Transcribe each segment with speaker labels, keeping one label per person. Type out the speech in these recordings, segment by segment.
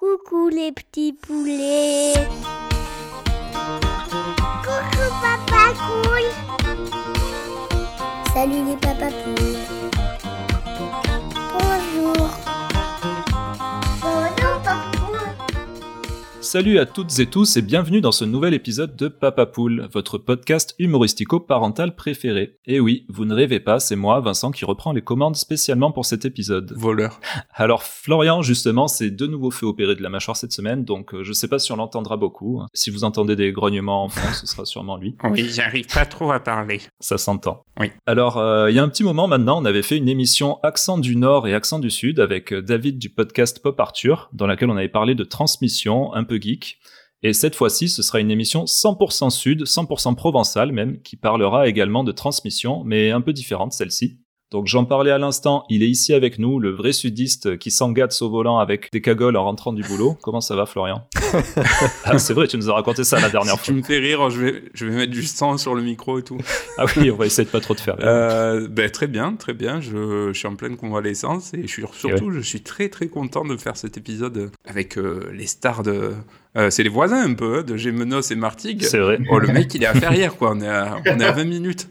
Speaker 1: Coucou les petits poulets.
Speaker 2: Coucou papa cool.
Speaker 1: Salut les papas poules.
Speaker 2: Bonjour. Bonjour papa cool.
Speaker 3: Salut à toutes et tous et bienvenue dans ce nouvel épisode de Papa Poule, votre podcast humoristico-parental préféré. Et oui, vous ne rêvez pas, c'est moi, Vincent, qui reprend les commandes spécialement pour cet épisode.
Speaker 4: Voleur.
Speaker 3: Alors Florian, justement, c'est de nouveau fait opérer de la mâchoire cette semaine, donc euh, je sais pas si on l'entendra beaucoup. Si vous entendez des grognements en fond, ce sera sûrement lui.
Speaker 4: Oui, j'arrive pas trop à parler.
Speaker 3: Ça s'entend.
Speaker 4: Oui.
Speaker 3: Alors, euh, il y a un petit moment maintenant, on avait fait une émission Accent du Nord et Accent du Sud avec euh, David du podcast Pop Arthur, dans laquelle on avait parlé de transmission un peu geek. Et cette fois-ci, ce sera une émission 100% Sud, 100% provençale même, qui parlera également de transmission, mais un peu différente celle-ci. Donc j'en parlais à l'instant, il est ici avec nous, le vrai sudiste qui s'engage au volant avec des cagoles en rentrant du boulot. Comment ça va Florian Ah, C'est vrai, tu nous as raconté ça la dernière
Speaker 4: Si tu
Speaker 3: fois.
Speaker 4: me fais rire, je vais, je vais mettre du sang sur le micro et tout.
Speaker 3: Ah oui, on va essayer de pas trop te faire. rire.
Speaker 4: Euh, ben, très bien, très bien. Je, je suis en pleine convalescence et je suis, surtout, je suis très très content de faire cet épisode avec euh, les stars de. euh, c'est les voisins un peu, hein, de Gémenos et Martigues.
Speaker 3: C'est vrai.
Speaker 4: Oh, le mec, il est à faire rire, quoi. On est à, on est à 20 minutes.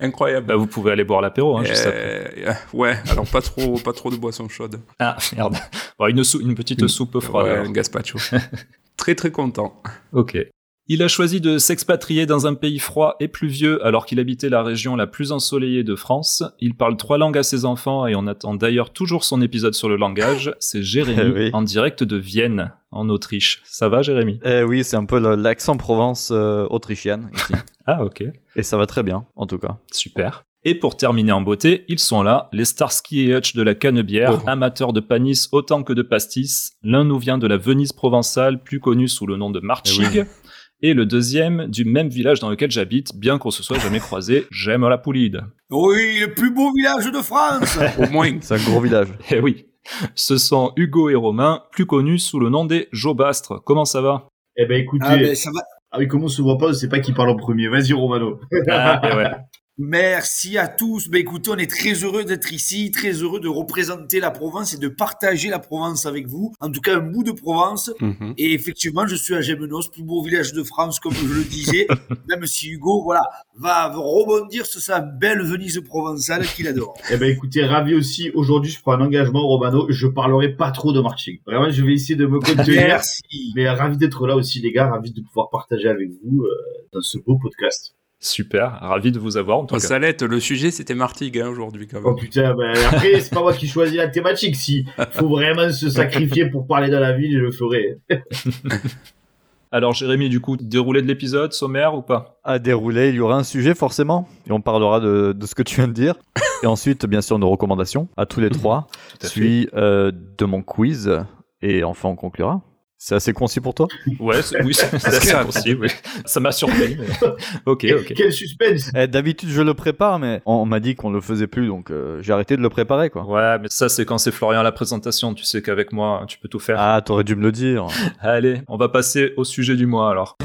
Speaker 4: Incroyable.
Speaker 3: Bah, vous pouvez aller boire l'apéro, hein, juste après.
Speaker 4: Euh, euh, ouais, alors pas trop, pas trop de boissons chaudes.
Speaker 3: Ah, merde. Bon, une, sou- une petite
Speaker 4: Une-
Speaker 3: soupe froide.
Speaker 4: ouais,
Speaker 3: alors.
Speaker 4: un gazpacho. très très content.
Speaker 3: Ok. Il a choisi de s'expatrier dans un pays froid et pluvieux alors qu'il habitait la région la plus ensoleillée de France. Il parle trois langues à ses enfants et on attend d'ailleurs toujours son épisode sur le langage. C'est Jérémy
Speaker 5: Eh oui.
Speaker 3: en direct de Vienne, en Autriche. Ça va, Jérémy
Speaker 5: Eh oui, c'est un peu le- l'accent Provence euh, autrichienne ici.
Speaker 3: Ah, ok.
Speaker 5: Et ça va très bien, en tout cas.
Speaker 3: Super. Et pour terminer en beauté, ils sont là, les Starsky et Hutch de la Canebière,
Speaker 4: Oh.
Speaker 3: amateurs de panis autant que de pastis. L'un nous vient de la Venise provençale, plus connue sous le nom de Marchig. Et le deuxième, du même village dans lequel j'habite, bien qu'on se soit jamais croisé, j'aime la Poulide.
Speaker 6: Oui, le plus beau village de France.
Speaker 4: Au moins.
Speaker 5: C'est un gros village.
Speaker 3: Eh oui. Ce sont Hugo et Romain, plus connus sous le nom des Jobastres. Comment ça va
Speaker 7: Eh ben écoutez,
Speaker 6: ah
Speaker 7: ah,
Speaker 6: ben ça va.
Speaker 7: oui, comment on se voit pas, je sais pas qui parle en premier. Vas-y Romano.
Speaker 3: Ah, eh ouais.
Speaker 6: Merci à tous. Ben écoutez, on est très heureux d'être ici, très heureux de représenter la Provence et de partager la Provence avec vous. En tout cas, un bout de Provence.
Speaker 4: Mhm.
Speaker 6: Et effectivement, je suis à Gémenos, plus beau village de France, comme je le disais. Même si Hugo, voilà, va rebondir sur sa belle Venise provençale qu'il adore.
Speaker 7: Eh ben écoutez, ravi aussi. Aujourd'hui, je prends un engagement Romano, je parlerai pas trop de marching. Vraiment, je vais essayer de me contenir.
Speaker 6: Merci.
Speaker 7: Mais ravi d'être là aussi les gars, ravi de pouvoir partager avec vous euh, dans ce beau podcast.
Speaker 3: Super, ravi de vous avoir en tout
Speaker 4: Oh,
Speaker 3: cas.
Speaker 4: Salette, le sujet c'était Martigues hein, aujourd'hui quand
Speaker 7: Oh
Speaker 4: même.
Speaker 7: putain, ben après, c'est pas moi qui choisis la thématique. Si faut vraiment se sacrifier pour parler dans la ville, je le ferai.
Speaker 3: Alors Jérémy, du coup, déroulé de l'épisode, sommaire ou pas
Speaker 5: À dérouler, il y aura un sujet forcément. Et on parlera de, de ce que tu viens de dire. Et ensuite, bien sûr, nos recommandations à tous les trois.
Speaker 3: à fait.
Speaker 5: Suivi euh, de mon quiz. Et enfin, on conclura. C'est assez concis pour toi
Speaker 3: Ouais, c'est- oui, c'est c'est assez
Speaker 4: que-
Speaker 3: possible. oui. Ça m'a surpris. mais- Ok, ok.
Speaker 7: Quel suspense
Speaker 5: Eh, D'habitude, je le prépare, mais on, on m'a dit qu'on le faisait plus, donc euh, j'ai arrêté de le préparer, quoi.
Speaker 3: Ouais, mais ça, c'est quand c'est Florian à la présentation. Tu sais qu'avec moi, tu peux tout faire.
Speaker 5: Ah, t'aurais dû me le dire.
Speaker 3: Allez, on va passer au sujet du mois alors.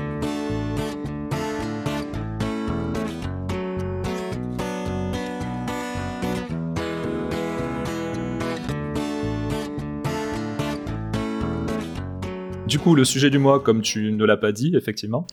Speaker 3: Du coup, le sujet du mois, comme tu ne l'as pas dit, effectivement,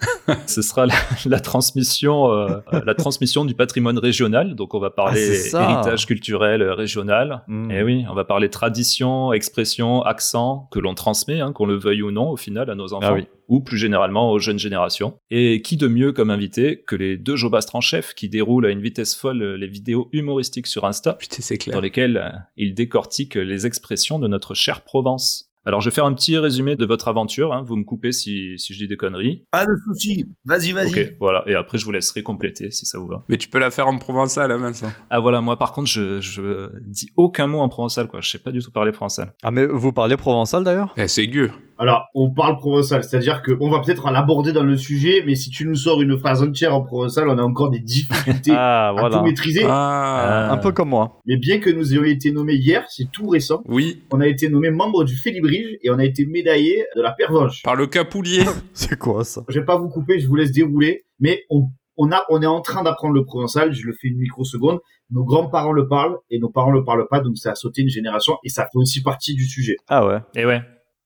Speaker 3: ce sera la, la transmission, euh, la transmission du patrimoine régional. Donc, on va
Speaker 5: Ah,
Speaker 3: parler
Speaker 5: c'est ça.
Speaker 3: héritage culturel euh, régional.
Speaker 5: Mm.
Speaker 3: Eh oui, on va parler tradition, expression, accent que l'on transmet, hein, qu'on le veuille ou non, au final, à nos enfants,
Speaker 5: Ah oui.
Speaker 3: ou plus généralement aux jeunes générations. Et qui de mieux comme invité que les deux jobastres en chef qui déroulent à une vitesse folle euh, les vidéos humoristiques sur Insta,
Speaker 4: Putain, c'est
Speaker 3: dans
Speaker 4: clair.
Speaker 3: lesquelles euh, ils décortiquent les expressions de notre chère Provence. Alors, je vais faire un petit résumé de votre aventure. hein, vous me coupez si, si je dis des conneries.
Speaker 6: Pas de souci. Vas-y, vas-y.
Speaker 3: Ok, voilà. Et après, je vous laisserai compléter si ça vous va.
Speaker 4: Mais tu peux la faire en provençal, hein, Vincent.
Speaker 3: Ah voilà, moi par contre, je, je dis aucun mot en provençal, quoi. Je sais pas du tout parler provençal.
Speaker 5: Ah, mais vous parlez provençal d'ailleurs
Speaker 4: Eh, c'est dur.
Speaker 7: Alors, on parle provençal, c'est-à-dire qu'on va peut-être l'aborder dans le sujet, mais si tu nous sors une phrase entière en provençal, on a encore des difficultés
Speaker 5: Ah,
Speaker 7: à
Speaker 5: voilà.
Speaker 7: tout maîtriser.
Speaker 3: Euh.
Speaker 4: Ah,
Speaker 5: Un peu comme moi.
Speaker 7: Mais bien que nous ayons été nommés hier, c'est tout récent,
Speaker 4: oui,
Speaker 7: on a été nommé membre du Félibrige et on a été médaillé de la Pervenche.
Speaker 4: par le capoulier.
Speaker 5: C'est quoi ça
Speaker 7: Je vais pas vous couper, je vous laisse dérouler, mais on, on, a, on est en train d'apprendre le provençal, je le fais une microseconde. Nos grands-parents le parlent et nos parents le parlent pas, donc ça a sauté une génération et ça fait aussi partie du sujet.
Speaker 5: Ah ouais.
Speaker 3: Et ouais.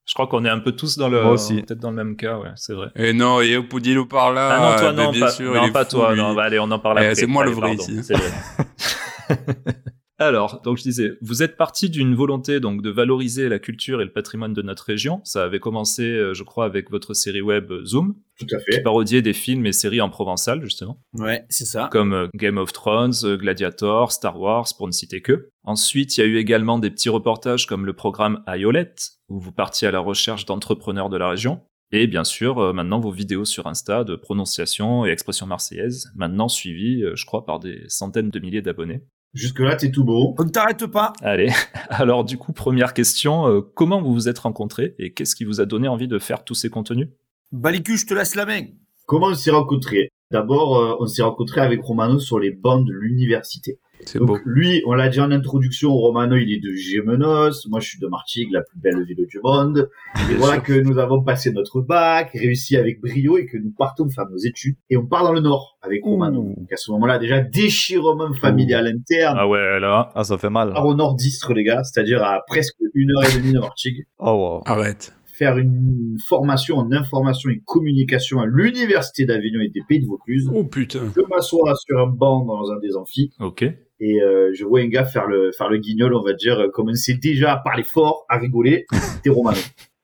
Speaker 3: Je crois qu'on est un peu tous dans le,
Speaker 5: Moi aussi.
Speaker 3: peut-être dans le même cas, ouais, c'est vrai.
Speaker 4: Et Eh non, et Poudilo par là.
Speaker 3: Ah non, toi,
Speaker 4: mais
Speaker 3: non,
Speaker 4: bien
Speaker 3: pas,
Speaker 4: sûr,
Speaker 3: non,
Speaker 4: il est
Speaker 3: pas
Speaker 4: fou,
Speaker 3: toi.
Speaker 4: lui.
Speaker 3: Non, bah, allez, on en parle
Speaker 4: Eh,
Speaker 3: après.
Speaker 4: c'est moi le
Speaker 3: Allez,
Speaker 4: vrai
Speaker 3: pardon,
Speaker 4: ici.
Speaker 3: c'est vrai. Alors, donc je disais, vous êtes parti d'une volonté donc de valoriser la culture et le patrimoine de notre région. Ça avait commencé, euh, je crois, avec votre série web euh, Zoom,
Speaker 7: Tout à
Speaker 3: qui
Speaker 7: fait.
Speaker 3: parodiait des films et séries en provençal, justement
Speaker 8: Ouais, c'est ça.
Speaker 3: comme euh, Game of Thrones, euh, Gladiator, Star Wars, pour ne citer que. Ensuite, il y a eu également des petits reportages comme le programme Iolette, où vous partiez à la recherche d'entrepreneurs de la région. Et bien sûr, euh, maintenant vos vidéos sur Insta de prononciation et expression marseillaise, maintenant suivies, euh, je crois, par des centaines de milliers d'abonnés.
Speaker 7: Jusque-là, t'es tout beau.
Speaker 8: On ne t'arrête pas.
Speaker 3: Allez, alors du coup, première question, euh, comment vous vous êtes rencontrés et qu'est-ce qui vous a donné envie de faire tous ces contenus
Speaker 8: Balicu, je te laisse la main.
Speaker 7: Comment on s'est rencontrés D'abord, euh, on s'est rencontrés avec Romano sur les bancs de l'université.
Speaker 4: C'est
Speaker 7: Donc
Speaker 4: beau.
Speaker 7: lui, on l'a dit en introduction, Romano, il est de Gémenos, moi je suis de Martigues, la plus belle ville du monde. Et voilà que nous avons passé notre bac, réussi avec brio et que nous partons faire nos études. Et on part dans le Nord avec Romano. Donc à ce moment-là, déjà déchirement familial interne,
Speaker 3: Ah ouais, là,
Speaker 5: Ah, ça fait mal.
Speaker 7: on part au Nordistre les gars, c'est-à-dire à presque une heure et demie de Martigues,
Speaker 5: Oh, wow.
Speaker 4: Arrête.
Speaker 7: faire une formation en information et communication à l'université d'Avignon et des Pays de Vaucluse.
Speaker 4: Oh putain.
Speaker 7: Je m'assois sur un banc dans un des amphis
Speaker 3: ok.
Speaker 7: et euh, je vois un gars faire le faire le guignol, on va dire, euh, commencer déjà à parler fort, à rigoler, c'était Romano.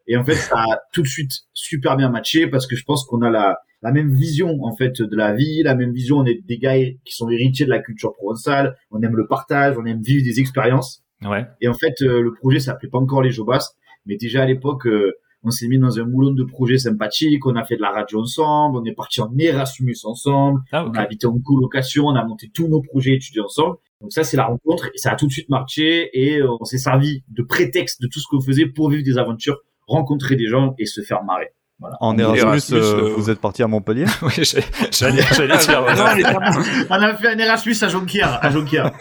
Speaker 7: Et en fait, ça a tout de suite super bien matché parce que je pense qu'on a la la même vision en fait de la vie, la même vision. On est des gars qui sont héritiers de la culture provençale. On aime le partage, on aime vivre des expériences.
Speaker 3: Ouais,
Speaker 7: Et en fait, euh, le projet s'appelait pas encore les Jobas, mais déjà à l'époque, euh, on s'est mis dans un moulon de projets sympathiques. On a fait de la radio ensemble, on est parti en Erasmus ensemble.
Speaker 3: ah
Speaker 7: On
Speaker 3: ok.
Speaker 7: a habité en colocation, on a monté tous nos projets étudiés ensemble. Donc ça, c'est la rencontre et ça a tout de suite marché et euh, on s'est servi de prétexte de tout ce qu'on faisait pour vivre des aventures, rencontrer des gens et se faire marrer. Voilà.
Speaker 5: En
Speaker 7: gros,
Speaker 5: Erasmus,
Speaker 4: Erasmus,
Speaker 5: euh,
Speaker 4: euh,
Speaker 5: vous êtes parti à Montpellier
Speaker 3: Oui, j'ai- j'allais j'allais dire,
Speaker 4: Ah
Speaker 8: Non,
Speaker 3: voilà.
Speaker 8: elle est pas mal.
Speaker 7: On a fait un Erasmus à Jonquière, à Jonquière.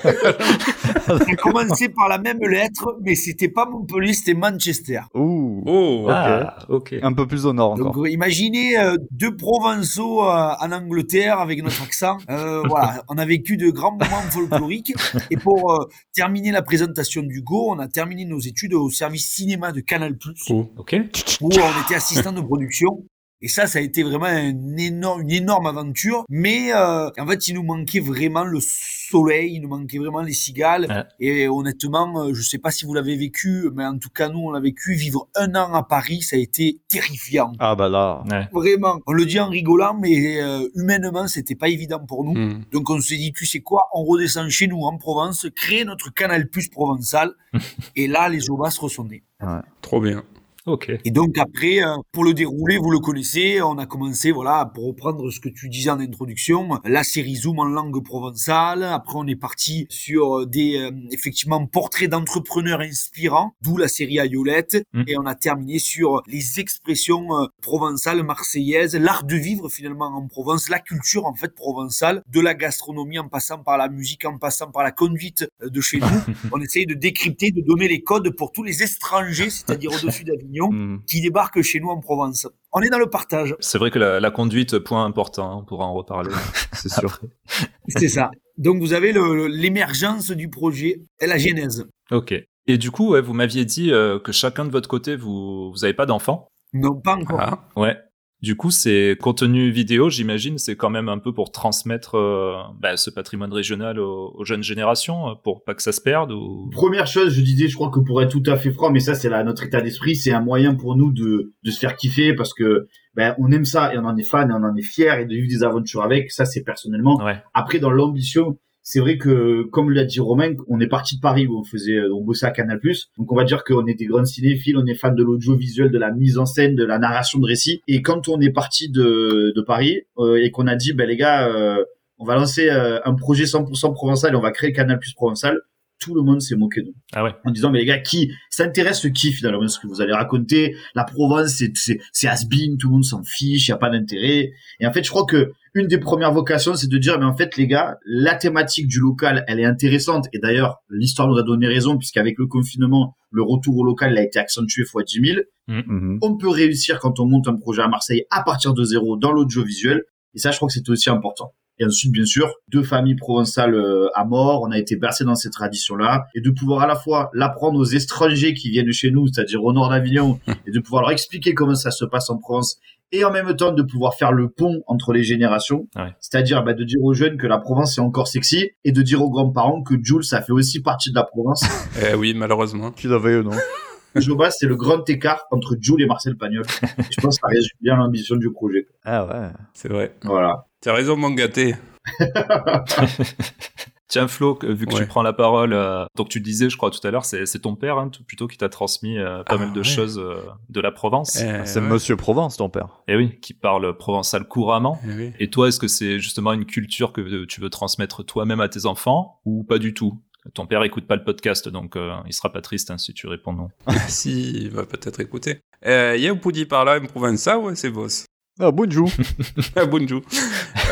Speaker 8: On a commencé par la même lettre, mais c'était pas Montpellier, c'était Manchester.
Speaker 5: Ouh.
Speaker 4: Oh.
Speaker 3: Ah, ok.
Speaker 5: Un peu plus au nord
Speaker 8: Donc
Speaker 5: encore.
Speaker 8: euh, imaginez euh, deux provençaux euh, en Angleterre avec notre accent. Euh, voilà, on a vécu de grands moments folkloriques. Et pour euh, terminer la présentation du Go, on a terminé nos études au service cinéma de Canal+,
Speaker 4: Oh.
Speaker 3: Ok.
Speaker 8: où on était assistant de production. Et ça, ça a été vraiment un énorme, une énorme aventure. Mais euh, en fait, il nous manquait vraiment le soleil, il nous manquait vraiment les cigales.
Speaker 3: Ouais.
Speaker 8: Et honnêtement, euh, je sais pas si vous l'avez vécu, mais en tout cas, nous, on l'a vécu. Vivre un an à Paris, ça a été terrifiant.
Speaker 5: Ah, bah là.
Speaker 8: Vraiment. On le dit en rigolant, mais euh, humainement, c'était pas évident pour nous.
Speaker 4: Hmm.
Speaker 8: Donc on s'est dit, tu sais quoi, on redescend chez nous en Provence, créer notre canal plus provençal. et là, les Jobas sont nés.
Speaker 4: Trop bien.
Speaker 3: Ok.
Speaker 8: Et donc après, euh, pour le dérouler, vous le connaissez, on a commencé, voilà, pour reprendre ce que tu disais en introduction, la série Zoom en langue provençale. Après, on est parti sur euh, des, euh, effectivement, portraits d'entrepreneurs inspirants, d'où la série Ayolette.
Speaker 3: Mm.
Speaker 8: Et on a terminé sur les expressions euh, provençales, marseillaises, l'art de vivre finalement en Provence, la culture en fait provençale, de la gastronomie en passant par la musique, en passant par la conduite euh, de chez nous. on essaye de décrypter, de donner les codes pour tous les étrangers, c'est-à-dire au-dessus d'Avignon
Speaker 5: Hmm.
Speaker 8: qui débarquent chez nous en Provence. On est dans le partage,
Speaker 3: C'est vrai que la, la conduite, point important, hein, on pourra en reparler.
Speaker 5: C'est sûr.
Speaker 8: c'est ça. Donc vous avez le- le- l'émergence du projet et la genèse.
Speaker 3: ok. Et du coup, ouais, vous m'aviez dit euh, que chacun de votre côté, vous vous avez pas d'enfants.
Speaker 8: Non, pas encore.
Speaker 4: Ah.
Speaker 3: Ouais. Du coup, c'est contenu vidéo, j'imagine, c'est quand même un peu pour transmettre euh, bah, ce patrimoine régional aux, aux jeunes générations, euh, pour pas que ça se perde. Ou...
Speaker 7: Première chose, je disais, je crois que pour être tout à fait franc, mais ça c'est là notre état d'esprit, c'est un moyen pour nous de, de se faire kiffer parce que ben, on aime ça et on en est fan et on en est fier et de vivre des aventures avec, ça c'est personnellement.
Speaker 3: Ouais.
Speaker 7: Après, dans l'ambition, c'est vrai que, comme l'a dit Romain, on est parti de Paris où on faisait, on bossait à Canal+. Donc, on va dire qu'on est des grands cinéphiles, on est fan de l'audiovisuel, de la mise en scène, de la narration de récit. Et quand on est parti de, de Paris euh, et qu'on a dit, ben les gars, euh, on va lancer euh, un projet 100% provençal et on va créer Canal+ provençal. Tout le monde s'est moqué de nous
Speaker 3: Ah ouais.
Speaker 7: en disant mais les gars qui s'intéresse qui finalement ce que vous allez raconter la Provence c'est c'est c'est has-been, tout le monde s'en fiche il y a pas d'intérêt et en fait je crois que une des premières vocations c'est de dire mais en fait les gars la thématique du local elle est intéressante et d'ailleurs l'histoire nous a donné raison puisqu'avec le confinement le retour au local il a été accentué fois 10 000
Speaker 5: Mhm.
Speaker 7: on peut réussir quand on monte un projet à Marseille à partir de zéro dans l'audiovisuel et ça je crois que c'était aussi important Et ensuite, bien sûr, deux familles provençales euh, à mort. On a été bercé dans ces traditions-là. Et de pouvoir à la fois l'apprendre aux étrangers qui viennent chez nous, c'est-à-dire au nord d'Avignon, et de pouvoir leur expliquer comment ça se passe en Provence. Et en même temps, de pouvoir faire le pont entre les générations.
Speaker 3: Ouais.
Speaker 7: C'est-à-dire bah, de dire aux jeunes que la Provence est encore sexy et de dire aux grands-parents que Jules, ça fait aussi partie de la Provence.
Speaker 4: Eh oui, malheureusement.
Speaker 5: Tu l'avais, non
Speaker 7: Joba, c'est le grand écart entre Jules et Marcel Pagnol. Et je pense que ça résume bien l'ambition du projet.
Speaker 5: Ah ouais.
Speaker 4: C'est vrai.
Speaker 7: Voilà.
Speaker 4: T'as raison, mon gâté.
Speaker 3: Tiens Flo, que- vu que tu
Speaker 4: Ouais.
Speaker 3: prends la parole, euh, donc tu disais, je crois tout à l'heure, c'est c'est ton père hein, tout- plutôt qui t'a transmis euh, pas
Speaker 4: Ah,
Speaker 3: mal de
Speaker 4: ouais.
Speaker 3: choses euh, de la Provence. Et...
Speaker 4: Eh
Speaker 5: Ah, C'est
Speaker 4: ouais.
Speaker 5: Monsieur Provence, ton père.
Speaker 3: oui, qui parle provençal couramment.
Speaker 4: Eh oui.
Speaker 3: Et toi, est-ce que c'est justement une culture que euh, tu veux transmettre toi-même à tes enfants ou pas du tout Ton père écoute pas le podcast, donc euh, il sera pas triste hein, si tu réponds non.
Speaker 4: Ah, si, il va peut-être écouter. Euh, y a un poudi par là, un provençal, ouais, c'est boss.
Speaker 5: Ah, bonjour.
Speaker 4: Ah, Bonjour.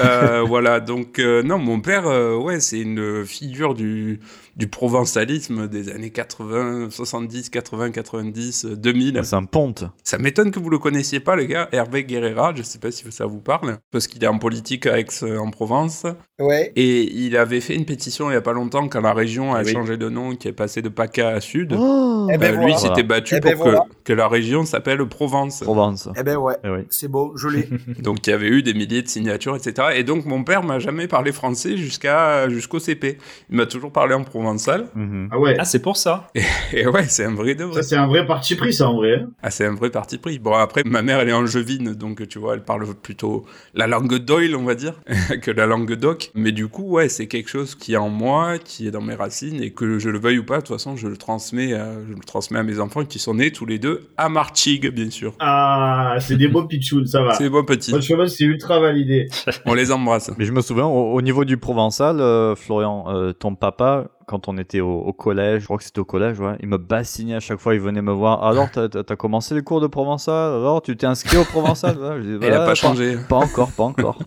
Speaker 4: Euh, voilà, donc euh, non, mon père, euh, ouais, c'est une figure du, du provençalisme des années 80, 70, 80, 90, euh, 2000.
Speaker 5: C'est un ponte.
Speaker 4: Ça m'étonne que vous le connaissiez pas, le gars, Hervé Guerrera, je sais pas si ça vous parle, parce qu'il est en politique à Aix, euh, en Provence.
Speaker 8: Ouais.
Speaker 4: Et il avait fait une pétition il y a pas longtemps quand la région a
Speaker 7: Oui.
Speaker 4: changé de nom, qui est passée de PACA à Sud.
Speaker 5: Oh
Speaker 8: Eh ben,
Speaker 4: Euh,
Speaker 8: voilà.
Speaker 4: Lui s'était battu
Speaker 8: Eh
Speaker 4: pour
Speaker 8: ben,
Speaker 4: que,
Speaker 8: voilà.
Speaker 4: que la région s'appelle Provence.
Speaker 5: Provence.
Speaker 8: Eh ben ouais,
Speaker 5: Eh oui.
Speaker 8: c'est bon, je l'ai.
Speaker 4: Donc il y avait eu des milliers de signatures, etc. Et donc mon père m'a jamais parlé français jusqu'à jusqu'au CP. Il m'a toujours parlé en provençal.
Speaker 5: Mhm.
Speaker 7: Ah ouais.
Speaker 3: Ah, c'est pour ça
Speaker 4: Et ouais, c'est un vrai de vrai.
Speaker 7: Ça, c'est un vrai parti pris, ça, en vrai. hein.
Speaker 4: Ah, c'est un vrai parti pris. Bon après, ma mère elle est angevine, donc tu vois, elle parle plutôt la langue d'oil, on va dire, que la langue d'oc. Mais du coup, ouais, c'est quelque chose qui est en moi, qui est dans mes racines, et que je le veuille ou pas, de toute façon, je le transmets, à, je le transmets à mes enfants qui sont nés tous les deux à Martigues, bien sûr.
Speaker 7: Ah, c'est des beaux pitchouns, ça va.
Speaker 4: C'est bon petit.
Speaker 7: Ah. Moi, je pense que c'est ultra validé.
Speaker 4: On les embrasse.
Speaker 5: Mais je me souviens, au, au niveau du provençal, euh, Florian, euh, ton papa, quand on était au, au collège, je crois que c'était au collège, ouais, il me bassinait à chaque fois, il venait me voir. Alors, t'as t'as- t'as commencé les cours de provençal Alors, tu t'es inscrit au provençal Voilà, je dis,
Speaker 4: Et il a
Speaker 5: Ouais,
Speaker 4: pas changé.
Speaker 5: Pas encore, pas encore.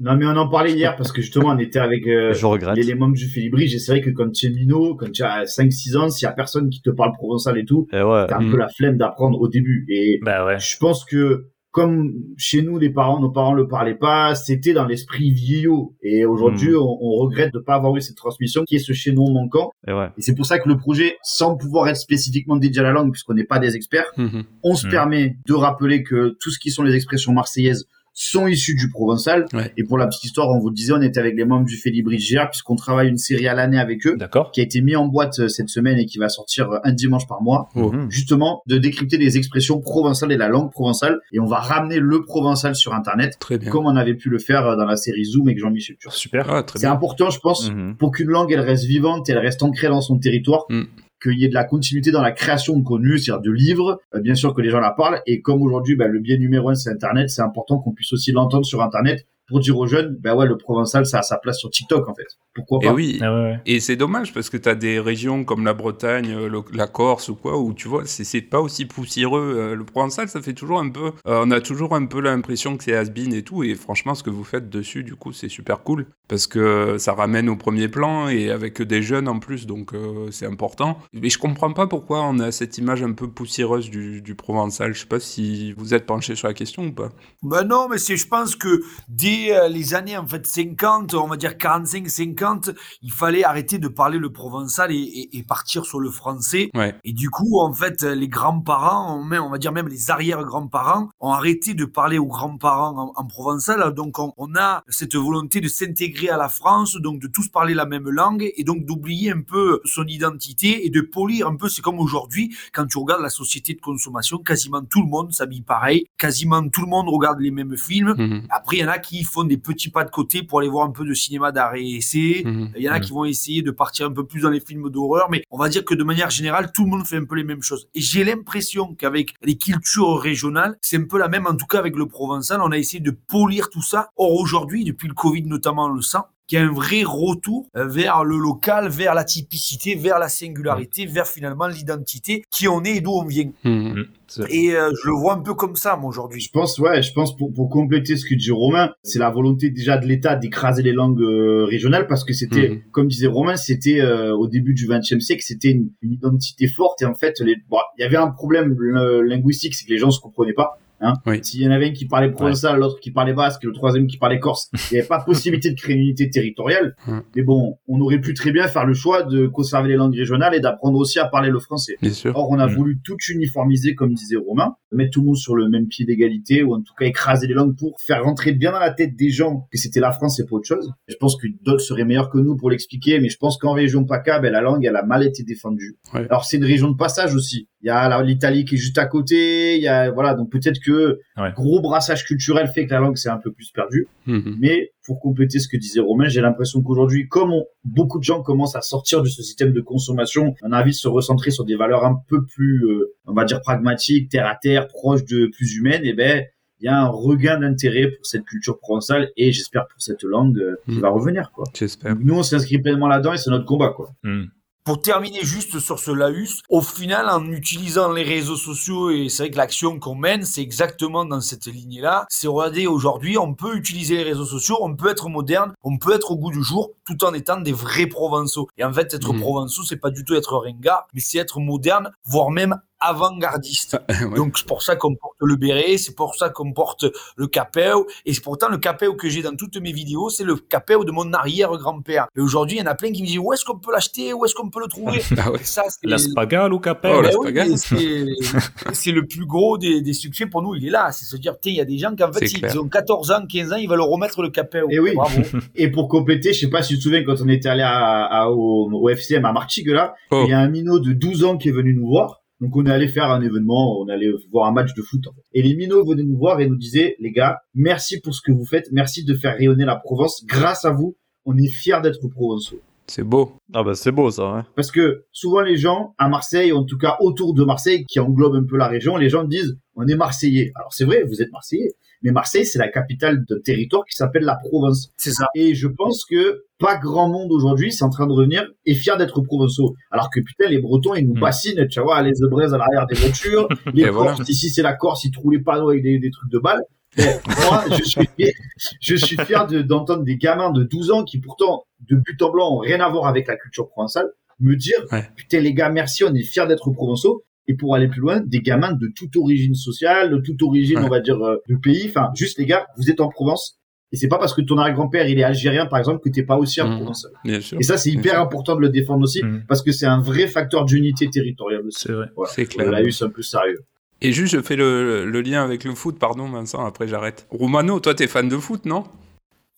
Speaker 7: Non, mais on en parlait hier parce que justement, on était avec euh,
Speaker 5: je regrette.
Speaker 7: les, les membres du Félibrige. Et c'est vrai que quand tu es minot, quand tu as 5-6 ans, s'il y a personne qui te parle provençal et tout,
Speaker 5: Et ouais.
Speaker 7: t'as un
Speaker 4: Mm.
Speaker 7: peu la flemme d'apprendre au début. Et
Speaker 3: Bah ouais.
Speaker 7: je pense que comme chez nous, les parents, nos parents le parlaient pas, c'était dans l'esprit vieillot. Et aujourd'hui,
Speaker 5: Mm.
Speaker 7: on, on regrette de pas avoir eu cette transmission qui est ce chaînon manquant.
Speaker 5: Et ouais.
Speaker 7: Et c'est pour ça que le projet, sans pouvoir être spécifiquement dédié à la langue, puisqu'on n'est pas des experts,
Speaker 4: Mhm.
Speaker 7: on se
Speaker 3: Mhm.
Speaker 7: permet de rappeler que tout ce qui sont les expressions marseillaises sont issues du provençal.
Speaker 4: Ouais.
Speaker 7: Et pour la petite histoire, on vous le disait, on était avec les membres du Félibrige hier, puisqu'on travaille une série à l'année avec eux,
Speaker 3: D'accord.
Speaker 7: qui a été mis en boîte euh, cette semaine et qui va sortir euh, un dimanche par mois.
Speaker 4: Oh.
Speaker 5: Mhm.
Speaker 7: Justement, de décrypter les expressions provençales et la langue provençale. Et on va ramener le provençal sur Internet,
Speaker 4: Très bien.
Speaker 7: comme on avait pu le faire euh, dans la série Zoom avec Jean-Michel Turc.
Speaker 3: Super.
Speaker 4: Ah, très
Speaker 7: C'est
Speaker 4: bien.
Speaker 7: important, je pense,
Speaker 5: Mhm.
Speaker 7: pour qu'une langue elle reste vivante et elle reste ancrée dans son territoire,
Speaker 4: Mm.
Speaker 7: qu'il y ait de la continuité dans la création de contenus, c'est-à-dire de livres, euh, bien sûr que les gens la parlent. Et comme aujourd'hui, bah, le biais numéro un c'est Internet, c'est important qu'on puisse aussi l'entendre sur Internet pour dire aux jeunes, bah ouais, le provençal ça a sa place sur TikTok en fait. Pourquoi
Speaker 4: Et
Speaker 7: pas
Speaker 4: Eh oui,
Speaker 3: Ah ouais, ouais.
Speaker 4: Et c'est dommage parce que tu as des régions comme la Bretagne, euh, le- la Corse ou quoi, où tu vois, c'est- c'est pas aussi poussiéreux. euh, Le provençal, ça fait toujours un peu. euh, on a toujours un peu l'impression que c'est has et tout. Et franchement, ce que vous faites dessus, du coup, c'est super cool parce que ça ramène au premier plan et avec des jeunes en plus, donc euh, c'est important. Mais je comprends pas pourquoi on a cette image un peu poussiéreuse du, du provençal. Je sais pas si vous êtes penché sur la question ou pas.
Speaker 8: Ben non, mais c'est, je pense que dès euh, les années en fait 50, on va dire 45-50, il fallait arrêter de parler le provençal et, et- et partir sur le français.
Speaker 4: Ouais.
Speaker 8: Et du coup, en fait, les grands-parents, on, met- on va dire même les arrière-grands-parents, ont arrêté de parler aux grands-parents en, en provençal. Donc, on, on a cette volonté de s'intégrer à la France, donc de tous parler la même langue et donc d'oublier un peu son identité et de polir un peu. C'est comme aujourd'hui, quand tu regardes la société de consommation, quasiment tout le monde s'habille pareil, quasiment tout le monde regarde les mêmes films.
Speaker 4: Mhm,
Speaker 8: Après, il y en a qui font des petits pas de côté pour aller voir un peu de cinéma d'arrêt et essai.
Speaker 4: mhm.
Speaker 8: Il y en a qui vont essayer de partir un peu plus dans les films d'horreur, mais on va dire que de manière générale, tout le monde fait un peu les mêmes choses. Et j'ai l'impression qu'avec les cultures régionales, c'est un peu la même, en tout cas avec le provençal, on a essayé de polir tout ça. Or aujourd'hui, depuis le Covid notamment, on le sent qu'il y a un vrai retour euh, vers le local, vers la typicité, vers la singularité, vers finalement l'identité, qui on est et d'où on vient.
Speaker 4: Mhm.
Speaker 8: Et euh, je le vois un peu comme ça, moi, aujourd'hui.
Speaker 7: Je pense, ouais, je pense pour, pour compléter ce que dit Romain, c'est la volonté déjà de l'État d'écraser les langues euh, régionales parce que c'était,
Speaker 4: Mhm.
Speaker 7: comme disait Romain, c'était euh, au début du XXe siècle, c'était une, une identité forte et en fait, les- bon, il y avait un problème euh, linguistique, c'est que les gens se comprenaient pas. Hein
Speaker 4: Oui.
Speaker 7: S'il y en avait un qui parlait provençal, l'autre qui parlait basque, le troisième qui parlait corse, il n'y avait pas possibilité de créer une unité territoriale.
Speaker 4: Mm.
Speaker 7: Mais bon, on aurait pu très bien faire le choix de conserver les langues régionales et d'apprendre aussi à parler le français.
Speaker 4: Bien sûr.
Speaker 7: Or, on a
Speaker 3: Mm.
Speaker 7: voulu tout uniformiser, comme disait Romain, mettre tout le monde sur le même pied d'égalité, ou en tout cas écraser les langues pour faire rentrer bien dans la tête des gens que c'était la France et pas autre chose. Je pense que d'autres seraient meilleurs que nous pour l'expliquer, mais je pense qu'en région PACA, ben, la langue, elle a mal été défendue.
Speaker 4: Ouais.
Speaker 7: Alors, c'est une région de passage aussi. Il y a la- l'Italie qui est juste à côté, il y a, voilà, donc peut-être que
Speaker 3: Ouais.
Speaker 7: gros brassage culturel fait que la langue s'est un peu plus perdue.
Speaker 4: Mhm.
Speaker 7: Mais pour compléter ce que disait Romain, j'ai l'impression qu'aujourd'hui, comme on- beaucoup de gens commencent à sortir de ce système de consommation, on a envie de se recentrer sur des valeurs un peu plus, euh, on va dire, pragmatiques, terre à terre, proches de plus humaines, et ben il y a un regain d'intérêt pour cette culture provençale et j'espère pour cette langue euh, qui
Speaker 4: Mm.
Speaker 7: va revenir. Quoi.
Speaker 4: J'espère.
Speaker 7: Donc, Nous, on s'inscrit pleinement là-dedans et c'est notre combat. Quoi.
Speaker 3: Hmm.
Speaker 8: Pour terminer juste sur ce laus, au final, en utilisant les réseaux sociaux, et c'est vrai que l'action qu'on mène, c'est exactement dans cette lignée-là, c'est regarder aujourd'hui, on peut utiliser les réseaux sociaux, on peut être moderne, on peut être au goût du jour, tout en étant des vrais provençaux. Et en fait, être
Speaker 4: Mhm.
Speaker 8: provençaux, c'est pas du tout être ringard, mais c'est être moderne, voire même avant-gardiste.
Speaker 4: Ouais.
Speaker 8: Donc c'est pour ça qu'on porte le béret, c'est pour ça qu'on porte le capéo. Et c'est pourtant le capéo que j'ai dans toutes mes vidéos, c'est le capéo de mon arrière-grand-père. Et aujourd'hui, il y en a plein qui me disent où est-ce qu'on peut l'acheter, où est-ce qu'on peut le trouver.
Speaker 4: Ah ouais.
Speaker 8: Et ça, c'est
Speaker 3: La spagale ou capelle
Speaker 4: Oh, la
Speaker 8: Ben oui,
Speaker 4: spagale.
Speaker 8: mais c'est- c'est le plus gros des, des succès pour nous. Il est là, c'est se dire, tiens, il y a des gens qui en fait,
Speaker 4: C'est
Speaker 8: ils,
Speaker 4: clair.
Speaker 8: ont 14 ans, 15 ans, ils veulent remettre le capéo.
Speaker 7: Eh oui.
Speaker 8: Bravo.
Speaker 7: Et pour compléter, je sais pas si tu te souviens quand on était allé à, à- au, au FCM à Martigues là,
Speaker 4: Oh.
Speaker 7: Il y a un minot de 12 ans qui est venu nous voir. Donc on est allé faire un événement, on allait voir un match de foot. en fait. Et les minots venaient nous voir et nous disaient, les gars, merci pour ce que vous faites, merci de faire rayonner la Provence. Grâce à vous, on est fiers d'être provençaux.
Speaker 4: C'est beau.
Speaker 5: Ah bah c'est beau ça, ouais.
Speaker 7: Parce que souvent les gens à Marseille, en tout cas autour de Marseille, qui englobe un peu la région, les gens disent, on est Marseillais. Alors c'est vrai, vous êtes Marseillais. Mais Marseille, c'est la capitale d'un territoire qui s'appelle la Provence.
Speaker 8: C'est ça.
Speaker 7: Et je pense que pas grand monde aujourd'hui, c'est en train de revenir, est fier d'être provençaux. Alors que putain, les Bretons, ils nous
Speaker 3: Mm.
Speaker 7: bassinent, tu vois, les braises à l'arrière des voitures, les
Speaker 4: Hmm. Et
Speaker 7: Corses,
Speaker 4: voilà.
Speaker 7: ici c'est la Corse, ils trouvent les panneaux avec des, des trucs de balles. Mais moi, je suis fier, je suis fier de- d'entendre des gamins de 12 ans qui pourtant, de but en blanc, ont rien à voir avec la culture provençale, me dire,
Speaker 4: Ouais.
Speaker 7: putain les gars, merci, on est fiers d'être provençaux. Et pour aller plus loin, des gamins de toute origine sociale, de toute origine,
Speaker 4: Ouais.
Speaker 7: on va dire, euh, de pays. Enfin, juste les gars, vous êtes en Provence, et c'est pas parce que ton arrière-grand-père il est algérien par exemple que t'es pas aussi un
Speaker 4: Mhm.
Speaker 7: provençal.
Speaker 4: Bien sûr.
Speaker 7: Et ça c'est hyper
Speaker 4: Mhm.
Speaker 7: important de le défendre aussi
Speaker 3: Mhm.
Speaker 7: parce que c'est un vrai facteur d'unité territoriale aussi.
Speaker 3: C'est vrai.
Speaker 7: Voilà.
Speaker 4: C'est
Speaker 7: On
Speaker 4: clair.
Speaker 7: l'a eu c'est un peu sérieux.
Speaker 4: Et juste, je fais le, le lien avec le foot, pardon Vincent, après j'arrête. Romano, toi t'es fan de foot, non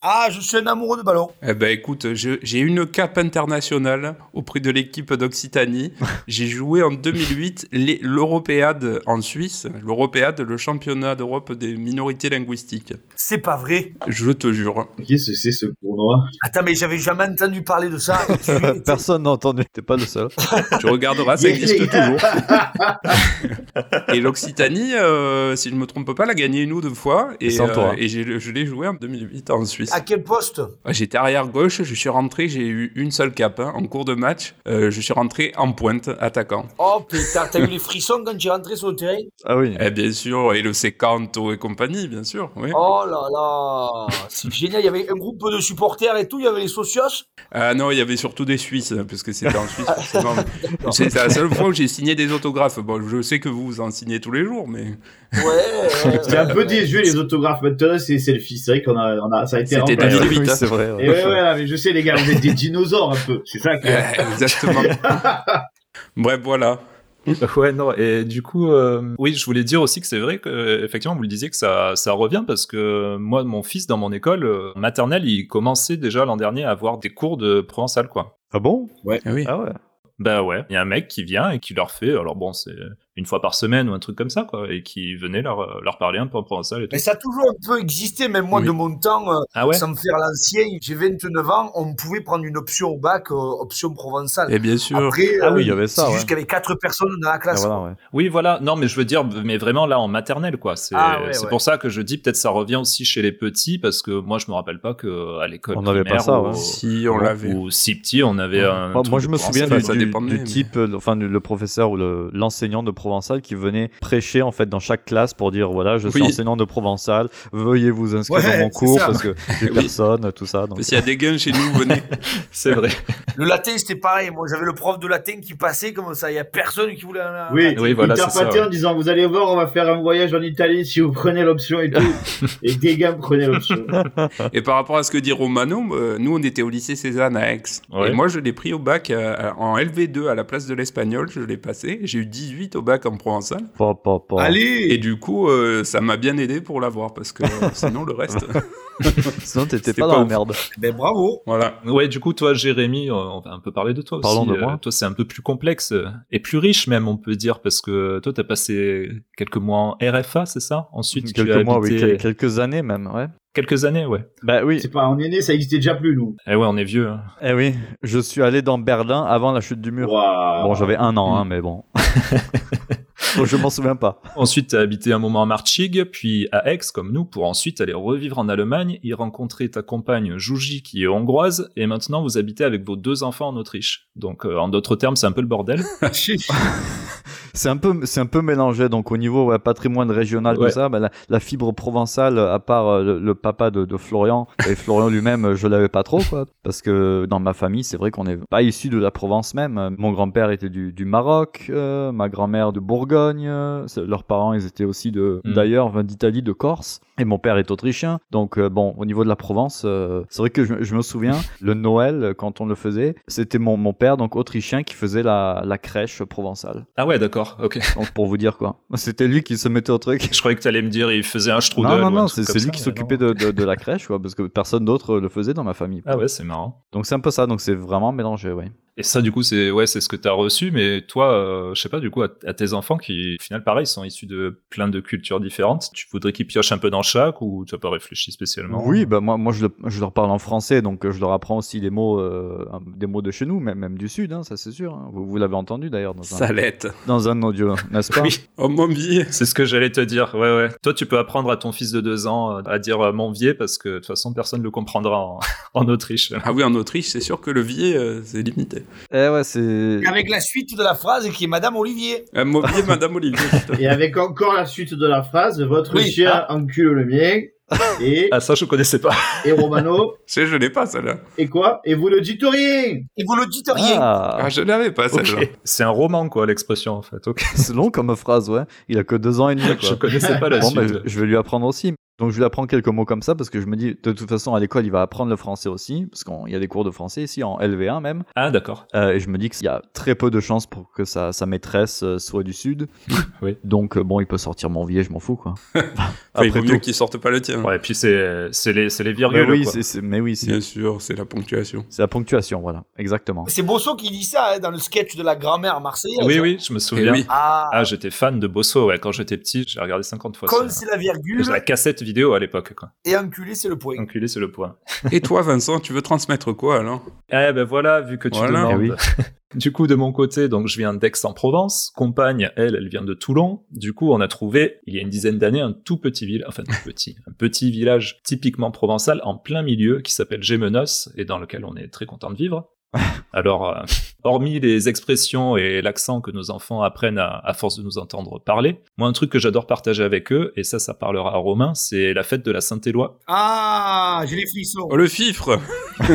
Speaker 8: Ah, je suis un amoureux de ballon.
Speaker 4: Eh ben écoute, je- j'ai une cape internationale auprès de l'équipe d'Occitanie. J'ai joué en 2008 les- l'Européade en Suisse, l'Européade, le championnat d'Europe des minorités linguistiques.
Speaker 8: C'est pas vrai.
Speaker 4: Je te jure.
Speaker 7: Qu'est-ce que c'est ce tournoi
Speaker 8: Attends, mais j'avais jamais entendu parler de ça. Je suis-
Speaker 5: Personne n'a entendu, t'es pas le seul.
Speaker 4: Tu regarderas, ça existe toujours. Et l'Occitanie, euh, si je ne me trompe pas, l'a gagné une ou deux fois. Et, euh,
Speaker 5: Sans toi.
Speaker 4: et j'ai- je l'ai joué en 2008 en Suisse.
Speaker 8: À quel poste
Speaker 4: Ah, J'étais arrière gauche, je suis rentré, j'ai eu une seule cape hein, en cours de match. Euh, je suis rentré en pointe, attaquant.
Speaker 8: Oh putain, t'as eu les frissons quand tu es rentré sur le terrain
Speaker 5: Ah oui.
Speaker 4: Et Eh, bien sûr, et le sécanto et compagnie, bien sûr. Oui.
Speaker 8: Oh là là, c'est génial. Il y avait un groupe de supporters et tout. Il y avait les socios.
Speaker 4: Ah non, il y avait surtout des Suisses, hein, parce que c'était en Suisse, forcément. C'est la seule fois où j'ai signé des autographes. Bon, je sais que vous vous en signez tous les jours, mais
Speaker 8: Ouais. ouais,
Speaker 7: C'est un
Speaker 8: ouais,
Speaker 7: peu
Speaker 8: ouais.
Speaker 7: désuet les autographes Bah, maintenant c'est selfie. C'est vrai qu'on a, on a ça a été
Speaker 4: C'était
Speaker 7: remplacé.
Speaker 4: 2008.
Speaker 5: Ah Oui, c'est vrai. ouais.
Speaker 7: Et ouais, ouais, non, mais je sais les gars, vous êtes des dinosaures un peu. C'est ça que
Speaker 4: Euh, exactement. Bref, voilà.
Speaker 3: Ouais, non, et du coup, euh, oui, je voulais dire aussi que c'est vrai que, euh, effectivement, vous le disiez que ça, ça revient parce que euh, moi, mon fils, dans mon école euh, maternelle, il commençait déjà l'an dernier à avoir des cours de provençal, quoi.
Speaker 5: Ah bon
Speaker 4: Eh oui.
Speaker 5: Ah ouais.
Speaker 3: Bah ouais, il y a un mec qui vient et qui leur fait, alors bon, c'est une fois par semaine ou un truc comme ça, quoi, et qui venait leur, euh, leur parler un peu en provençal et tout.
Speaker 8: Mais ça a toujours un peu existé, même moi
Speaker 4: Oui.
Speaker 8: de mon temps, euh,
Speaker 3: Ah ouais
Speaker 8: sans me faire l'ancien, j'ai 29 ans, on pouvait prendre une option au bac, euh, option provençale.
Speaker 4: Et bien sûr.
Speaker 8: Après,
Speaker 5: Ah
Speaker 8: euh,
Speaker 5: oui, il y avait ça,
Speaker 8: c'est
Speaker 5: ouais.
Speaker 8: juste qu'il y avait 4 personnes dans la
Speaker 5: Ah,
Speaker 8: classe.
Speaker 5: voilà, ouais.
Speaker 3: Oui, voilà. Non, mais je veux dire, mais vraiment là en maternelle, quoi. C'est
Speaker 8: Ah ouais,
Speaker 3: c'est
Speaker 8: ouais.
Speaker 3: pour ça que je dis peut-être ça revient aussi chez les petits parce que moi je me rappelle pas que à l'école
Speaker 5: On n'avait
Speaker 3: primaire
Speaker 5: pas ça,
Speaker 3: ou,
Speaker 5: ouais.
Speaker 4: Si on l'avait.
Speaker 3: ou si petit on avait un.
Speaker 5: Moi,
Speaker 3: truc
Speaker 5: moi,
Speaker 3: de
Speaker 5: je me souviens
Speaker 3: français.
Speaker 5: du,
Speaker 4: ça
Speaker 5: du-
Speaker 4: dépendait,
Speaker 5: du
Speaker 4: mais-
Speaker 5: type, euh, enfin, du- le professeur ou le- l'enseignant de provençal qui venait prêcher en fait dans chaque classe pour dire voilà, je suis
Speaker 4: Oui.
Speaker 5: enseignant de provençal, veuillez vous inscrire
Speaker 8: Ouais,
Speaker 5: dans mon
Speaker 8: c'est
Speaker 5: cours
Speaker 8: ça.
Speaker 5: parce que j'ai
Speaker 4: Oui.
Speaker 5: personne, tout ça. Donc,
Speaker 4: S'il y a des gains chez nous, venez.
Speaker 3: C'est vrai.
Speaker 8: Le latin, c'était pareil. Moi, j'avais le prof de latin qui passait comme ça. Il n'y a personne qui voulait. euh, un-
Speaker 7: Oui,
Speaker 3: Ah, Oui, voilà,
Speaker 7: il t'a
Speaker 3: c'est ça,
Speaker 7: pâté
Speaker 3: ouais.
Speaker 7: en disant vous allez voir, on va faire un voyage en Italie si vous prenez l'option et tout. et des gars prenaient l'option.
Speaker 4: Et par rapport à ce que dit Romano, euh, nous on était au lycée Cézanne à Aix.
Speaker 3: Ouais.
Speaker 4: Et moi je l'ai pris au bac euh, en LV2 à la place de l'espagnol, je l'ai passé. J'ai eu 18 au bac en provençal.
Speaker 5: pa, pa, pa.
Speaker 4: Et
Speaker 8: Allez
Speaker 4: du coup, euh, ça m'a bien aidé pour l'avoir parce que euh, sinon le reste.
Speaker 5: Sinon, t'étais
Speaker 4: C'était
Speaker 5: pas
Speaker 4: pas
Speaker 5: dans la
Speaker 4: ouf.
Speaker 5: merde.
Speaker 8: Ben bravo
Speaker 4: voilà.
Speaker 3: Ouais, du coup, toi, Jérémy, euh, on va un peu parler de toi
Speaker 5: Parlons
Speaker 3: aussi.
Speaker 5: de moi.
Speaker 3: Euh, Toi, c'est un peu plus complexe euh, et plus riche même, on peut dire, parce que toi, t'as passé quelques mois en RFA, c'est ça Ensuite, tu as
Speaker 5: Quelques mois, oui,
Speaker 3: habité
Speaker 5: quel- quelques années même, ouais.
Speaker 3: quelques années, ouais.
Speaker 5: Bah oui.
Speaker 7: C'est pas, on est né, ça existait déjà plus, nous.
Speaker 3: Eh ouais, on est vieux. hein.
Speaker 5: Eh oui, je suis allé dans Berlin avant la chute du mur.
Speaker 7: Waouh.
Speaker 5: Bon, j'avais un an, hein, mais bon. Bon, je m'en souviens pas.
Speaker 3: Ensuite, t'as habité un moment à Marchig, puis à Aix, comme nous, pour ensuite aller revivre en Allemagne, y rencontrer ta compagne Jouji, qui est hongroise, et maintenant, vous habitez avec vos deux enfants en Autriche. Donc, euh, en d'autres termes, c'est un peu le bordel.
Speaker 5: C'est un peu, c'est un peu mélangé. Donc au niveau ouais, patrimoine régional
Speaker 3: Ouais.
Speaker 5: tout ça, bah, la, la fibre provençale, à part euh, le, le papa de, de Florian et Florian lui-même, euh, je l'avais pas trop quoi. Parce que dans ma famille, c'est vrai qu'on n'est pas issu de la Provence même. Euh, Mon grand-père était du, du Maroc, euh, ma grand-mère de Bourgogne. euh, c'est- leurs parents, ils étaient aussi de,
Speaker 3: Mm.
Speaker 5: d'ailleurs, enfin, d'Italie, de Corse. Et mon père est autrichien. Donc euh, bon, au niveau de la Provence, euh, c'est vrai que je, je me souviens le Noël euh, quand on le faisait, c'était mon, mon père donc autrichien qui faisait la, la crèche provençale.
Speaker 3: Ah ouais, d'accord, ok.
Speaker 5: Donc pour vous dire quoi. C'était lui qui se mettait au truc.
Speaker 3: Je croyais que t'allais me dire, il faisait un strudel.
Speaker 5: Non, non,
Speaker 3: ou un
Speaker 5: non, c'est
Speaker 3: truc
Speaker 5: c'est
Speaker 3: comme
Speaker 5: lui
Speaker 3: ça,
Speaker 5: qui
Speaker 3: mais
Speaker 5: s'occupait
Speaker 3: non.
Speaker 5: de, de- de la crèche, quoi, parce que personne d'autre le faisait dans ma famille.
Speaker 3: Ah ouais, c'est marrant.
Speaker 5: Donc c'est un peu ça, donc c'est vraiment mélangé, oui.
Speaker 3: Et ça, du coup, c'est ouais, c'est ce que t'as reçu, mais toi, euh, je sais pas, du coup, à, à tes enfants qui, au final, pareil, sont issus de plein de cultures différentes, tu voudrais qu'ils piochent un peu dans chaque ou tu as pas réfléchi spécialement
Speaker 5: Oui, bah moi, moi je, le- je leur parle en français, donc euh, je leur apprends aussi les mots, euh, des mots de chez nous, même, même du sud, hein, ça c'est sûr. hein. Vous, vous l'avez entendu d'ailleurs dans, un-
Speaker 4: Salette.
Speaker 5: dans un audio, hein, n'est-ce pas
Speaker 3: Oui.
Speaker 4: Oh mon vie.
Speaker 3: C'est ce que j'allais te dire, ouais, ouais. Toi, tu peux apprendre à ton fils de deux ans euh, à dire euh, mon vieux parce que de toute façon, personne ne le comprendra en, en Autriche.
Speaker 4: Ah oui, en Autriche, c'est sûr que le vier, euh, c'est limité.
Speaker 5: Eh ouais, c'est.
Speaker 8: Avec la suite de la phrase qui est Madame Olivier.
Speaker 4: Un mobilier, Euh, Madame Olivier.
Speaker 7: Et avec encore la suite de la phrase, votre
Speaker 8: Oui, ah.
Speaker 7: chien encule le mien. Et,
Speaker 3: Ah, ça, je connaissais pas.
Speaker 7: et Romano,
Speaker 4: Je je l'ai pas celle-là.
Speaker 7: et quoi Et vous ne dites rien
Speaker 8: Et vous le dites rien.
Speaker 5: Ah,
Speaker 4: Ah, je l'avais pas celle-là.
Speaker 3: Ok. C'est un roman, quoi, l'expression, en fait. Ok.
Speaker 5: c'est long comme phrase, ouais. Il a que deux ans et demi.
Speaker 3: Je
Speaker 5: Quoi.
Speaker 3: connaissais pas la
Speaker 5: Bon,
Speaker 3: suite.
Speaker 5: bah, je je vais lui apprendre aussi. Donc je lui apprends quelques mots comme ça parce que je me dis de toute façon à l'école il va apprendre le français aussi parce qu'il y a des cours de français ici en LV1 même
Speaker 3: Ah, d'accord.
Speaker 5: Euh, et je me dis qu'il y a très peu de chances pour que sa, sa maîtresse euh, soit du sud
Speaker 3: Oui.
Speaker 5: donc euh, bon il peut sortir mon vieil je m'en fous quoi
Speaker 4: Enfin, il vaut
Speaker 5: après
Speaker 4: mieux
Speaker 5: tout
Speaker 4: qu'il sorte pas le tien.
Speaker 3: Ouais, et puis c'est euh, c'est les, c'est les
Speaker 5: mais
Speaker 3: virgules,
Speaker 5: Bah oui
Speaker 3: quoi.
Speaker 5: c'est- c'est- mais oui c'est
Speaker 4: Bien sûr, c'est la ponctuation.
Speaker 5: c'est la ponctuation voilà exactement
Speaker 8: C'est Bosso qui dit ça hein, dans le sketch de la grand-mère marseillaise.
Speaker 3: Oui, oui, je me
Speaker 4: Et
Speaker 3: souviens.
Speaker 5: Eh
Speaker 4: oui.
Speaker 8: Ah,
Speaker 3: Ah, j'étais fan de Bosso, ouais. Quand j'étais petit, j'ai regardé 50 fois
Speaker 8: colle,
Speaker 3: ça.
Speaker 8: c'est la virgule.
Speaker 3: J'ai la cassette vidéo à l'époque, quoi.
Speaker 8: Et enculé, c'est le point.
Speaker 3: Enculé, c'est le point.
Speaker 4: Et toi, Vincent, tu veux transmettre quoi alors
Speaker 3: Eh ben voilà, vu que tu
Speaker 4: Voilà.
Speaker 3: demandes.
Speaker 5: Eh
Speaker 3: du coup, de mon côté, donc je viens d'Aix-en-Provence. Compagne, elle, elle vient de Toulon. Du coup, on a trouvé, il y a une dizaine d'années, un tout petit village, enfin tout petit, un petit village typiquement provençal en plein milieu qui s'appelle Gémenos et dans lequel on est très content de vivre. Alors, euh, hormis les expressions et l'accent que nos enfants apprennent à, à force de nous entendre parler, moi, un truc que j'adore partager avec eux, et ça, ça parlera à Romain, c'est la fête de la Saint-Éloi.
Speaker 8: Ah, j'ai les frissons.
Speaker 4: Oh, le fifre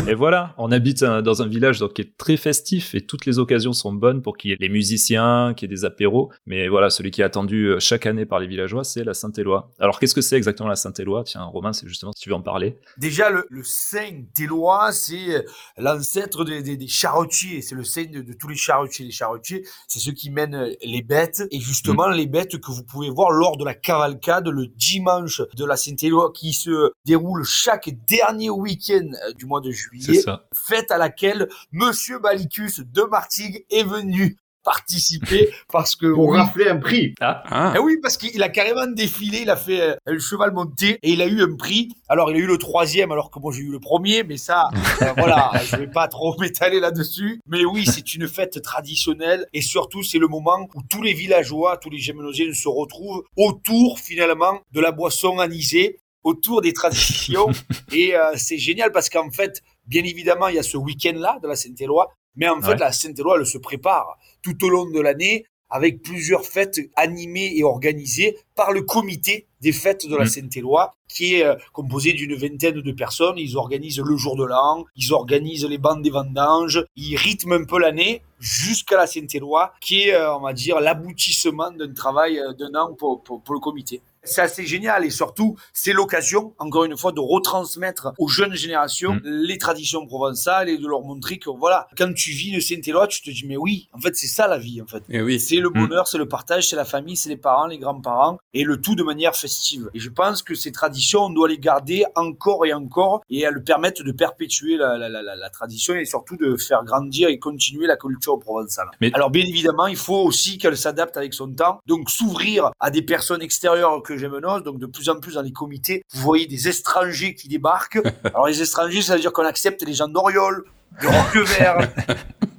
Speaker 3: Et voilà, on habite un- dans un village donc, qui est très festif et toutes les occasions sont bonnes pour qu'il y ait les musiciens, qu'il y ait des apéros. Mais voilà, celui qui est attendu euh, chaque année par les villageois, c'est la Saint-Éloi. Alors qu'est-ce que c'est exactement la Saint-Éloi Tiens, Romain, c'est justement si tu veux en parler.
Speaker 8: Déjà, le, le saint Télois, c'est euh, l'ancêtre des, des- des charretiers. C'est le saint de, de tous les charretiers. Les charretiers, c'est ceux qui mènent euh, les bêtes. Et justement, les bêtes que vous pouvez voir lors de la cavalcade le dimanche de la Saint-Éloi qui se déroule chaque dernier week-end euh, du mois
Speaker 3: C'est
Speaker 8: de juillet.
Speaker 3: ça.
Speaker 8: Fête à laquelle Monsieur Balicus de Martigues est venu participer parce que
Speaker 7: Pour
Speaker 8: oui,
Speaker 7: rafler un prix.
Speaker 4: Ah,
Speaker 8: ah oui, parce qu'il a carrément défilé, il a fait euh, le cheval monté et il a eu un prix. Alors, il a eu le troisième, alors que moi j'ai eu le premier, mais ça, euh, voilà, je vais pas trop m'étaler là-dessus. Mais oui, c'est une fête traditionnelle et surtout, c'est le moment où tous les villageois, tous les Gémenosiens se retrouvent autour, finalement, de la boisson anisée, autour des traditions. et euh, c'est génial parce qu'en fait, bien évidemment, il y a ce week-end-là de la Saint-Éloi, mais en fait,
Speaker 3: Ouais.
Speaker 8: la Saint-Éloi, elle se prépare tout au long de l'année avec plusieurs fêtes animées et organisées par le comité des fêtes de la
Speaker 3: Mhm.
Speaker 8: Sainte-Éloi, qui est euh, composé d'une vingtaine de personnes. Ils organisent le jour de l'an, ils organisent les bandes des vendanges, ils rythment un peu l'année jusqu'à la Sainte-Éloi, qui est, euh, on va dire, l'aboutissement d'un travail euh, d'un an pour- pour- pour le comité. C'est assez génial et surtout, c'est l'occasion, encore une fois, de retransmettre aux jeunes générations
Speaker 3: Mm.
Speaker 8: les traditions provençales et de leur montrer que, voilà, quand tu vis le Saint-Éloi, tu te dis, mais oui, en fait, c'est ça la vie, en fait.
Speaker 4: Et Eh oui.
Speaker 8: C'est le bonheur, c'est le partage, c'est la famille, c'est les parents, les grands-parents, et le tout de manière festive. Et je pense que ces traditions, on doit les garder encore et encore, et elles permettent de perpétuer la, la- la- la- la tradition, et surtout de faire grandir et continuer la culture provençale.
Speaker 3: Mais-
Speaker 8: Alors bien évidemment, il faut aussi qu'elle s'adapte avec son temps, donc s'ouvrir à des personnes extérieures que j'aime nos, donc de plus en plus dans les comités, vous voyez des étrangers qui débarquent. Alors les étrangers, ça veut dire qu'on accepte les gens d'Oriol, de Roquevert,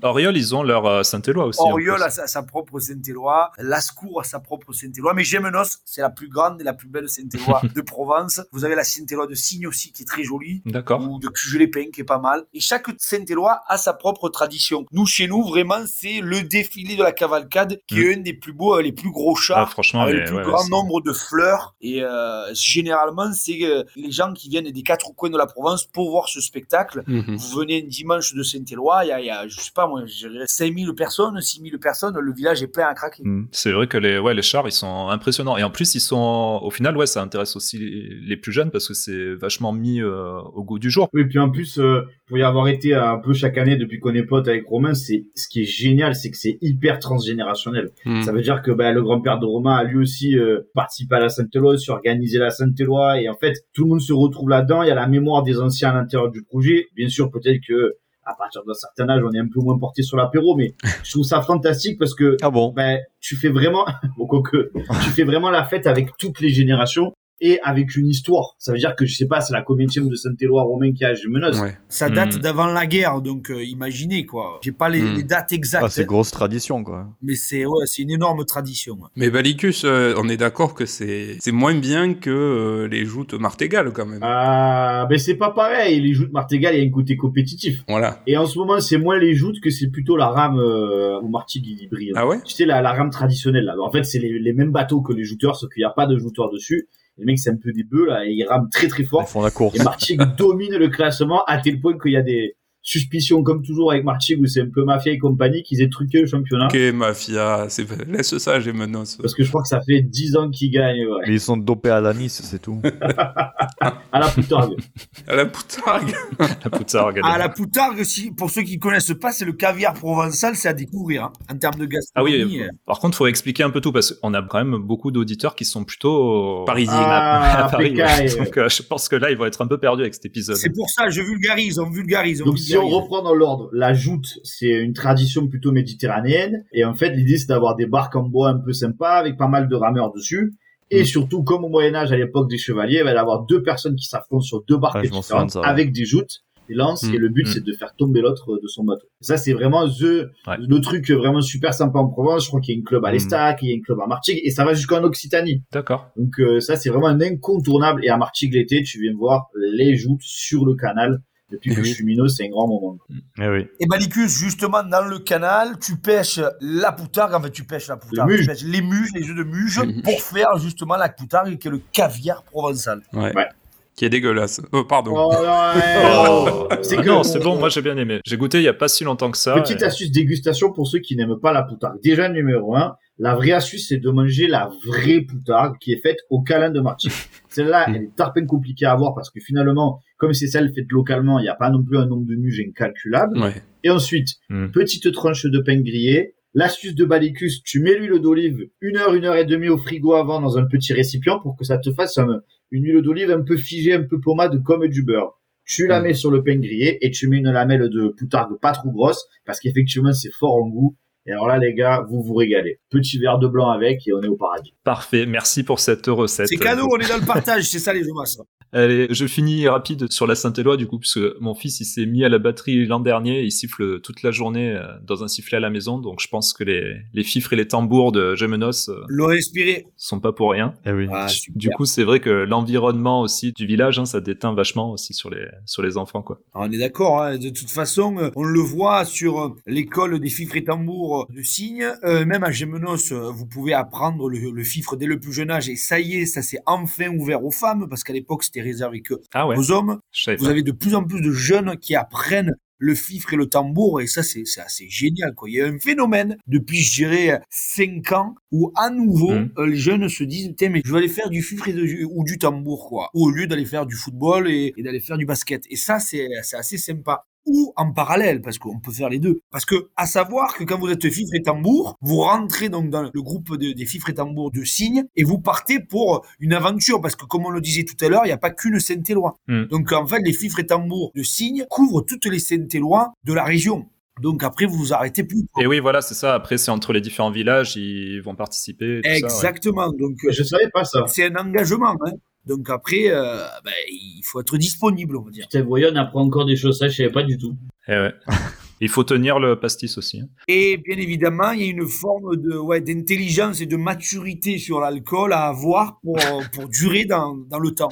Speaker 3: Oriol, ils ont leur euh, Saint-Éloi aussi. en
Speaker 8: Oriol
Speaker 3: plus.
Speaker 8: a sa, sa propre Saint-Éloi, Lascour a sa propre Saint-Éloi, mais Gémenos, c'est la plus grande et la plus belle Saint-Éloi de Provence. Vous avez la Saint-Éloi de Signe aussi, qui est très jolie,
Speaker 3: D'accord.
Speaker 8: ou de Cugelépin, qui est pas mal. Et chaque Saint-Éloi a sa propre tradition. Nous, chez nous, vraiment, c'est le défilé de la cavalcade, qui est un des plus beaux, euh, les plus gros
Speaker 3: Mm. Ah,
Speaker 8: chars.
Speaker 3: franchement,
Speaker 8: avec
Speaker 3: les-
Speaker 8: le plus
Speaker 3: ouais,
Speaker 8: grand
Speaker 3: c'est-
Speaker 8: nombre de fleurs et euh, généralement c'est euh, les gens qui viennent des quatre coins de la province pour voir ce spectacle
Speaker 4: Mhm.
Speaker 8: vous venez un dimanche de Saint-Éloi, il y, a- il y a, je sais pas moi, je dirais 5000 personnes, 6000 personnes, le village est plein à craquer.
Speaker 3: Mm. C'est vrai que les, ouais, les chars, ils sont impressionnants. Et en plus, ils sont. Au final, ouais, ça intéresse aussi les, les plus jeunes parce que c'est vachement mis euh, au goût du jour.
Speaker 7: Oui, puis en plus, euh, pour y avoir été un peu chaque année depuis qu'on est potes avec Romain, c'est ce qui est génial, c'est que c'est hyper transgénérationnel.
Speaker 4: Mhm.
Speaker 7: Ça veut dire que bah, le grand-père de Romain a lui aussi euh, participé à la Sainte-Éloi, s'organiser la Sainte-Éloi, et en fait, tout le monde se retrouve là-dedans. Il y a la mémoire des anciens à l'intérieur du projet. Bien sûr, peut-être que à partir d'un certain âge, on est un peu moins porté sur l'apéro, mais je trouve ça fantastique parce que
Speaker 5: Ah bon
Speaker 7: ben, tu fais vraiment, bon, quoique, tu fais vraiment la fête avec toutes les générations et avec une histoire. Ça veut dire que je sais pas, c'est la communauté de Saint-Éloi romain qui a à Gémenos.
Speaker 4: Ouais.
Speaker 8: Ça date
Speaker 3: Hmm.
Speaker 8: d'avant la guerre, donc euh, imaginez quoi. J'ai pas les,
Speaker 4: Hmm.
Speaker 8: les dates exactes,
Speaker 5: Ah, c'est grosse tradition, quoi.
Speaker 8: mais c'est ouais, c'est une énorme tradition. ouais.
Speaker 4: Mais Balicus, euh, on est d'accord que c'est c'est moins bien que euh, les joutes martégales quand même.
Speaker 7: Ah, ben c'est pas pareil. Les joutes Martégal, il y a un côté compétitif.
Speaker 4: Voilà.
Speaker 7: Et en ce moment, c'est moins les joutes que c'est plutôt la rame euh, au martigues qui brille.
Speaker 4: Ah ouais
Speaker 7: Tu sais, la, la rame traditionnelle. Là. En fait, c'est les, les mêmes bateaux que les jouteurs, sauf qu'il n'y a pas de jouteurs dessus. Les mecs, c'est un peu des bœufs, là, et ils rament très très fort.
Speaker 5: Ils font la course.
Speaker 7: Et Martigues domine le classement à tel point qu'il y a des suspicions, comme toujours avec Martigues, où c'est un peu mafia et compagnie, qu'ils aient truqué le championnat.
Speaker 4: Ok, mafia, c'est- laisse ça, j'ai menace.
Speaker 7: Ah. Parce que je crois que ça fait 10 ans qu'ils gagnent, ouais.
Speaker 5: Mais ils sont dopés à la Nice, c'est tout.
Speaker 7: À la poutargue.
Speaker 4: À la poutargue
Speaker 3: La poutargue. elle est-
Speaker 8: Ah, la poutargue, si, pour ceux qui connaissent pas, c'est le caviar provençal, c'est à découvrir hein, en termes de
Speaker 3: Ah
Speaker 8: gastronomie.
Speaker 3: oui,
Speaker 8: euh,
Speaker 3: euh, par contre, faut expliquer un peu tout parce qu'on a quand même beaucoup d'auditeurs qui sont plutôt euh,
Speaker 4: parisienne.
Speaker 7: Ah,
Speaker 3: à Paris.
Speaker 7: Pécaille.
Speaker 3: ouais. Donc, euh, je pense que là, ils vont être un peu perdus avec cet épisode.
Speaker 8: C'est pour ça, je vulgarise, on vulgarise. On
Speaker 7: Donc si on
Speaker 8: vulgarise.
Speaker 7: reprend dans l'ordre, la joute, c'est une tradition plutôt méditerranéenne. Et en fait, l'idée, c'est d'avoir des barques en bois un peu sympas, avec pas mal de rameurs dessus.
Speaker 5: Mm.
Speaker 7: Et surtout, comme au Moyen-Âge, à l'époque des chevaliers, va d'avoir deux personnes qui s'affrontent sur deux barques
Speaker 5: Ah, je m'en souviens de
Speaker 7: différentes,
Speaker 5: ça, ouais.
Speaker 7: avec des joutes, des lances,
Speaker 4: Mm,
Speaker 7: et le but,
Speaker 3: mm.
Speaker 7: c'est de faire tomber l'autre euh, de son bateau. Ça, c'est vraiment the,
Speaker 3: Ouais.
Speaker 7: le truc vraiment super sympa en Provence. Je crois qu'il y a une club à
Speaker 5: Mm.
Speaker 7: l'Estac, il y a une club à Martigues, et ça va jusqu'en Occitanie.
Speaker 3: D'accord.
Speaker 7: Donc euh, ça, c'est vraiment un incontournable. Et à Martigues l'été, tu viens voir les joutes sur le canal. Depuis
Speaker 4: Eh
Speaker 7: que
Speaker 4: oui.
Speaker 7: je suis minot, c'est un grand moment.
Speaker 5: Eh oui.
Speaker 8: Et Balicus, ben, justement, dans le canal, tu pêches la poutargue, en fait, tu pêches la poutargue,
Speaker 7: Le
Speaker 8: tu
Speaker 7: muge.
Speaker 8: pêches les muges, les œufs de muge,
Speaker 4: Le muge.
Speaker 8: pour faire justement la poutargue, qui est le caviar provençal.
Speaker 4: Ouais.
Speaker 7: Ouais.
Speaker 4: Qui est dégueulasse. Oh, pardon.
Speaker 7: Oh, non, ouais,
Speaker 3: Oh.
Speaker 7: non. C'est
Speaker 3: Ah
Speaker 7: que-
Speaker 3: non, c'est bon, moi j'ai bien aimé. J'ai goûté il y a pas si longtemps que ça. Euh,
Speaker 7: Petite
Speaker 3: et-
Speaker 7: astuce dégustation pour ceux qui n'aiment pas la poutargue. Déjà numéro un, la vraie astuce c'est de manger la vraie poutargue qui est faite au câlin de Martigues. Celle-là,
Speaker 3: Mm.
Speaker 7: elle est tarpin compliquée à avoir parce que finalement, comme c'est celle faite localement, il n'y a pas non plus un nombre de muges incalculable.
Speaker 4: Ouais.
Speaker 7: Et ensuite,
Speaker 3: Mm.
Speaker 7: petite tranche de pain grillé. L'astuce de Balicus, tu mets l'huile d'olive une heure, une heure et demie au frigo avant dans un petit récipient pour que ça te fasse un- une huile d'olive un peu figée, un peu pommade comme du beurre. Tu la
Speaker 4: Mm.
Speaker 7: mets sur le pain grillé et tu mets une lamelle de poutarde pas trop grosse parce qu'effectivement c'est fort en goût. Et alors là les gars, vous vous régalez. Petit verre de blanc avec et on est au paradis.
Speaker 3: Parfait. Merci pour cette recette.
Speaker 8: hein. C'est cadeau, on est dans le partage, c'est ça les hommes.
Speaker 3: Allez, je finis rapide sur la Saint-Éloi, du coup, puisque mon fils, il s'est mis à la batterie l'an dernier, il siffle toute la journée euh, dans un sifflet à la maison, donc je pense que les, les fifres et les tambours de Gemenos euh,
Speaker 8: L'ont inspiré.
Speaker 3: sont pas pour rien.
Speaker 5: Eh oui.
Speaker 8: Ah,
Speaker 3: Du coup, c'est vrai que l'environnement aussi du village, hein, ça déteint vachement aussi sur les, sur les enfants, quoi.
Speaker 8: Ah, On est d'accord, hein. de toute façon, euh, on le voit sur euh, l'école des fifres et tambours de Cygne, Euh, même à Gémenos, euh, vous pouvez apprendre le, le fifre dès le plus jeune âge, et ça y est, ça s'est enfin ouvert aux femmes, parce qu'à l'époque, c'était réservé que
Speaker 3: Ah ouais,
Speaker 8: aux hommes.
Speaker 3: je savais
Speaker 8: Vous
Speaker 3: pas.
Speaker 8: avez de plus en plus de jeunes qui apprennent le fifre et le tambour, et ça, c'est c'est assez génial. Quoi. Il y a un phénomène depuis, je dirais, 5 ans, où à nouveau,
Speaker 3: Mhm.
Speaker 8: euh, les jeunes se disent, Tiens, mais je vais aller faire du fifre et de- ou du tambour, quoi, au lieu d'aller faire du football et, et d'aller faire du basket. Et ça, c'est c'est assez sympa. Ou en parallèle, parce qu'on peut faire les deux. Parce que, à savoir que quand vous êtes fifre et tambour, vous rentrez donc dans le groupe de- des fifres et tambours de Cygne, et vous partez pour une aventure. Parce que, comme on le disait tout à l'heure, il n'y a pas qu'une Saint-Éloi.
Speaker 3: Hmm.
Speaker 8: Donc en fait, les fifres et tambours de Cygne couvrent toutes les Saint-Éloi de la région. Donc après, vous vous arrêtez plus. quoi.
Speaker 3: Et oui, voilà, c'est ça. Après, c'est entre les différents villages, ils vont participer. et tout ça, ouais.
Speaker 8: Exactement. Donc euh,
Speaker 7: Je savais pas ça.
Speaker 8: c'est un engagement. hein. Donc après, euh, ben, il faut être disponible, on va dire.
Speaker 9: Putain, voyons, on apprend encore des choses, ça je savais pas du tout.
Speaker 3: Eh ouais. Il faut tenir le pastis aussi. hein.
Speaker 8: Et bien évidemment, il y a une forme de ouais, d'intelligence et de maturité sur l'alcool à avoir pour, euh, pour durer dans, dans le temps.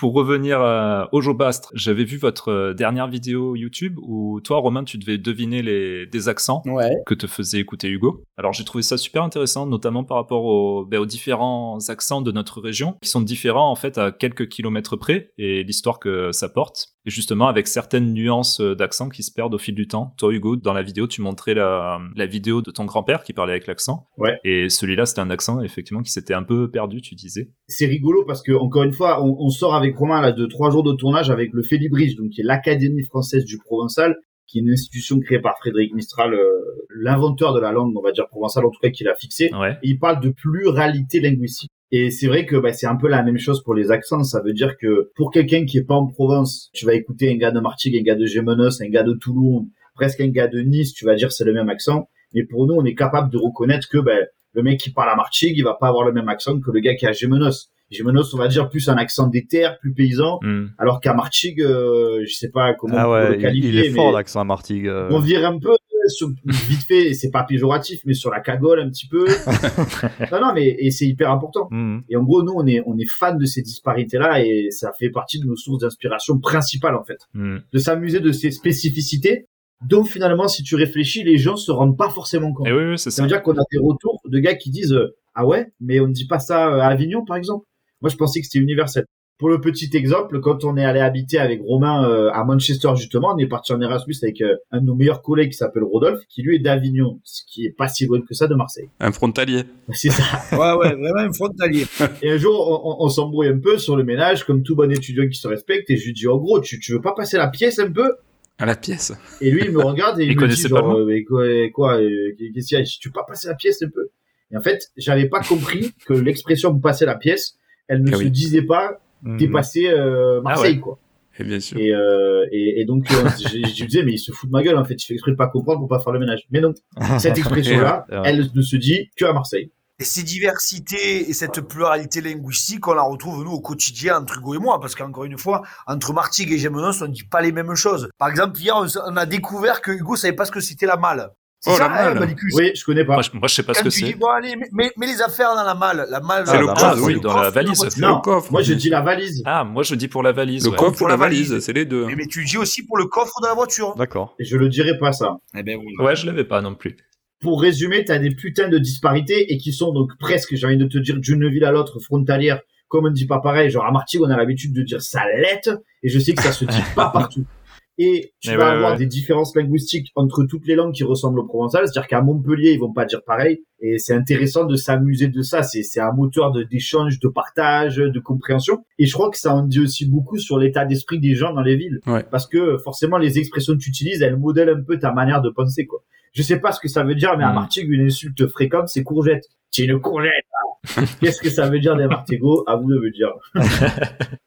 Speaker 3: Pour revenir euh, au Jobastre, j'avais vu votre euh, dernière vidéo YouTube où toi, Romain, tu devais deviner les, des accents
Speaker 10: Ouais.
Speaker 3: que te faisait écouter Hugo. Alors j'ai trouvé ça super intéressant, notamment par rapport aux, ben, aux différents accents de notre région, qui sont différents en fait à quelques kilomètres près, et l'histoire que ça porte. Et justement avec certaines nuances euh, d'accent qui se perdent au fil du temps. Toi Hugo, dans la vidéo, tu montrais la, la vidéo de ton grand-père qui parlait avec l'accent.
Speaker 7: Ouais.
Speaker 3: Et celui-là, c'était un accent effectivement qui s'était un peu perdu, tu disais.
Speaker 7: c'est rigolo parce que encore une fois, on, on sort avec Romain là de trois jours de tournage avec le Félibridge, donc qui est l'Académie française du provençal, qui est une institution créée par Frédéric Mistral, euh, l'inventeur de la langue, on va dire provençale, en tout cas qui l'a fixée.
Speaker 3: Ouais.
Speaker 7: Et il parle de pluralité linguistique. Et c'est vrai que bah, c'est un peu la même chose pour les accents. Ça veut dire que pour quelqu'un qui est pas en province, tu vas écouter un gars de Martigues, un gars de Gémenos, un gars de Toulon, presque un gars de Nice, tu vas dire c'est le même accent. Mais pour nous, on est capable de reconnaître que bah, le mec qui parle à Martigues, il va pas avoir le même accent que le gars qui est à Gémenos. Gémenos, on va dire plus un accent des terres, plus paysan.
Speaker 3: Hmm.
Speaker 7: Alors qu'à Martigues, euh, je sais pas comment
Speaker 5: Ah
Speaker 7: on peut le
Speaker 5: ouais, il- il,
Speaker 7: qualifier.
Speaker 5: est fort
Speaker 7: mais-
Speaker 5: l'accent à Martigues. euh.
Speaker 7: on vire un peu sur, vite fait, et c'est pas péjoratif, mais sur la cagole un petit peu. non, non, mais et c'est hyper important.
Speaker 5: Mhm.
Speaker 7: Et en gros, nous, on est, on est fan de ces disparités-là et ça fait partie de nos sources d'inspiration principales, en fait.
Speaker 3: Hmm.
Speaker 7: De s'amuser de ces spécificités dont finalement, si tu réfléchis, les gens se rendent pas forcément compte.
Speaker 3: Et oui, oui, c'est
Speaker 7: Ça
Speaker 3: ça.
Speaker 7: veut dire qu'on a des retours de gars qui disent euh, Ah ouais, mais on ne dit pas ça euh, à Avignon, par exemple. Moi, je pensais que c'était universel. Pour le petit exemple, quand on est allé habiter avec Romain euh, à Manchester, justement, on est parti en Erasmus avec euh, un de nos meilleurs collègues qui s'appelle Rodolphe, qui lui est d'Avignon, ce qui est pas si loin que ça de Marseille.
Speaker 4: Un frontalier.
Speaker 7: C'est ça.
Speaker 8: Ouais, ouais, vraiment un frontalier.
Speaker 7: Et un jour, on, on- on s'embrouille un peu sur le ménage, comme tout bon étudiant qui se respecte, et je lui dis En gros, tu, tu veux pas passer la pièce un peu
Speaker 4: À la pièce.
Speaker 7: et lui, il me regarde et il,
Speaker 3: Il
Speaker 7: me dit
Speaker 3: connaissait pas
Speaker 7: genre,
Speaker 3: le mot.
Speaker 7: euh, mais quoi, euh, quoi euh, qu'est-ce qu'il y a Tu peux pas passer la pièce un peu Et en fait, j'avais pas compris que l'expression passer la pièce, elle ne
Speaker 4: Ah
Speaker 7: se
Speaker 4: oui.
Speaker 7: disait pas
Speaker 5: Mhm.
Speaker 7: dépasser euh, Marseille,
Speaker 3: ouais.
Speaker 7: quoi.
Speaker 4: Et bien sûr.
Speaker 7: Et, euh, et, et donc, euh, je, je disais, mais il se fout de ma gueule, en fait. Il fait exprès de pas comprendre pour pas faire le ménage. Mais non, cette expression-là,
Speaker 5: Ouais, ouais.
Speaker 7: elle ne se dit que à Marseille.
Speaker 8: Et ces diversités et cette pluralité linguistique, on la retrouve nous au quotidien entre Hugo et moi, parce qu'encore une fois, entre Martigues et Gémenos, on ne dit pas les mêmes choses. Par exemple, hier, on s- on a découvert que Hugo savait pas ce que c'était la malle. C'est
Speaker 4: Oh,
Speaker 8: ça,
Speaker 4: la malle.
Speaker 8: hein, Balicus
Speaker 7: Oui, je connais pas.
Speaker 3: Moi je, moi, je sais pas ce
Speaker 8: Quand
Speaker 3: que
Speaker 8: tu dis,
Speaker 3: c'est.
Speaker 8: bon, allez, mets- mets, mets les affaires dans la malle. La malle, euh,
Speaker 4: C'est le
Speaker 8: la
Speaker 4: coffre,
Speaker 8: malle, c'est
Speaker 4: oui,
Speaker 8: le
Speaker 3: dans la
Speaker 8: coffre,
Speaker 3: valise.
Speaker 8: voiture.
Speaker 7: non,
Speaker 4: le coffre.
Speaker 7: moi, je dis la valise.
Speaker 3: Ah, moi je dis pour la valise.
Speaker 4: Le
Speaker 3: ouais.
Speaker 4: coffre
Speaker 8: Pour
Speaker 4: ou
Speaker 8: la
Speaker 4: la valise,
Speaker 8: valise.
Speaker 4: c'est les deux.
Speaker 8: Mais, mais tu dis aussi pour le coffre de la voiture.
Speaker 5: D'accord.
Speaker 7: Je le dirai pas, ça.
Speaker 8: Eh ben oui.
Speaker 3: Ouais, je l'avais pas non plus.
Speaker 7: pour résumer, t'as des putains de disparités et qui sont donc presque, j'ai envie de te dire, d'une ville à l'autre, frontalière, comme on ne dit pas pareil. Genre à Martigues, on a l'habitude de dire salette, et je sais que ça se dit pas partout. Et tu
Speaker 3: Mais
Speaker 7: vas
Speaker 3: ouais,
Speaker 7: avoir
Speaker 3: ouais.
Speaker 7: des différences linguistiques entre toutes les langues qui ressemblent au provençal, c'est-à-dire qu'à Montpellier, ils vont pas dire pareil, et c'est intéressant de s'amuser de ça, c'est c'est un moteur de- d'échange, de partage, de compréhension, et je crois que ça en dit aussi beaucoup sur l'état d'esprit des gens dans les villes,
Speaker 4: Ouais.
Speaker 7: parce que forcément les expressions que tu utilises, elles modèlent un peu ta manière de penser, quoi. Je sais pas ce que ça veut dire, mais à
Speaker 3: Mm.
Speaker 7: Martigues, une insulte fréquente, c'est courgette. C'est une courgette. hein. Qu'est-ce que ça veut dire des Martigaux À vous de me dire.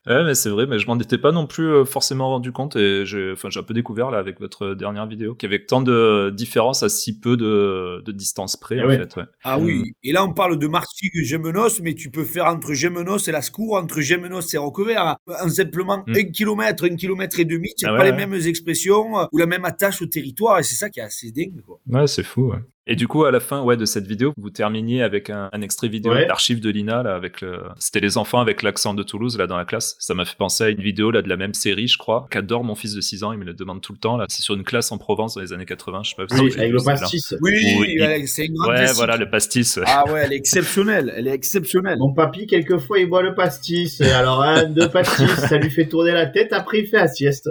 Speaker 3: Ouais, mais c'est vrai, mais je m'en étais pas non plus euh, forcément rendu compte et j'ai, enfin, j'ai un peu découvert là avec votre euh, dernière vidéo qu'il y avait tant de différences à si peu de, de distance près
Speaker 7: Eh
Speaker 3: en
Speaker 7: ouais.
Speaker 3: fait. ouais.
Speaker 8: Ah oui, et là on parle de Martigues et Gémenos, mais tu peux faire entre Gémenos et Lascours, entre Gémenos et Roquevert, en simplement
Speaker 3: Mm.
Speaker 8: un kilomètre, un kilomètre et demi, tu n'as
Speaker 3: Ah ouais,
Speaker 8: pas les
Speaker 3: ouais.
Speaker 8: mêmes expressions euh, ou la même attache au territoire, et c'est ça qui est assez dingue. Quoi.
Speaker 3: Ouais, c'est fou. ouais. Et du coup, à la fin ouais, de cette vidéo, vous terminiez avec un, un extrait vidéo
Speaker 7: Ouais.
Speaker 3: d'archives de l'INA. Là, avec le... C'était les enfants avec l'accent de Toulouse là, dans la classe. Ça m'a fait penser à une vidéo là, de la même série, je crois, qu'adore mon fils de 6 ans. Il me le demande tout le temps. Là. C'est sur une classe en Provence dans les années 80. Je sais pas si
Speaker 7: Ah Oui,
Speaker 3: vous avez
Speaker 7: avec
Speaker 3: vu
Speaker 7: le
Speaker 3: celle-là.
Speaker 7: pastis.
Speaker 8: Oui,
Speaker 3: Oui.
Speaker 8: elle- c'est une grande
Speaker 3: Ouais,
Speaker 8: classique.
Speaker 3: voilà, le pastis. ouais.
Speaker 8: Ah ouais, elle est exceptionnelle, elle est exceptionnelle.
Speaker 7: Mon papy, quelquefois, il boit le pastis. Alors, un, deux pastis, ça lui fait tourner la tête. Après, il fait la sieste.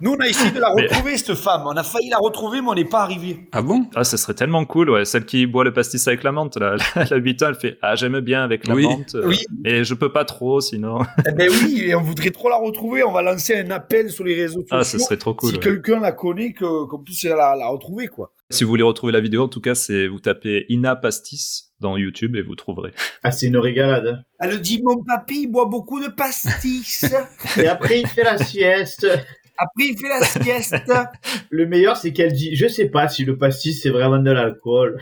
Speaker 8: Nous on a essayé de la
Speaker 3: Mais-
Speaker 8: retrouver, cette femme, on a failli la retrouver, mais on n'est pas arrivé.
Speaker 4: Ah bon
Speaker 3: Ah, ça serait tellement cool, ouais. Celle qui boit le pastis avec la menthe, là. La 8 ans, elle fait Ah, j'aime bien avec la
Speaker 4: Oui.
Speaker 3: menthe. euh,
Speaker 8: Oui.
Speaker 3: Mais je peux pas trop, sinon.
Speaker 8: Eh ben oui, et on voudrait trop la retrouver, on va lancer un appel sur les réseaux
Speaker 3: Ah, ce
Speaker 8: sociaux.
Speaker 3: serait trop cool.
Speaker 8: si
Speaker 3: ouais.
Speaker 8: quelqu'un la connaît, que- qu'on puisse la, la retrouver, quoi.
Speaker 3: Si vous voulez retrouver la vidéo, en tout cas, c'est vous tapez Ina Pastis dans YouTube et vous trouverez.
Speaker 7: Ah, c'est une régalade.
Speaker 8: Elle dit Mon papy, il boit beaucoup de pastis.
Speaker 7: Et après, il fait la sieste.
Speaker 8: Après, il fait la sieste.
Speaker 7: Le meilleur, c'est qu'elle dit, je sais pas si le pastis, c'est vraiment de l'alcool.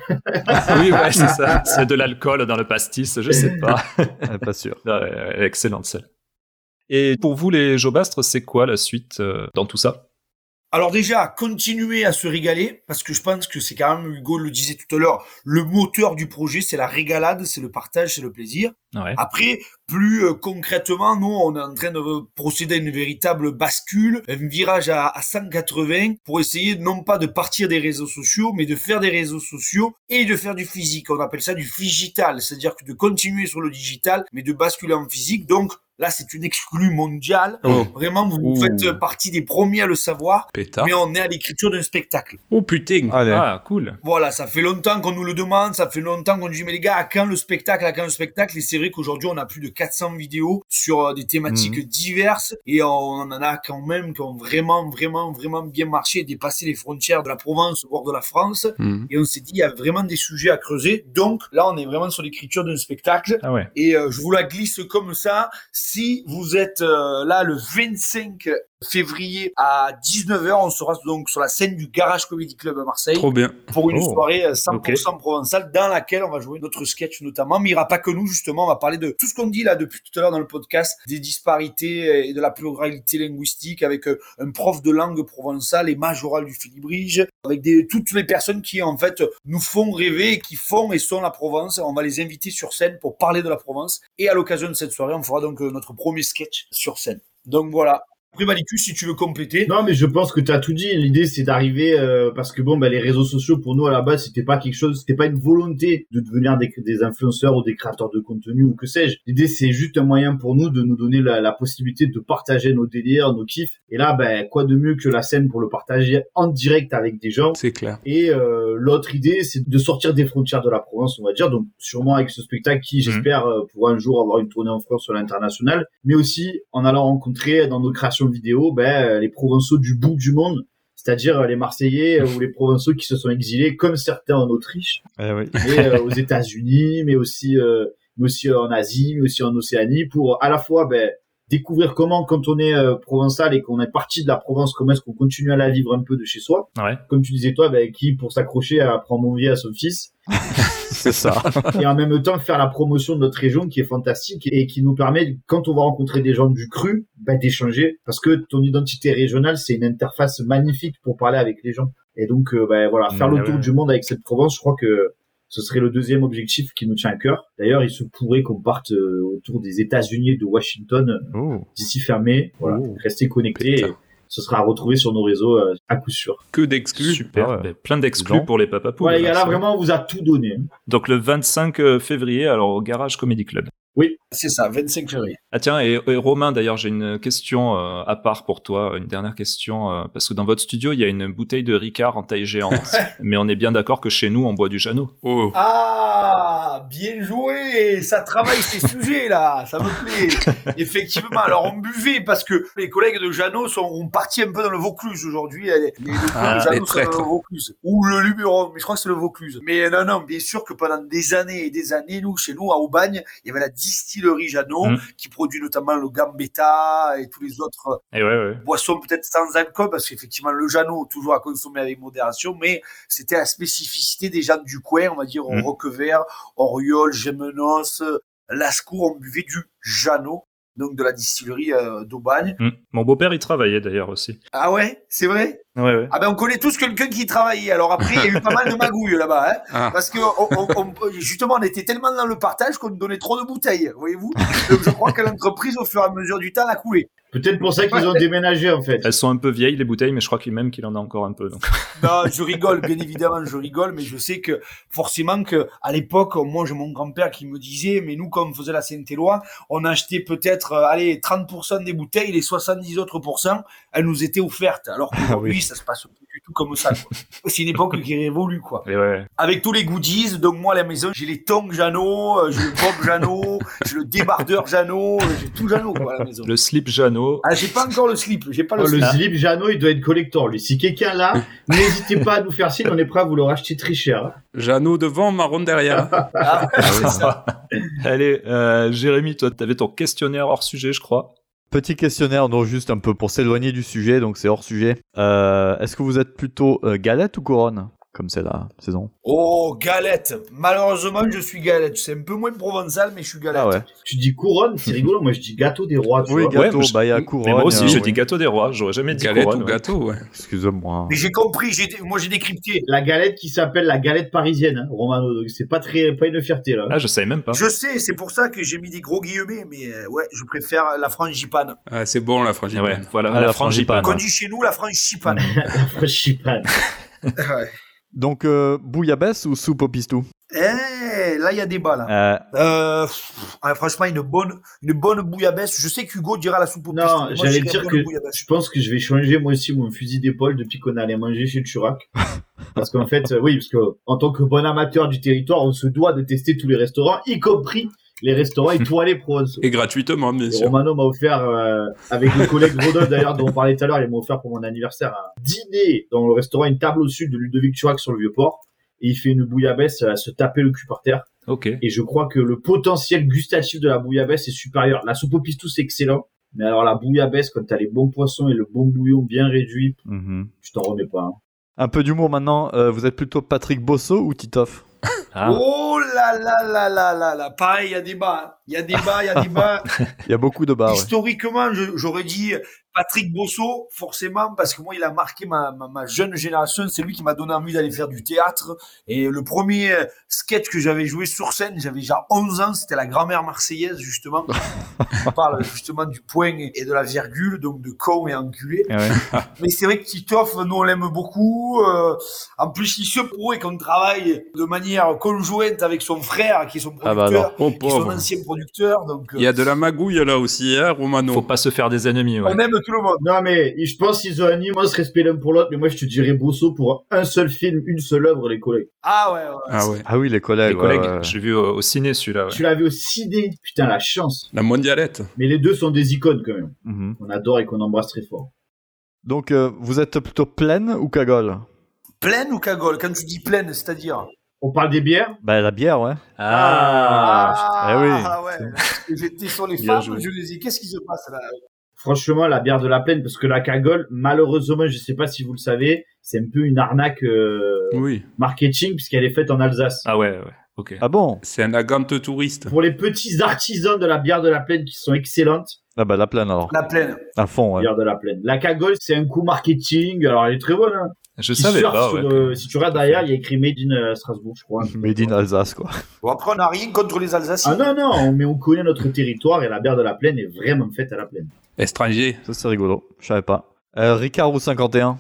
Speaker 3: Ah oui, ouais, c'est ça. C'est de l'alcool dans le pastis, je sais pas.
Speaker 5: Euh, Pas sûr.
Speaker 3: Ouais, ouais, excellente celle. Et pour vous, les jobastres, c'est quoi la suite euh, dans tout ça
Speaker 8: Alors, déjà, continuer à se régaler, parce que je pense que c'est quand même, Hugo le disait tout à l'heure, le moteur du projet, c'est la régalade, c'est le partage, c'est le plaisir.
Speaker 3: Ouais.
Speaker 8: Après, plus euh, concrètement, nous, on est en train de euh, procéder à une véritable bascule, un virage à, à 180 pour essayer non pas de partir des réseaux sociaux, mais de faire des réseaux sociaux et de faire du physique. On appelle ça du digital, c'est-à-dire que de continuer sur le digital, mais de basculer en physique. Donc là, c'est une exclue mondiale.
Speaker 4: Oh,
Speaker 8: Vraiment, vous
Speaker 4: Ouh. Ah.
Speaker 8: faites partie des premiers à le savoir,
Speaker 4: pétard.
Speaker 8: mais on est à l'écriture d'un spectacle.
Speaker 4: Oh putain
Speaker 5: Allez.
Speaker 3: Ah, cool.
Speaker 8: Voilà, ça fait longtemps qu'on nous le demande, ça fait longtemps qu'on dit mais les gars, à quand le spectacle, à quand le spectacle Et c'est vrai qu'aujourd'hui on a plus de 400 vidéos sur euh, des thématiques diverses et on en a quand même qui ont vraiment, vraiment, vraiment bien marché et dépassé les frontières de la Provence, voire de la France.
Speaker 4: Mhm.
Speaker 8: Et on s'est dit il y a vraiment des sujets à creuser. Donc là, on est vraiment sur l'écriture d'un spectacle.
Speaker 3: Ah ouais.
Speaker 8: Et euh, je vous la glisse comme ça. Si vous êtes euh, là le 25 février à 19h, on sera donc sur la scène du Garage Comedy Club à Marseille
Speaker 4: Trop bien.
Speaker 8: pour une
Speaker 3: Oh,
Speaker 8: soirée euh, 100%
Speaker 3: ok.
Speaker 8: provençale dans laquelle on va jouer notre sketch notamment. Mais il n'y aura pas que nous, justement. On va parler de tout ce qu'on dit là depuis tout à l'heure dans le podcast, des disparités euh, et de la pluralité linguistique avec euh, un prof de langue provençale et majoral du Philibrige, avec des, toutes les personnes qui, en fait, nous font rêver et qui font et sont la Provence. On va les inviter sur scène pour parler de la Provence. Et à l'occasion de cette soirée, on fera donc euh, notre premier sketch sur scène. Donc voilà. Après, Malicus, si tu veux compléter.
Speaker 7: Non, mais je pense que t'as tout dit. L'idée, c'est d'arriver euh, parce que bon, bah, les réseaux sociaux pour nous à la base, c'était pas quelque chose, c'était pas une volonté de devenir des, des influenceurs ou des créateurs de contenu ou que sais-je. L'idée, c'est juste un moyen pour nous de nous donner la, la possibilité de partager nos délires, nos kiffs. Et là, ben, quoi de mieux que la scène pour le partager en direct avec des gens.
Speaker 4: C'est clair.
Speaker 7: Et euh, l'autre idée, c'est de sortir des frontières de la province, on va dire. Donc, sûrement avec ce spectacle
Speaker 5: Mhm.
Speaker 7: qui, j'espère, euh, pourra un jour avoir une tournée en France sur l'international, mais aussi en allant rencontrer dans nos créations vidéo ben, euh, les provençaux du bout du monde, c'est-à-dire euh, les Marseillais euh, ou les provençaux qui se sont exilés, comme certains en Autriche,
Speaker 5: Eh oui.
Speaker 7: mais euh, aux États-Unis, mais aussi, euh, mais aussi en Asie, mais aussi en Océanie, pour à la fois ben, découvrir comment, quand on est euh, provençal et qu'on est parti de la Provence, comment est-ce qu'on continue à la vivre un peu de chez soi
Speaker 3: Ouais.
Speaker 7: comme tu disais toi, ben, qui pour s'accrocher à prend mon à son fils,
Speaker 5: C'est ça.
Speaker 7: et en même temps faire la promotion de notre région qui est fantastique et qui nous permet, quand on va rencontrer des gens du cru, ben, d'échanger, parce que ton identité régionale, c'est une interface magnifique pour parler avec les gens. Et donc, euh, ben, voilà, faire
Speaker 3: Mmh,
Speaker 7: le tour
Speaker 3: ouais.
Speaker 7: du monde avec cette Provence, je crois que ce serait le deuxième objectif qui nous tient à cœur. D'ailleurs, il se pourrait qu'on parte euh, autour des États-Unis et de Washington euh,
Speaker 5: Ouh.
Speaker 7: d'ici fermé. Voilà,
Speaker 5: Oh.
Speaker 7: restez connectés. Et
Speaker 4: Putain.
Speaker 7: ce sera à retrouver sur nos réseaux euh, à coup sûr.
Speaker 4: Que d'exclus.
Speaker 3: Super.
Speaker 5: Ah ouais.
Speaker 3: Ben, plein d'exclus
Speaker 5: Donc.
Speaker 3: pour les papapous.
Speaker 7: Voilà, les gars, là, vraiment, on vous a tout donné.
Speaker 3: Donc le 25 février, alors au Garage Comedy Club.
Speaker 8: C'est ça, 25 février.
Speaker 3: Ah tiens, et, et Romain, d'ailleurs, j'ai une question euh, à part pour toi, une dernière question, euh, parce que dans votre studio, il y a une bouteille de Ricard en taille géante, mais on est bien d'accord que chez nous, on boit du Janot.
Speaker 4: Oh.
Speaker 8: Ah, bien joué, ça travaille ces sujets là, ça me plaît. Effectivement, alors on buvait parce que les collègues de Jeannot sont ont parti un peu dans le Vaucluse aujourd'hui. Les, les locaux
Speaker 4: Ah,
Speaker 8: de Jeannot
Speaker 4: les
Speaker 8: sont
Speaker 4: traîtres.
Speaker 8: dans le Vaucluse ou le euh, Luberon, mais je crois que c'est le Vaucluse. Mais non, non, bien sûr que pendant des années et des années, nous chez nous à Aubagne, il y avait la distillerie Jeannot
Speaker 3: Mhm.
Speaker 8: qui produit notamment le Gambetta et tous les autres
Speaker 3: Et Eh ouais, ouais.
Speaker 8: boisson peut-être sans alcool, parce qu'effectivement, le Jeannot, toujours à consommer avec modération, mais c'était la spécificité des gens du coin, on va dire,
Speaker 3: Mm.
Speaker 8: au Roquevert, Oriol, Gémenos, euh, Lascours, on buvait du Jeannot, donc de la distillerie euh, d'Aubagne.
Speaker 3: Mm. Mon beau-père y travaillait d'ailleurs aussi.
Speaker 8: Ah ouais, c'est vrai
Speaker 3: Ouais, ouais.
Speaker 8: Ah ben on connaît tous quelqu'un qui y travaillait, alors après, il y a eu pas mal de magouilles là-bas, hein,
Speaker 4: Ah.
Speaker 8: parce que on- on- on- justement, on était tellement dans le partage qu'on nous donnait trop de bouteilles, voyez-vous Donc je crois que l'entreprise, au fur et à mesure du temps, a coulé.
Speaker 7: Peut-être pour ça qu'ils ont déménagé en fait.
Speaker 3: Elles sont un peu vieilles les bouteilles, mais je crois qu'il même qu'il en a encore un peu. Donc.
Speaker 8: Non, je rigole, bien évidemment, je rigole, mais je sais que forcément que à l'époque, moi j'ai mon grand-père qui me disait, mais nous quand on faisait la Sainte-Éloi, on achetait peut-être euh, allez 30% des bouteilles, les 70 autres pourcents, elles nous étaient offertes. Alors qu'aujourd'hui, ça se passe plus du tout comme ça. quoi. C'est une époque qui révolue quoi.
Speaker 3: Et Eh ouais.
Speaker 8: Avec tous les goodies, donc moi à la maison, j'ai les tongs Jeannot, euh, j'ai le Bob Jeannot, j'ai le débardeur Jeannot, euh, j'ai tout Jeannot quoi à la maison.
Speaker 3: Le slip Jeannot.
Speaker 8: Ah, j'ai pas encore le slip, j'ai pas Ah, le
Speaker 7: Oh,
Speaker 8: slip.
Speaker 7: le slip Jeannot, il doit être collector lui. Si quelqu'un l'a, n'hésitez pas à nous faire signe, on est prêt à vous le racheter très cher. hein.
Speaker 4: Jeannot devant, marron derrière.
Speaker 8: Ah, c'est ça.
Speaker 3: Allez, euh, Jérémy, toi, t'avais ton questionnaire hors sujet, je crois.
Speaker 5: Petit questionnaire, donc juste un peu pour s'éloigner du sujet, donc c'est hors sujet. Euh, Est-ce que vous êtes plutôt euh, galette ou couronne Comme c'est la saison.
Speaker 8: Oh, galette Malheureusement, je suis galette. C'est un peu moins provençal, mais je suis galette.
Speaker 5: Ah ouais.
Speaker 7: Tu dis couronne, c'est rigolo. Moi, je dis gâteau des rois. tu
Speaker 5: Oui,
Speaker 7: vois.
Speaker 3: gâteau,
Speaker 5: gâteau,
Speaker 3: moi, je-
Speaker 5: bah il y a
Speaker 4: mais
Speaker 5: couronne.
Speaker 3: mais moi aussi,
Speaker 5: euh,
Speaker 3: je
Speaker 5: oui.
Speaker 3: dis gâteau des rois. J'aurais jamais dit
Speaker 4: Galette
Speaker 3: couronne.
Speaker 4: ou
Speaker 3: ouais.
Speaker 4: gâteau, ouais.
Speaker 5: Excusez-moi.
Speaker 8: Mais j'ai compris, j'ai, moi j'ai décrypté.
Speaker 7: La galette qui s'appelle la galette parisienne, hein, Romano. Donc, c'est pas très, pas une fierté là.
Speaker 3: Ah, je savais
Speaker 5: Hein
Speaker 3: même pas.
Speaker 8: Je sais, c'est pour ça que j'ai mis des gros guillemets, mais euh, ouais, je préfère la frangipane.
Speaker 4: Ah, c'est bon la
Speaker 3: Et
Speaker 4: frangipane.
Speaker 3: Ouais, voilà,
Speaker 5: Ah,
Speaker 3: la,
Speaker 5: la
Speaker 3: frangipane.
Speaker 5: frangipane.
Speaker 8: Qu'on dit chez nous, la frangipane.
Speaker 7: Je sais pas.
Speaker 8: Ouais.
Speaker 5: Donc euh, bouillabaisse ou soupe au pistou
Speaker 8: Eh, là, il y a des balles. là.
Speaker 5: Euh,
Speaker 8: Euh, pff, ah, franchement, une bonne, une bonne bouillabaisse. Je sais qu'Hugo dira la soupe au
Speaker 7: Non,
Speaker 8: pistou. Moi,
Speaker 7: j'allais
Speaker 8: je dirais
Speaker 7: dire
Speaker 8: bonne
Speaker 7: que-
Speaker 8: bouillabaisse.
Speaker 7: Je pense que je vais changer moi aussi mon fusil d'épaule depuis qu'on allait manger chez Turac. Parce qu'en fait, euh, oui, parce que en tant que bon amateur du territoire, on se doit de tester tous les restaurants, y compris les restaurants étoilés provençaux.
Speaker 4: Et gratuitement, bien
Speaker 7: Et
Speaker 4: sûr.
Speaker 7: Romano m'a offert, euh, avec le collègue Rodolphe d'ailleurs dont on parlait tout à l'heure, il m'a offert pour mon anniversaire un dîner dans le restaurant Une table au sud de Ludovic Turac sur le Vieux-Port. Et il fait une bouillabaisse euh, à se taper le cul par terre.
Speaker 3: Ok.
Speaker 7: Et je crois que le potentiel gustatif de la bouillabaisse est supérieur. La soupe au pistou, c'est excellent. Mais alors la bouillabaisse, quand t'as les bons poissons et le bon bouillon bien réduit,
Speaker 5: mhm.
Speaker 7: tu t'en remets pas. hein.
Speaker 5: Un peu d'humour maintenant. euh, vous êtes plutôt Patrick Bosso ou Titoff
Speaker 3: Ah.
Speaker 8: Oh là là là là là là. Pareil, il y a des bas. hein. Il y a des bas, il y a des bas.
Speaker 5: Il y a beaucoup de bars. Ah ouais.
Speaker 8: Historiquement, je- j'aurais dit Patrick Bosso, forcément, parce que moi, il a marqué ma, ma, ma jeune génération. C'est lui qui m'a donné envie d'aller faire du théâtre. Et le premier euh, sketch que j'avais joué sur scène, j'avais déjà 11 ans, c'était la grand-mère marseillaise, justement. On parle justement du point et de la virgule, donc de con et enculé.
Speaker 5: Eh ouais.
Speaker 8: Mais c'est vrai que Titoff, nous, on l'aime beaucoup. Euh, en plus, il se prouve qu'on travaille de manière conjointe avec son frère, qui est son
Speaker 5: Ah bah
Speaker 8: producteur,
Speaker 4: Oh
Speaker 8: qui est son
Speaker 4: pauvre.
Speaker 8: ancien producteur. Donc, euh,
Speaker 4: Il y a de la magouille là aussi, hein, Romano.
Speaker 3: Faut pas se faire des ennemis, ouais.
Speaker 8: on aime tout le monde.
Speaker 7: Non mais je pense qu'ils ont un immense respect l'un pour l'autre, mais moi je te dirais Bosso pour un seul film, une seule œuvre, les collègues.
Speaker 8: Ah ouais, ouais.
Speaker 4: Ah ouais.
Speaker 5: Ah oui, les collègues.
Speaker 3: Les collègues,
Speaker 5: ouais, ouais, ouais.
Speaker 3: je l'ai vu euh, au, au ciné celui-là. ouais.
Speaker 7: Tu l'avais au ciné, putain la chance.
Speaker 4: La mondialette.
Speaker 7: Mais les deux sont des icônes quand même,
Speaker 5: Mhm.
Speaker 7: qu'on adore et qu'on embrasse très fort.
Speaker 5: Donc euh, vous êtes plutôt pleine ou cagole
Speaker 8: Pleine ou cagole Quand tu dis pleine, c'est-à-dire
Speaker 7: On parle des bières
Speaker 5: Bah la bière, ouais. eh oui.
Speaker 8: ah ouais. Parce que J'étais sur les
Speaker 4: Bien
Speaker 8: femmes,
Speaker 4: joué.
Speaker 8: je me dis qu'est-ce qui se passe là
Speaker 7: Franchement, la bière de la plaine, parce que la cagole, malheureusement, je sais pas si vous le savez, c'est un peu une arnaque euh,
Speaker 4: Oui.
Speaker 7: marketing puisqu'elle est faite en Alsace.
Speaker 3: Ah ouais, ouais. Ok.
Speaker 5: Ah bon
Speaker 4: C'est un agante touriste.
Speaker 7: Pour les petits artisans de la bière de la plaine qui sont excellentes,
Speaker 5: Ah bah la plaine alors.
Speaker 8: La pleine.
Speaker 5: À fond, ouais.
Speaker 7: bière de la plaine. La cagole, c'est un coup marketing. Alors, elle est très bonne. Hein,
Speaker 3: Je
Speaker 7: Qui
Speaker 3: savais
Speaker 7: surfe
Speaker 3: pas,
Speaker 7: sur
Speaker 3: ouais.
Speaker 7: le- Si tu regardes derrière, il y a écrit Made in euh, Strasbourg, je crois.
Speaker 5: Made in Alsace, quoi.
Speaker 8: Bon, après, on n'a rien contre les Alsaciens.
Speaker 7: Ah non, non, on- mais on connaît notre territoire et la bière de la plaine est vraiment faite à la plaine.
Speaker 4: Étranger.
Speaker 5: Ça, c'est rigolo. Je savais pas. Euh, Ricard ou 51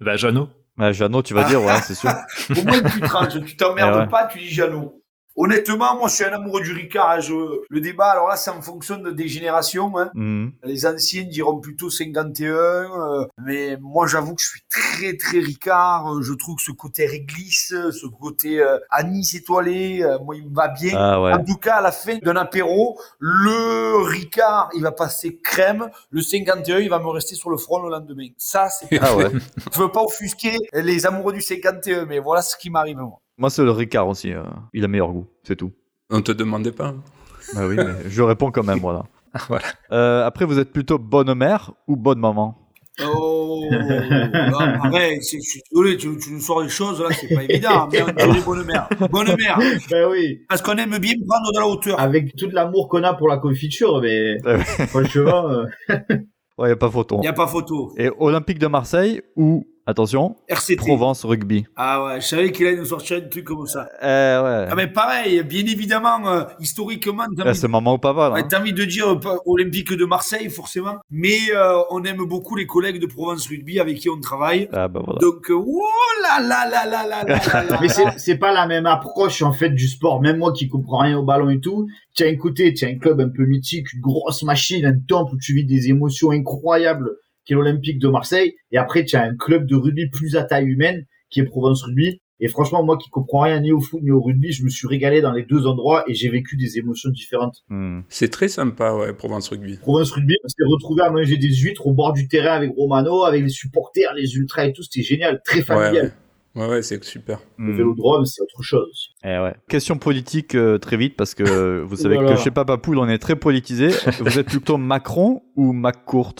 Speaker 3: Bah, Jeannot.
Speaker 5: bah, Jeannot, tu vas dire, ouais, c'est sûr.
Speaker 8: Au moins, tu te ranges, tu t'emmerdes
Speaker 5: Eh ouais.
Speaker 8: pas, tu dis Jeannot. Honnêtement, moi, je suis un amoureux du Ricard. hein, je- Le débat, alors là, c'est en fonction de- des générations. hein.
Speaker 5: Mhm.
Speaker 8: Les anciens diront plutôt 51. euh, mais moi, j'avoue que je suis très, très Ricard. Euh, Je trouve que ce côté réglisse, euh, ce côté euh, anis étoilé, euh, moi, il me va bien.
Speaker 5: Ah ouais.
Speaker 8: En tout cas, à la fin d'un apéro, le Ricard, il va passer crème. Le 51, il va me rester sur le front le lendemain. Ça, c'est.
Speaker 5: Ah ouais.
Speaker 8: Je veux pas offusquer les amoureux du 51, mais voilà ce qui m'arrive moi.
Speaker 5: Moi, c'est le Ricard aussi. euh, Il a meilleur goût, c'est tout.
Speaker 4: On te demandait pas.
Speaker 5: Bah oui, mais je réponds quand même, voilà.
Speaker 8: Ah,
Speaker 3: Voilà.
Speaker 5: Euh, après, vous êtes plutôt bonne mère ou bonne maman
Speaker 8: Oh, là, pareil, c'est- je suis désolé, tu, tu nous sors des choses, là, c'est pas évident. Mais on est bonne mère. Bonne mère.
Speaker 7: Ben oui,
Speaker 8: Parce qu'on aime bien prendre de la hauteur.
Speaker 7: avec tout l'amour qu'on a pour la confiture, mais
Speaker 5: Ah ouais.
Speaker 7: franchement, euh,
Speaker 5: Ouais, y a pas photo. hein.
Speaker 8: Il n'y a pas photo.
Speaker 5: Et Olympique de Marseille ou, attention,
Speaker 8: RCT.
Speaker 5: Provence Rugby
Speaker 8: Ah ouais, je savais qu'il allait nous sortir un truc comme ça.
Speaker 5: Eh ouais.
Speaker 8: Ah mais pareil, bien évidemment, euh, historiquement, t'as
Speaker 5: Là,
Speaker 8: envie,
Speaker 5: Ah, c'est maman ou papa, là.
Speaker 8: ouais,
Speaker 5: hein.
Speaker 8: t'as envie de dire euh, pas- Olympique de Marseille, forcément. Mais euh, on aime beaucoup les collègues de Provence Rugby avec qui on travaille.
Speaker 5: Ah bah voilà.
Speaker 8: Donc, euh, oh là là là là là là là là.
Speaker 7: mais c'est- c'est pas la même approche en fait du sport. Même moi qui comprends rien au ballon et tout, tiens, écoutez, tiens, un club un peu mythique, une grosse machine, un temple où tu vis des émotions incroyables, qui est l'Olympique de Marseille, et après tu as un club de rugby plus à taille humaine, qui est Provence Rugby. Et franchement, moi qui comprends rien ni au foot ni au rugby, je me suis régalé dans les deux endroits et j'ai vécu des émotions différentes.
Speaker 5: Hmm.
Speaker 4: C'est très sympa, ouais, Provence Rugby.
Speaker 7: Provence Rugby, on s'est retrouvé à manger des huîtres au bord du terrain avec Romano, avec les supporters, les ultras et tout, c'était génial, très
Speaker 4: Ouais,
Speaker 7: familial.
Speaker 4: ouais. Ouais, ouais, c'est super.
Speaker 7: Le
Speaker 5: Hmm.
Speaker 7: vélodrome, c'est autre chose aussi.
Speaker 5: Eh ouais. Question politique euh, très vite parce que euh, vous savez
Speaker 7: Voilà.
Speaker 5: que chez Papa Poule on est très politisé. vous êtes plutôt Macron ou McCourt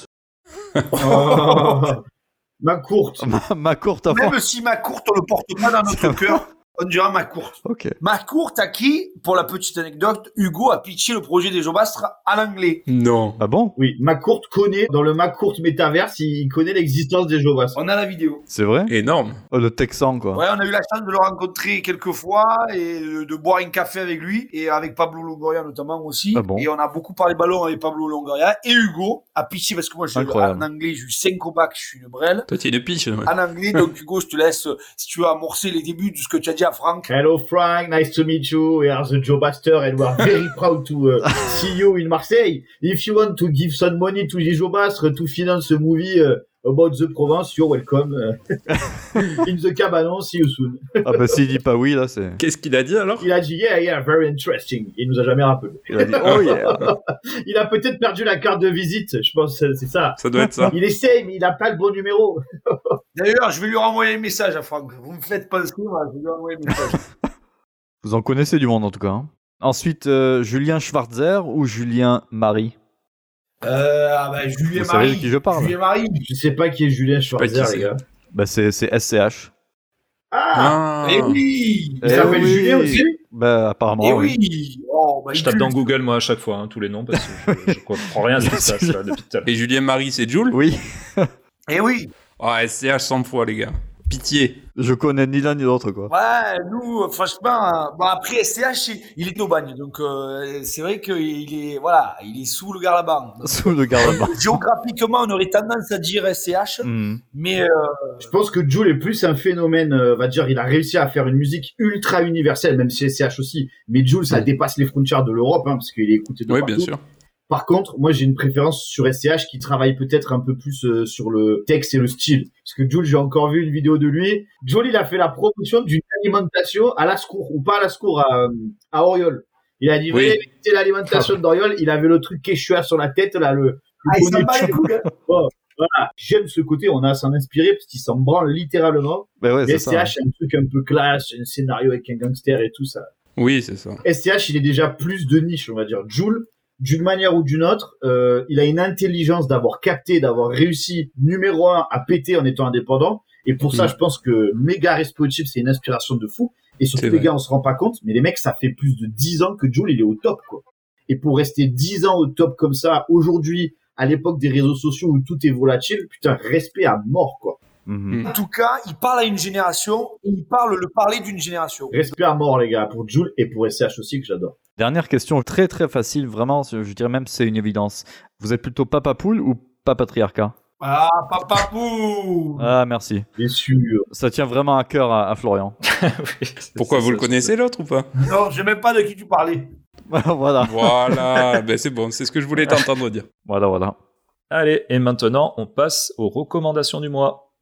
Speaker 7: Ma courte.
Speaker 5: Ma- McCourt à fond.
Speaker 8: Même si ma courte, on le porte pas dans notre cœur, on dira ma courte.
Speaker 5: Ok.
Speaker 8: Ma courte à qui, pour la petite anecdote, Hugo a pitché le projet des Jobastres à l'anglais.
Speaker 4: Non.
Speaker 5: Ah bon
Speaker 7: Oui, ma courte connaît, dans le ma courte métaverse, il il connaît l'existence des Jovas.
Speaker 8: On a la vidéo.
Speaker 5: C'est vrai
Speaker 4: Énorme.
Speaker 5: Oh, Le Texan quoi.
Speaker 8: Ouais, on a eu la chance de le rencontrer quelques fois et de, de boire un café avec lui et avec Pablo Longoria notamment aussi.
Speaker 5: Ah bon
Speaker 8: et on a beaucoup parlé ballon avec Pablo Longoria et Hugo a pitché parce que moi je,
Speaker 5: Incroyable.
Speaker 8: en anglais j'ai eu 5 au bac, je suis une brêle.
Speaker 4: Toi, t'es une piche.
Speaker 3: Ah.
Speaker 4: ouais.
Speaker 8: En anglais, donc Hugo, je te laisse, euh, si tu veux amorcer les débuts de ce que tu as dit à Franck.
Speaker 7: Hello Frank, nice to meet you. We are the Joe Baster and we are very proud to uh, see you in Marseille. If you want to give some money to the Joe Bastre to finance a movie uh, about the province, you're welcome. uh, in the cabanon, see you soon.
Speaker 5: Ah bah s'il dit pas oui là c'est.
Speaker 4: Qu'est-ce qu'il a dit alors
Speaker 7: Il a dit yeah, yeah, very interesting. Il nous a jamais rappelé.
Speaker 5: Il a dit oh yeah.
Speaker 7: Il a peut-être perdu la carte de visite, je pense, euh, c'est ça.
Speaker 4: Ça doit être ça.
Speaker 7: Il essaye, mais il n'a pas le bon numéro.
Speaker 8: D'ailleurs, je vais lui renvoyer un message à Franck. Vous me faites penser, moi, je vais lui renvoyer un message.
Speaker 5: Vous en connaissez du monde en tout cas. hein. Ensuite euh, Julien Schwarzer ou Julien Marie.
Speaker 8: Euh, ah bah, Julien
Speaker 5: Vous savez
Speaker 8: Marie.
Speaker 5: de qui je parle
Speaker 8: Julien Marie.
Speaker 7: Je sais pas qui est Julien Schwarzer,
Speaker 4: qui c'est.
Speaker 7: les gars.
Speaker 5: Bah c'est c'est SCH.
Speaker 7: Ah,
Speaker 4: Ah.
Speaker 8: Eh oui
Speaker 7: il
Speaker 5: Eh
Speaker 7: s'appelle
Speaker 5: oui.
Speaker 7: Julien aussi
Speaker 5: Bah apparemment.
Speaker 8: Eh oui oh, bah,
Speaker 3: Je
Speaker 8: il
Speaker 3: tape
Speaker 8: pue.
Speaker 3: dans Google, moi, à chaque fois, hein, tous les noms, parce que je, je comprends rien à ce qui se passe là, depuis tout à l'heure.
Speaker 4: Et Julien Marie, c'est Jules
Speaker 5: Oui.
Speaker 8: Eh oui
Speaker 4: Ah, SCH 100 fois, les gars. Pitié.
Speaker 5: Je connais ni l'un ni l'autre quoi.
Speaker 8: Ouais, nous, euh, franchement, euh, bon, après SCH, il- il est au bagne, donc euh, c'est vrai qu'il est, voilà, il est sous le garlaban.
Speaker 5: Sous le garde
Speaker 8: Géographiquement, on aurait tendance à dire SCH,
Speaker 4: Mm.
Speaker 5: Mm.
Speaker 8: mais euh,
Speaker 7: Je pense que Jules est plus un phénomène, euh, on va dire, il a réussi à faire une musique ultra universelle, même si SCH aussi. Mais Jules, ça dépasse les frontières de l'Europe, hein, parce qu'il est écouté de
Speaker 4: Mm. Oui,
Speaker 7: partout.
Speaker 4: bien sûr.
Speaker 7: Par contre, moi, j'ai une préférence sur SCH qui travaille peut-être un peu plus euh, sur le texte et le style. Parce que Jules, j'ai encore vu une vidéo de lui. Jules, il a fait la promotion d'une alimentation à Lascours, ou pas à Lascours, à, euh, à Oriol. Il a dit,
Speaker 4: Oui.
Speaker 7: oui, c'est l'alimentation d'Oriol. Il avait le truc quechua sur la tête, là, le, le
Speaker 8: ah, il
Speaker 7: bonnet
Speaker 8: s'en bat les
Speaker 7: de
Speaker 8: couilles, hein.
Speaker 7: chocolat. J'aime ce côté, on a à s'en inspirer, parce qu'il s'en branle littéralement.
Speaker 5: Bah ouais c'est
Speaker 7: Mais
Speaker 5: ça.
Speaker 7: STH, c'est un truc un peu classe, un scénario avec un gangster et tout ça.
Speaker 4: Oui, c'est ça.
Speaker 7: STH, il est déjà plus de niche, on va dire. Joule, d'une manière ou d'une autre, euh, il a une intelligence d'avoir capté, d'avoir réussi, numéro un, à péter en étant indépendant. Et pour ça,
Speaker 4: Mm.
Speaker 7: je pense que méga respect Chip, c'est une inspiration de fou. Et
Speaker 4: C'est
Speaker 7: surtout, les
Speaker 4: vrai.
Speaker 7: gars, on se rend pas compte, mais les mecs, ça fait plus de 10 ans que Joule, il est au top, quoi. Et pour rester 10 ans au top comme ça, aujourd'hui, à l'époque des réseaux sociaux où tout est volatile, putain, respect à mort, quoi.
Speaker 5: Mhm.
Speaker 8: En tout cas, il parle à une génération et il parle le parler d'une génération.
Speaker 7: Respect à mort, les gars, pour Joule et pour STH aussi, que j'adore.
Speaker 5: Dernière question très très facile, vraiment, je je dirais même c'est une évidence. Vous êtes plutôt papa poule ou papa patriarcat
Speaker 8: Ah, papa pou
Speaker 5: Ah merci.
Speaker 7: Bien sûr.
Speaker 5: Ça tient vraiment à cœur à, à Florian.
Speaker 3: Oui, c'est-
Speaker 4: Pourquoi
Speaker 3: c'est
Speaker 4: vous le
Speaker 3: ça, c'est
Speaker 4: connaissez l'autre ou pas
Speaker 8: Non, je sais même pas de qui tu parlais.
Speaker 5: voilà,
Speaker 4: Voilà, ben c'est bon, c'est ce que je voulais t'entendre dire.
Speaker 5: voilà, voilà.
Speaker 3: ça. Allez, et maintenant, on passe aux recommandations du mois.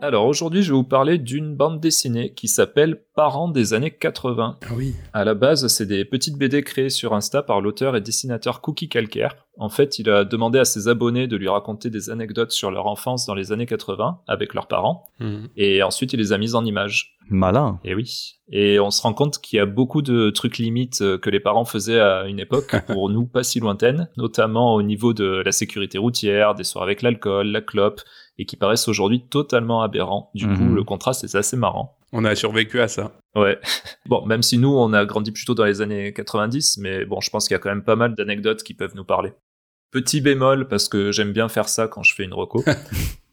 Speaker 3: Alors aujourd'hui, je vais vous parler d'une bande dessinée qui s'appelle Parents des années 80.
Speaker 4: Ah oui.
Speaker 3: À la base, c'est des petites BD créées sur Insta par l'auteur et dessinateur Cookie Calcaire. En fait, il a demandé à ses abonnés de lui raconter des anecdotes sur leur enfance dans les années 80 avec leurs parents, et ensuite il les a mises en images.
Speaker 5: Malin.
Speaker 3: Et oui. Et on se rend compte qu'il y a beaucoup de trucs limites euh, que les parents faisaient à une époque, pour nous pas si lointaine, notamment au niveau de la sécurité routière, des soirs avec l'alcool, la clope, et qui paraissent aujourd'hui totalement aberrants. Du coup,
Speaker 5: Mhm.
Speaker 3: le contraste est assez marrant.
Speaker 4: On a survécu à ça.
Speaker 3: Ouais. Bon, même si nous, on a grandi plutôt dans les années 90, mais bon, je pense qu'il y a quand même pas mal d'anecdotes qui peuvent nous parler. Petit bémol, parce que j'aime bien faire ça quand je fais une reco.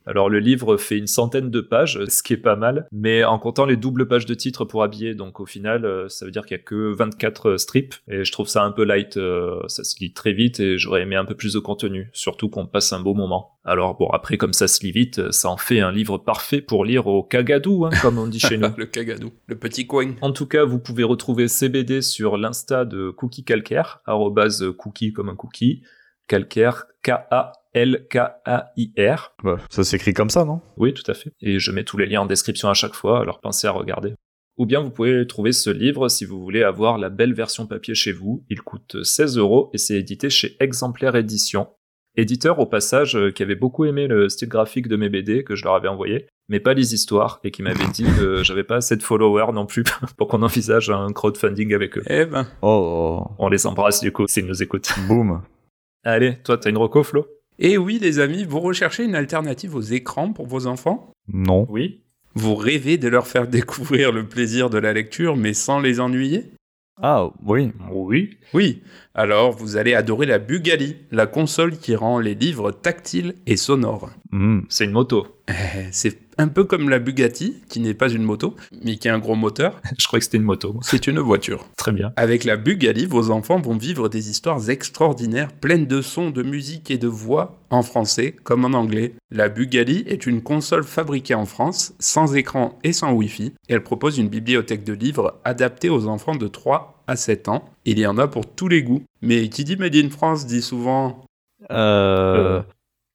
Speaker 3: Alors, le livre fait une centaine de pages, ce qui est pas mal, mais en comptant les doubles pages de titres pour habiller, donc au final, euh, ça veut dire qu'il y a que 24 strips, et je trouve ça un peu light, euh, ça se lit très vite, et j'aurais aimé un peu plus de contenu, surtout qu'on passe un beau moment. Alors bon, après, comme ça se lit vite, euh, ça en fait un livre parfait pour lire au cagadou, hein, comme on dit chez nous.
Speaker 4: Ah, Le cagadou. Le petit coin.
Speaker 3: En tout cas, vous pouvez retrouver CBD sur l'insta de Cookie Calcaire, arrobase cookie comme un cookie, calcaire, K-A-L-K-A-I-R.
Speaker 5: Bah, ça s'écrit comme ça, non
Speaker 3: Oui, tout à fait. Et je mets tous les liens en description à chaque fois, alors pensez à regarder. Ou bien vous pouvez trouver ce livre si vous voulez avoir la belle version papier chez vous. Il coûte 16 euros et c'est édité chez Exemplaire Édition. Éditeur au passage euh, qui avait beaucoup aimé le style graphique de mes BD que je leur avais envoyé, mais pas les histoires, et qui m'avait dit que j'avais pas assez de followers non plus pour qu'on envisage un crowdfunding avec eux.
Speaker 4: Eh ben.
Speaker 5: Oh,
Speaker 3: On les embrasse du coup s'ils nous écoutent.
Speaker 5: oh. boum.
Speaker 3: Allez, toi t'as une reco Flo
Speaker 4: Et Eh oui, les amis, vous recherchez une alternative aux écrans pour vos enfants
Speaker 5: Non.
Speaker 3: Oui.
Speaker 4: Vous rêvez de leur faire découvrir le plaisir de la lecture, mais sans les ennuyer
Speaker 5: Ah, oui.
Speaker 3: Oui.
Speaker 4: Oui, alors vous allez adorer la Bugali, la console qui rend les livres tactiles et sonores.
Speaker 5: Hmm.
Speaker 3: C'est une moto.
Speaker 4: Eh, C'est un peu comme la Bugatti, qui n'est pas une moto, mais qui a un gros moteur,
Speaker 3: je croyais que c'était une moto. moi.
Speaker 4: c'est une voiture.
Speaker 3: Très bien.
Speaker 4: Avec la Bugali, vos enfants vont vivre des histoires extraordinaires, pleines de sons, de musique et de voix, en français comme en anglais. La Bugali est une console fabriquée en France, sans écran et sans Wi-Fi. Elle propose une bibliothèque de livres adaptée aux enfants de 3 à 7 ans. Il y en a pour tous les goûts. Mais qui dit Made in France dit souvent
Speaker 5: Euh...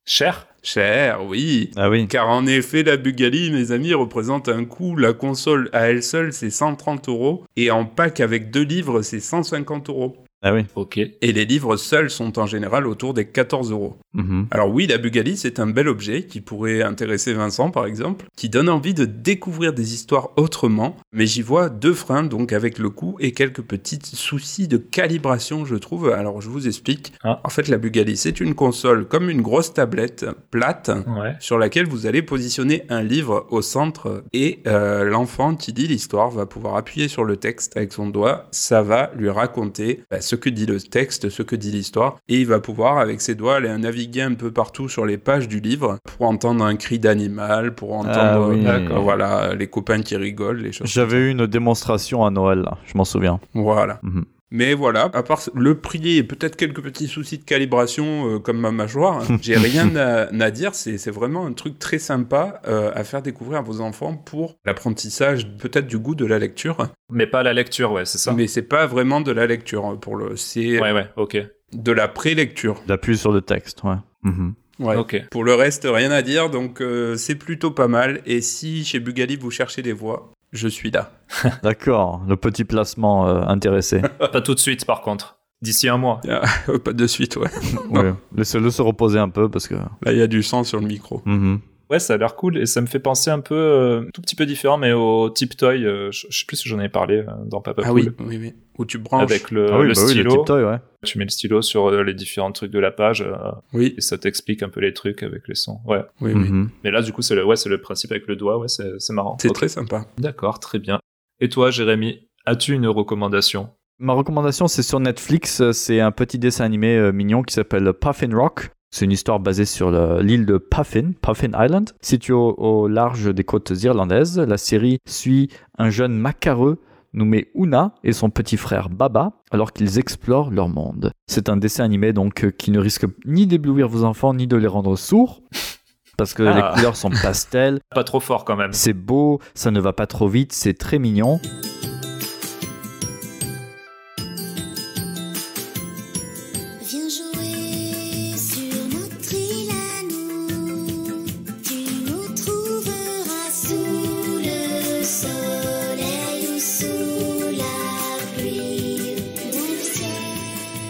Speaker 3: Cher
Speaker 4: cher, oui.
Speaker 5: Ah oui.
Speaker 4: Car en effet, la Bugali, mes amis, représente un coût. La console à elle seule, c'est 130 euros. Et en pack avec deux livres, c'est 150 euros.
Speaker 5: Ah oui.
Speaker 3: Ok.
Speaker 4: et les livres seuls sont en général autour des 14 euros.
Speaker 5: Mhm.
Speaker 4: Alors oui, la Bugali, c'est un bel objet qui pourrait intéresser Vincent, par exemple, qui donne envie de découvrir des histoires autrement, mais j'y vois deux freins, donc avec le coût et quelques petits soucis de calibration, je trouve. Alors je vous explique.
Speaker 3: Ah.
Speaker 4: En fait, la Bugali, c'est une console comme une grosse tablette plate
Speaker 3: Ouais.
Speaker 4: sur laquelle vous allez positionner un livre au centre et euh, l'enfant qui dit l'histoire va pouvoir appuyer sur le texte avec son doigt, ça va lui raconter bah, ce que dit le texte, ce que dit l'histoire et il va pouvoir avec ses doigts aller naviguer un peu partout sur les pages du livre pour entendre un cri d'animal, pour entendre
Speaker 5: Ah oui.
Speaker 4: euh,
Speaker 5: D'accord.
Speaker 4: voilà les copains qui rigolent, les choses.
Speaker 5: J'avais eu une démonstration à Noël, là. je m'en souviens.
Speaker 4: Voilà.
Speaker 5: Mhm.
Speaker 4: Mais voilà, à part le prix et peut-être quelques petits soucis de calibration euh, comme ma mâchoire, hein, j'ai rien à, à dire. C'est c'est vraiment un truc très sympa euh, à faire découvrir à vos enfants pour l'apprentissage peut-être du goût de la lecture.
Speaker 3: Mais pas la lecture, ouais, c'est ça.
Speaker 4: Mais c'est pas vraiment de la lecture hein, pour le, c'est
Speaker 3: Ouais, ouais, ok.
Speaker 4: de la pré-lecture.
Speaker 5: D'appuyer sur le texte, ouais. Mhm.
Speaker 4: Ouais.
Speaker 3: Ok.
Speaker 4: Pour le reste, rien à dire. Donc euh, c'est plutôt pas mal. Et si chez Bugali vous cherchez des voix, je suis là.
Speaker 5: D'accord, le petit placement euh, intéressé.
Speaker 3: Pas tout de suite par contre. D'ici un mois.
Speaker 4: pas de suite, ouais.
Speaker 5: Ouais. Laissez-le se reposer un peu parce que.
Speaker 4: Là, il y a du sang sur le micro.
Speaker 5: Mhm.
Speaker 3: Ouais, ça a l'air cool et ça me fait penser un peu, euh, tout petit peu différent, mais au Tip Toy. euh, je je sais plus si j'en avais parlé euh, dans Papa
Speaker 4: Ah
Speaker 3: Poule.
Speaker 4: oui, oui, oui. Où tu branches.
Speaker 3: Avec le,
Speaker 5: Ah oui,
Speaker 3: Euh, le
Speaker 5: bah oui, le
Speaker 3: stylo.
Speaker 5: tip-toy, ouais.
Speaker 3: tu mets le stylo sur euh, les différents trucs de la page euh,
Speaker 4: Oui,
Speaker 3: et ça t'explique un peu les trucs avec les sons. Ouais.
Speaker 4: oui, oui.
Speaker 5: Mhm.
Speaker 3: Mais là, du coup, c'est le, ouais, c'est le principe avec le doigt. Ouais, c'est c'est marrant.
Speaker 4: C'est
Speaker 3: Ok.
Speaker 4: très sympa.
Speaker 3: D'accord, très bien. Et toi, Jérémy, as-tu une recommandation
Speaker 5: Ma recommandation, c'est sur Netflix. euh, C'est un petit dessin animé euh, mignon qui s'appelle Puffin Rock. C'est une histoire basée sur le- l'île de Puffin, Puffin Island, située au, au large des côtes irlandaises. La série suit un jeune macareux nommé Una et son petit frère Baba alors qu'ils explorent leur monde. C'est un dessin animé donc euh, qui ne risque ni d'éblouir vos enfants ni de les rendre sourds parce que
Speaker 3: Ah.
Speaker 5: les couleurs sont pastel,
Speaker 3: Pas trop fort quand même.
Speaker 5: c'est beau, ça ne va pas trop vite, c'est très mignon.
Speaker 1: Viens jouer sur notre île à nous. Tu nous trouveras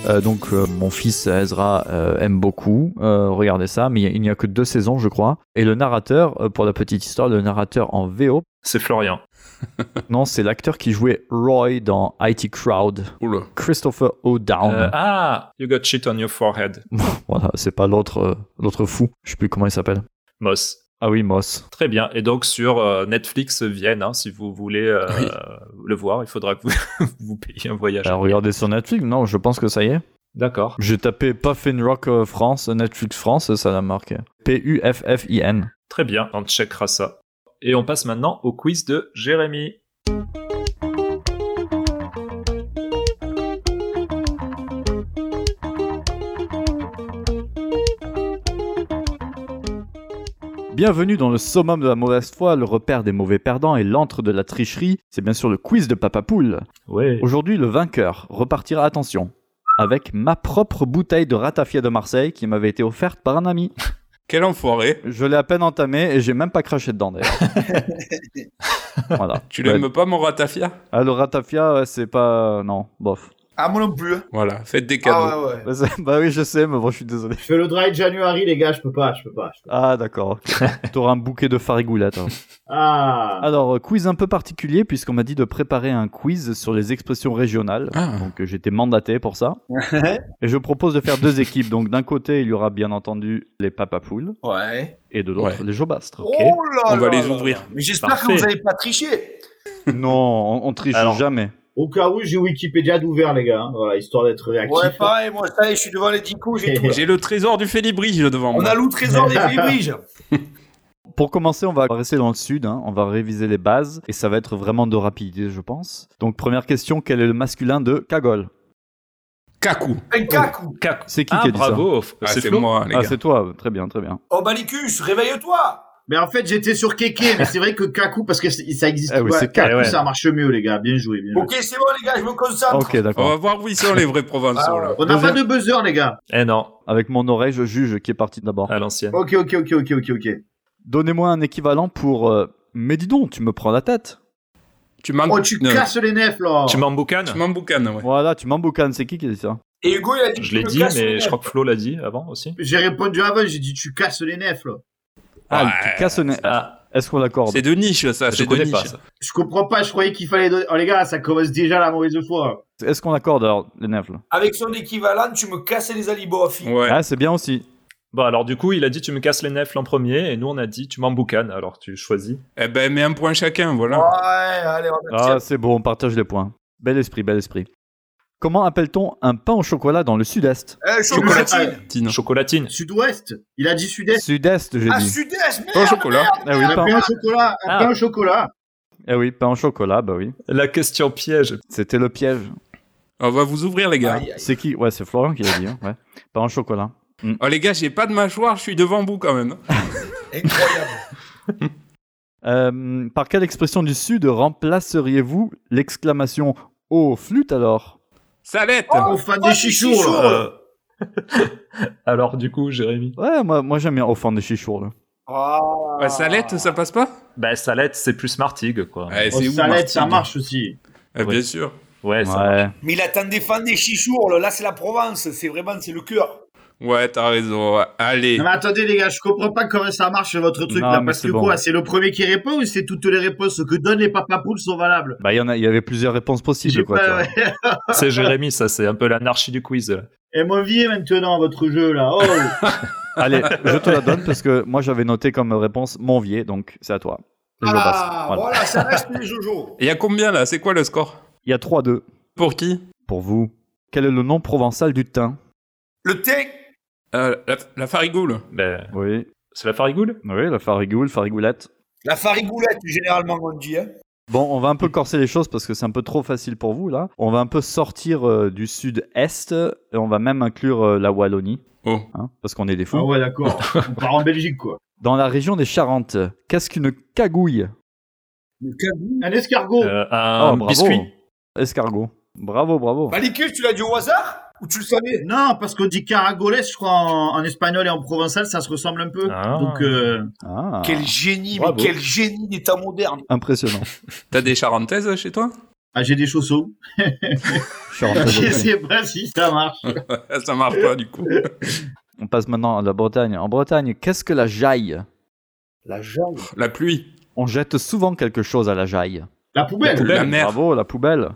Speaker 5: Euh, donc euh, mon fils Ezra euh, aime beaucoup euh, regarder ça, mais il y a- il n'y a que deux saisons, je crois. Et le narrateur, euh, pour la petite histoire, le narrateur en VO,
Speaker 3: C'est Florian.
Speaker 5: non, c'est l'acteur qui jouait Roy dans IT Crowd,
Speaker 4: Oula.
Speaker 5: Christopher O'Down.
Speaker 3: Euh, ah, you got shit on your forehead.
Speaker 5: Voilà, c'est pas l'autre, euh, l'autre fou. Je sais plus comment il s'appelle.
Speaker 3: Moss.
Speaker 5: Ah oui, Moss.
Speaker 3: Très bien. Et donc sur euh, Netflix Vienne, hein, si vous voulez euh, le voir, il faudra que vous, vous payiez un voyage.
Speaker 5: Alors, regardez sur Netflix. Non, je pense que ça y est.
Speaker 3: D'accord.
Speaker 5: J'ai tapé Puffin Rock euh, France, Netflix France, ça l'a marqué. P-U-F-F-I-N.
Speaker 3: Très bien. On checkera ça. Et on passe maintenant au quiz de Jérémy.
Speaker 5: Bienvenue dans le summum de la mauvaise foi, le repère des mauvais perdants et l'antre de la tricherie. C'est bien sûr le quiz de Papa Poule.
Speaker 3: Ouais.
Speaker 5: Aujourd'hui, le vainqueur repartira, attention, avec ma propre bouteille de ratafia de Marseille qui m'avait été offerte par un ami.
Speaker 4: Quel enfoiré.
Speaker 5: Je l'ai à peine entamée et j'ai même pas craché dedans d'ailleurs. voilà.
Speaker 4: Tu l'aimes pas, mon ratafia
Speaker 5: Ah, le ratafia, ouais, c'est pas. Non, bof.
Speaker 6: Ah, moi non plus. hein.
Speaker 4: Voilà, faites des cadeaux.
Speaker 6: Ah, ouais, ouais.
Speaker 5: Bah, c'est- bah oui, je sais, mais bon, je suis désolé.
Speaker 7: Je fais le dry January, les gars, je peux pas, je peux pas. je peux pas.
Speaker 5: Ah, d'accord. ok. T'auras un bouquet de farigoulettes. hein.
Speaker 7: Ah,
Speaker 5: Alors, euh, quiz un peu particulier, puisqu'on m'a dit de préparer un quiz sur les expressions régionales.
Speaker 4: Ah.
Speaker 5: Donc, euh, j'étais mandaté pour ça. Et je propose de faire deux équipes. Donc, d'un côté, il y aura bien entendu les papapoules,
Speaker 6: Ouais.
Speaker 5: et de l'autre,
Speaker 4: Ouais.
Speaker 5: les jobastres.
Speaker 6: Oh là
Speaker 4: On va
Speaker 6: là
Speaker 4: les
Speaker 6: là là.
Speaker 4: ouvrir.
Speaker 6: Mais j'espère que
Speaker 3: Parfait.
Speaker 6: vous n'avez pas triché.
Speaker 5: Non, on, on triche
Speaker 3: Alors.
Speaker 5: jamais.
Speaker 7: au cas où, j'ai Wikipédia d'ouvert, les gars, hein, voilà, histoire d'être réactif.
Speaker 6: Ouais, pareil, moi, ça y est, je suis devant les dicos, j'ai tout. là.
Speaker 4: J'ai le trésor du félibrige devant
Speaker 6: On
Speaker 4: moi.
Speaker 6: a le trésor des Fébriges.
Speaker 5: Pour commencer, on va rester dans le sud. hein. On va réviser les bases, et ça va être vraiment de rapidité, je pense. Donc, première question quel est le masculin de Cagole
Speaker 4: Kaku.
Speaker 6: Un cacou.
Speaker 3: Cac.
Speaker 5: C'est qui
Speaker 3: Ah,
Speaker 5: qui a dit ça
Speaker 3: bravo.
Speaker 4: Ah,
Speaker 3: c'est
Speaker 4: c'est
Speaker 3: Flo.
Speaker 4: moi, les
Speaker 5: Ah,
Speaker 4: gars.
Speaker 5: c'est toi. Très bien, très bien.
Speaker 6: Oh, Balicus, réveille-toi.
Speaker 7: Mais en fait, j'étais sur Kéké, mais c'est vrai que Kaku, parce que c'est- ça existe
Speaker 5: Ah oui,
Speaker 7: pas,
Speaker 5: c'est
Speaker 7: Kaku,
Speaker 3: Kaku, ouais.
Speaker 7: ça marche mieux, les gars, bien joué, bien joué.
Speaker 6: Ok, c'est bon, les gars, je me concentre.
Speaker 5: Ok,
Speaker 4: On
Speaker 5: d'accord.
Speaker 4: va voir où ils sont les vrais provençaux,
Speaker 6: Ah
Speaker 4: là.
Speaker 7: On n'a
Speaker 5: Deuxième-
Speaker 7: pas de buzzer, les gars.
Speaker 3: Eh non,
Speaker 5: Avec mon oreille, je juge qui est parti d'abord.
Speaker 3: à l'ancienne.
Speaker 4: Oh.
Speaker 7: Ok, ok, ok, ok, ok, ok.
Speaker 5: Donnez-moi un équivalent pour. euh, mais dis donc, tu me prends la tête.
Speaker 4: Tu manques.
Speaker 7: Oh, tu
Speaker 4: Non,
Speaker 7: casses les nefs, là.
Speaker 3: Tu
Speaker 4: Tu
Speaker 3: m'emboucanes
Speaker 4: m'emboucanes, ouais.
Speaker 5: Voilà, tu m'emboucanes, c'est qui qui a dit ça
Speaker 6: Et Hugo, il a dit
Speaker 3: Je
Speaker 6: qu'il
Speaker 3: l'ai
Speaker 6: me
Speaker 3: dit,
Speaker 6: casse le
Speaker 3: mais
Speaker 6: nez.
Speaker 3: je crois que Flo l'a dit avant aussi.
Speaker 7: J'ai répondu avant, j'ai dit tu casses les nefs, là.
Speaker 5: Ah,
Speaker 4: Ouais,
Speaker 5: tu casses une-
Speaker 3: Ah,
Speaker 5: Est-ce qu'on l'accorde
Speaker 4: C'est de niche, ça.
Speaker 3: je
Speaker 4: Ah, C'est de
Speaker 3: connais
Speaker 4: niche.
Speaker 3: pas ça.
Speaker 7: Je comprends pas, je croyais qu'il fallait donner... Oh, les gars, ça commence déjà la mauvaise foi.
Speaker 5: Est-ce qu'on l'accorde alors, les nefs là
Speaker 6: Avec son équivalent, tu me casses les alibos, fille.
Speaker 4: Ouais.
Speaker 5: Ah, c'est bien aussi.
Speaker 3: Bon, alors du coup, il a dit tu me casses les nefs l'an premier, et nous on a dit tu m'emboucanes, alors tu choisis.
Speaker 4: Eh ben, mets un point chacun,
Speaker 6: Ouais,
Speaker 4: voilà.
Speaker 6: allez, on
Speaker 5: Ah,
Speaker 6: accepte.
Speaker 5: c'est beau, on partage les points. Bel esprit, bel esprit. Comment appelle-t-on un pain au chocolat dans le sud-est
Speaker 6: Eh, chocolatine.
Speaker 4: Tine.
Speaker 3: Chocolatine.
Speaker 7: Euh, Sud-ouest Il a dit sud-est.
Speaker 5: Sud-est, j'ai
Speaker 6: Ah,
Speaker 5: dit.
Speaker 6: sud-est, merde.
Speaker 4: Pas au chocolat.
Speaker 5: Ah oui,
Speaker 7: Un
Speaker 5: pain.
Speaker 7: pain au chocolat, un
Speaker 3: Ah.
Speaker 7: pain au chocolat.
Speaker 5: Eh oui, pain au chocolat, bah oui.
Speaker 3: La question piège.
Speaker 5: C'était le piège.
Speaker 4: On va vous ouvrir, les gars.
Speaker 6: Aïe, aïe.
Speaker 5: C'est qui Ouais, c'est Florian qui l'a dit. hein, ouais. Pain au chocolat.
Speaker 4: Oh, les gars, j'ai pas de mâchoire, je suis devant vous quand même.
Speaker 6: Incroyable.
Speaker 5: Euh, par quelle expression du sud remplaceriez-vous l'exclamation Oh, flûte alors
Speaker 4: Salette
Speaker 7: On fait
Speaker 6: oh,
Speaker 7: des chichours,
Speaker 6: chichours,
Speaker 7: là. Oh,
Speaker 6: là.
Speaker 3: Euh, Alors du coup, Jérémy
Speaker 5: Ouais, moi, moi j'aime bien au fond des chichours. Là.
Speaker 6: Ah.
Speaker 4: Ouais, Salette, ça passe pas
Speaker 3: Bah, Salette, c'est plus Martigues, quoi.
Speaker 4: Eh,
Speaker 7: Oh,
Speaker 4: C'est où,
Speaker 7: salade, ça
Speaker 4: Martigues
Speaker 7: marche aussi.
Speaker 4: Eh,
Speaker 3: Ouais.
Speaker 4: Bien sûr.
Speaker 3: Ouais, ça-
Speaker 5: Ouais.
Speaker 6: Mais il attend des fans des chichours, là, Là, c'est la Provence, c'est vraiment, c'est le cœur.
Speaker 4: Ouais, t'as raison. ouais. Allez.
Speaker 7: Non mais attendez les gars, je comprends pas comment ça marche votre truc
Speaker 5: Non,
Speaker 7: là
Speaker 5: mais
Speaker 7: parce
Speaker 5: c'est
Speaker 7: que
Speaker 5: bon.
Speaker 7: quoi, c'est le premier qui répond ou c'est toutes les réponses que donnent les papapoules sont valables
Speaker 5: Bah, il y en a, il y avait plusieurs réponses
Speaker 7: J'ai
Speaker 5: possibles, quoi.
Speaker 7: pas-
Speaker 5: tu vois.
Speaker 3: c'est Jérémy, ça, c'est un peu l'anarchie du quiz. là.
Speaker 7: Et mon vie maintenant votre jeu là. Oh,
Speaker 5: Allez, je te la donne parce que moi, j'avais noté comme réponse Monvier, donc c'est à toi. Je le passe.
Speaker 6: Ah,
Speaker 5: Voilà.
Speaker 6: voilà, ça reste les jojos.
Speaker 4: Il y a combien là C'est quoi le score
Speaker 5: Il y a 3-2
Speaker 4: Pour qui
Speaker 5: pour vous. Quel est le nom provençal du thym
Speaker 6: Le thé,
Speaker 4: Euh, la, la farigoule.
Speaker 3: Ben,
Speaker 5: Oui.
Speaker 3: c'est la farigoule
Speaker 5: Oui, la farigoule, farigoulette.
Speaker 6: la farigoulette, généralement, on dit. Hein.
Speaker 5: Bon, on va un peu corser les choses parce que c'est un peu trop facile pour vous, là. On va un peu sortir euh, du sud-est et on va même inclure euh, la Wallonie.
Speaker 4: Oh.
Speaker 5: hein, parce qu'on est des fous.
Speaker 7: ah ouais d'accord. On part en Belgique quoi.
Speaker 5: Dans la région des Charentes, qu'est-ce qu'une cagouille
Speaker 6: Le cagou.
Speaker 7: Un escargot.
Speaker 3: Euh, Un
Speaker 5: Oh, bravo.
Speaker 3: biscuit
Speaker 5: Escargot. Bravo, bravo.
Speaker 6: Balicus, Bah, tu l'as dit au hasard Ou tu le savais
Speaker 7: Non, parce qu'on dit caragoles, je crois, en, en espagnol et en provençal, ça se ressemble un peu.
Speaker 3: Ah.
Speaker 7: Donc, euh,
Speaker 5: Ah,
Speaker 6: Quel génie,
Speaker 3: Bravo.
Speaker 6: mais quel génie d'état moderne.
Speaker 5: impressionnant.
Speaker 4: T'as des charentaises chez toi
Speaker 7: Ah, j'ai des chaussons.
Speaker 5: Je suis rentré
Speaker 7: je
Speaker 5: dedans.
Speaker 7: sais pas si ça marche.
Speaker 4: ça marche pas du coup.
Speaker 5: On passe maintenant à la Bretagne. En Bretagne, qu'est-ce que la jaille
Speaker 6: La jaille.
Speaker 4: La pluie.
Speaker 5: On jette souvent quelque chose à la jaille.
Speaker 7: La poubelle.
Speaker 4: La, mer.
Speaker 5: Bravo, la poubelle.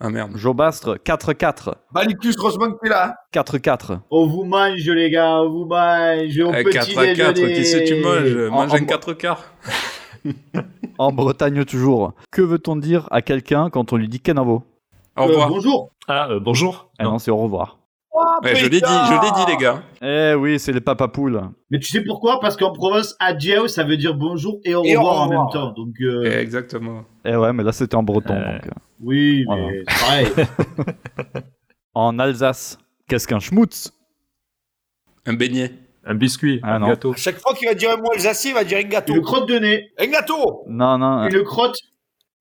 Speaker 4: Ah merde.
Speaker 5: Jobastre, 4-4.
Speaker 6: Balicus, heureusement que t'es là.
Speaker 5: 4-4.
Speaker 7: On vous mange, les gars, on vous mange. Au
Speaker 4: Eh,
Speaker 7: petit
Speaker 4: 4 à 4,
Speaker 7: déjeuner.
Speaker 4: qu'est-ce que tu manges
Speaker 5: En-
Speaker 4: Mange
Speaker 5: en-
Speaker 4: un 4 quarts.
Speaker 5: En Bretagne toujours. Que veut-on dire à quelqu'un quand on lui dit Kenavo
Speaker 4: Au
Speaker 7: Euh,
Speaker 4: revoir.
Speaker 7: bonjour.
Speaker 3: Ah, euh, bonjour.
Speaker 5: Eh non, c'est au revoir.
Speaker 4: Ouais, je l'ai dit, je l'ai dit les gars.
Speaker 5: Eh oui, c'est les papapoules.
Speaker 7: Mais tu sais pourquoi Parce qu'en Provence, adieu, ça veut dire bonjour et au,
Speaker 6: Et au
Speaker 7: revoir, en
Speaker 6: revoir.
Speaker 7: même temps. Donc, euh,
Speaker 4: Eh, exactement.
Speaker 5: Eh ouais, mais là c'était en breton.
Speaker 3: Euh.
Speaker 5: donc.
Speaker 7: oui,
Speaker 5: Voilà.
Speaker 7: mais c'est pareil.
Speaker 5: En Alsace, qu'est-ce qu'un schmutz
Speaker 4: Un beignet.
Speaker 3: Un biscuit,
Speaker 5: Ah
Speaker 3: un
Speaker 5: non.
Speaker 3: gâteau.
Speaker 6: À chaque fois qu'il va dire un mot alsacien, il va dire un
Speaker 7: Une
Speaker 6: gâteau.
Speaker 7: crotte de nez,
Speaker 6: Un gâteau
Speaker 5: Non, non, un-
Speaker 7: une crotte.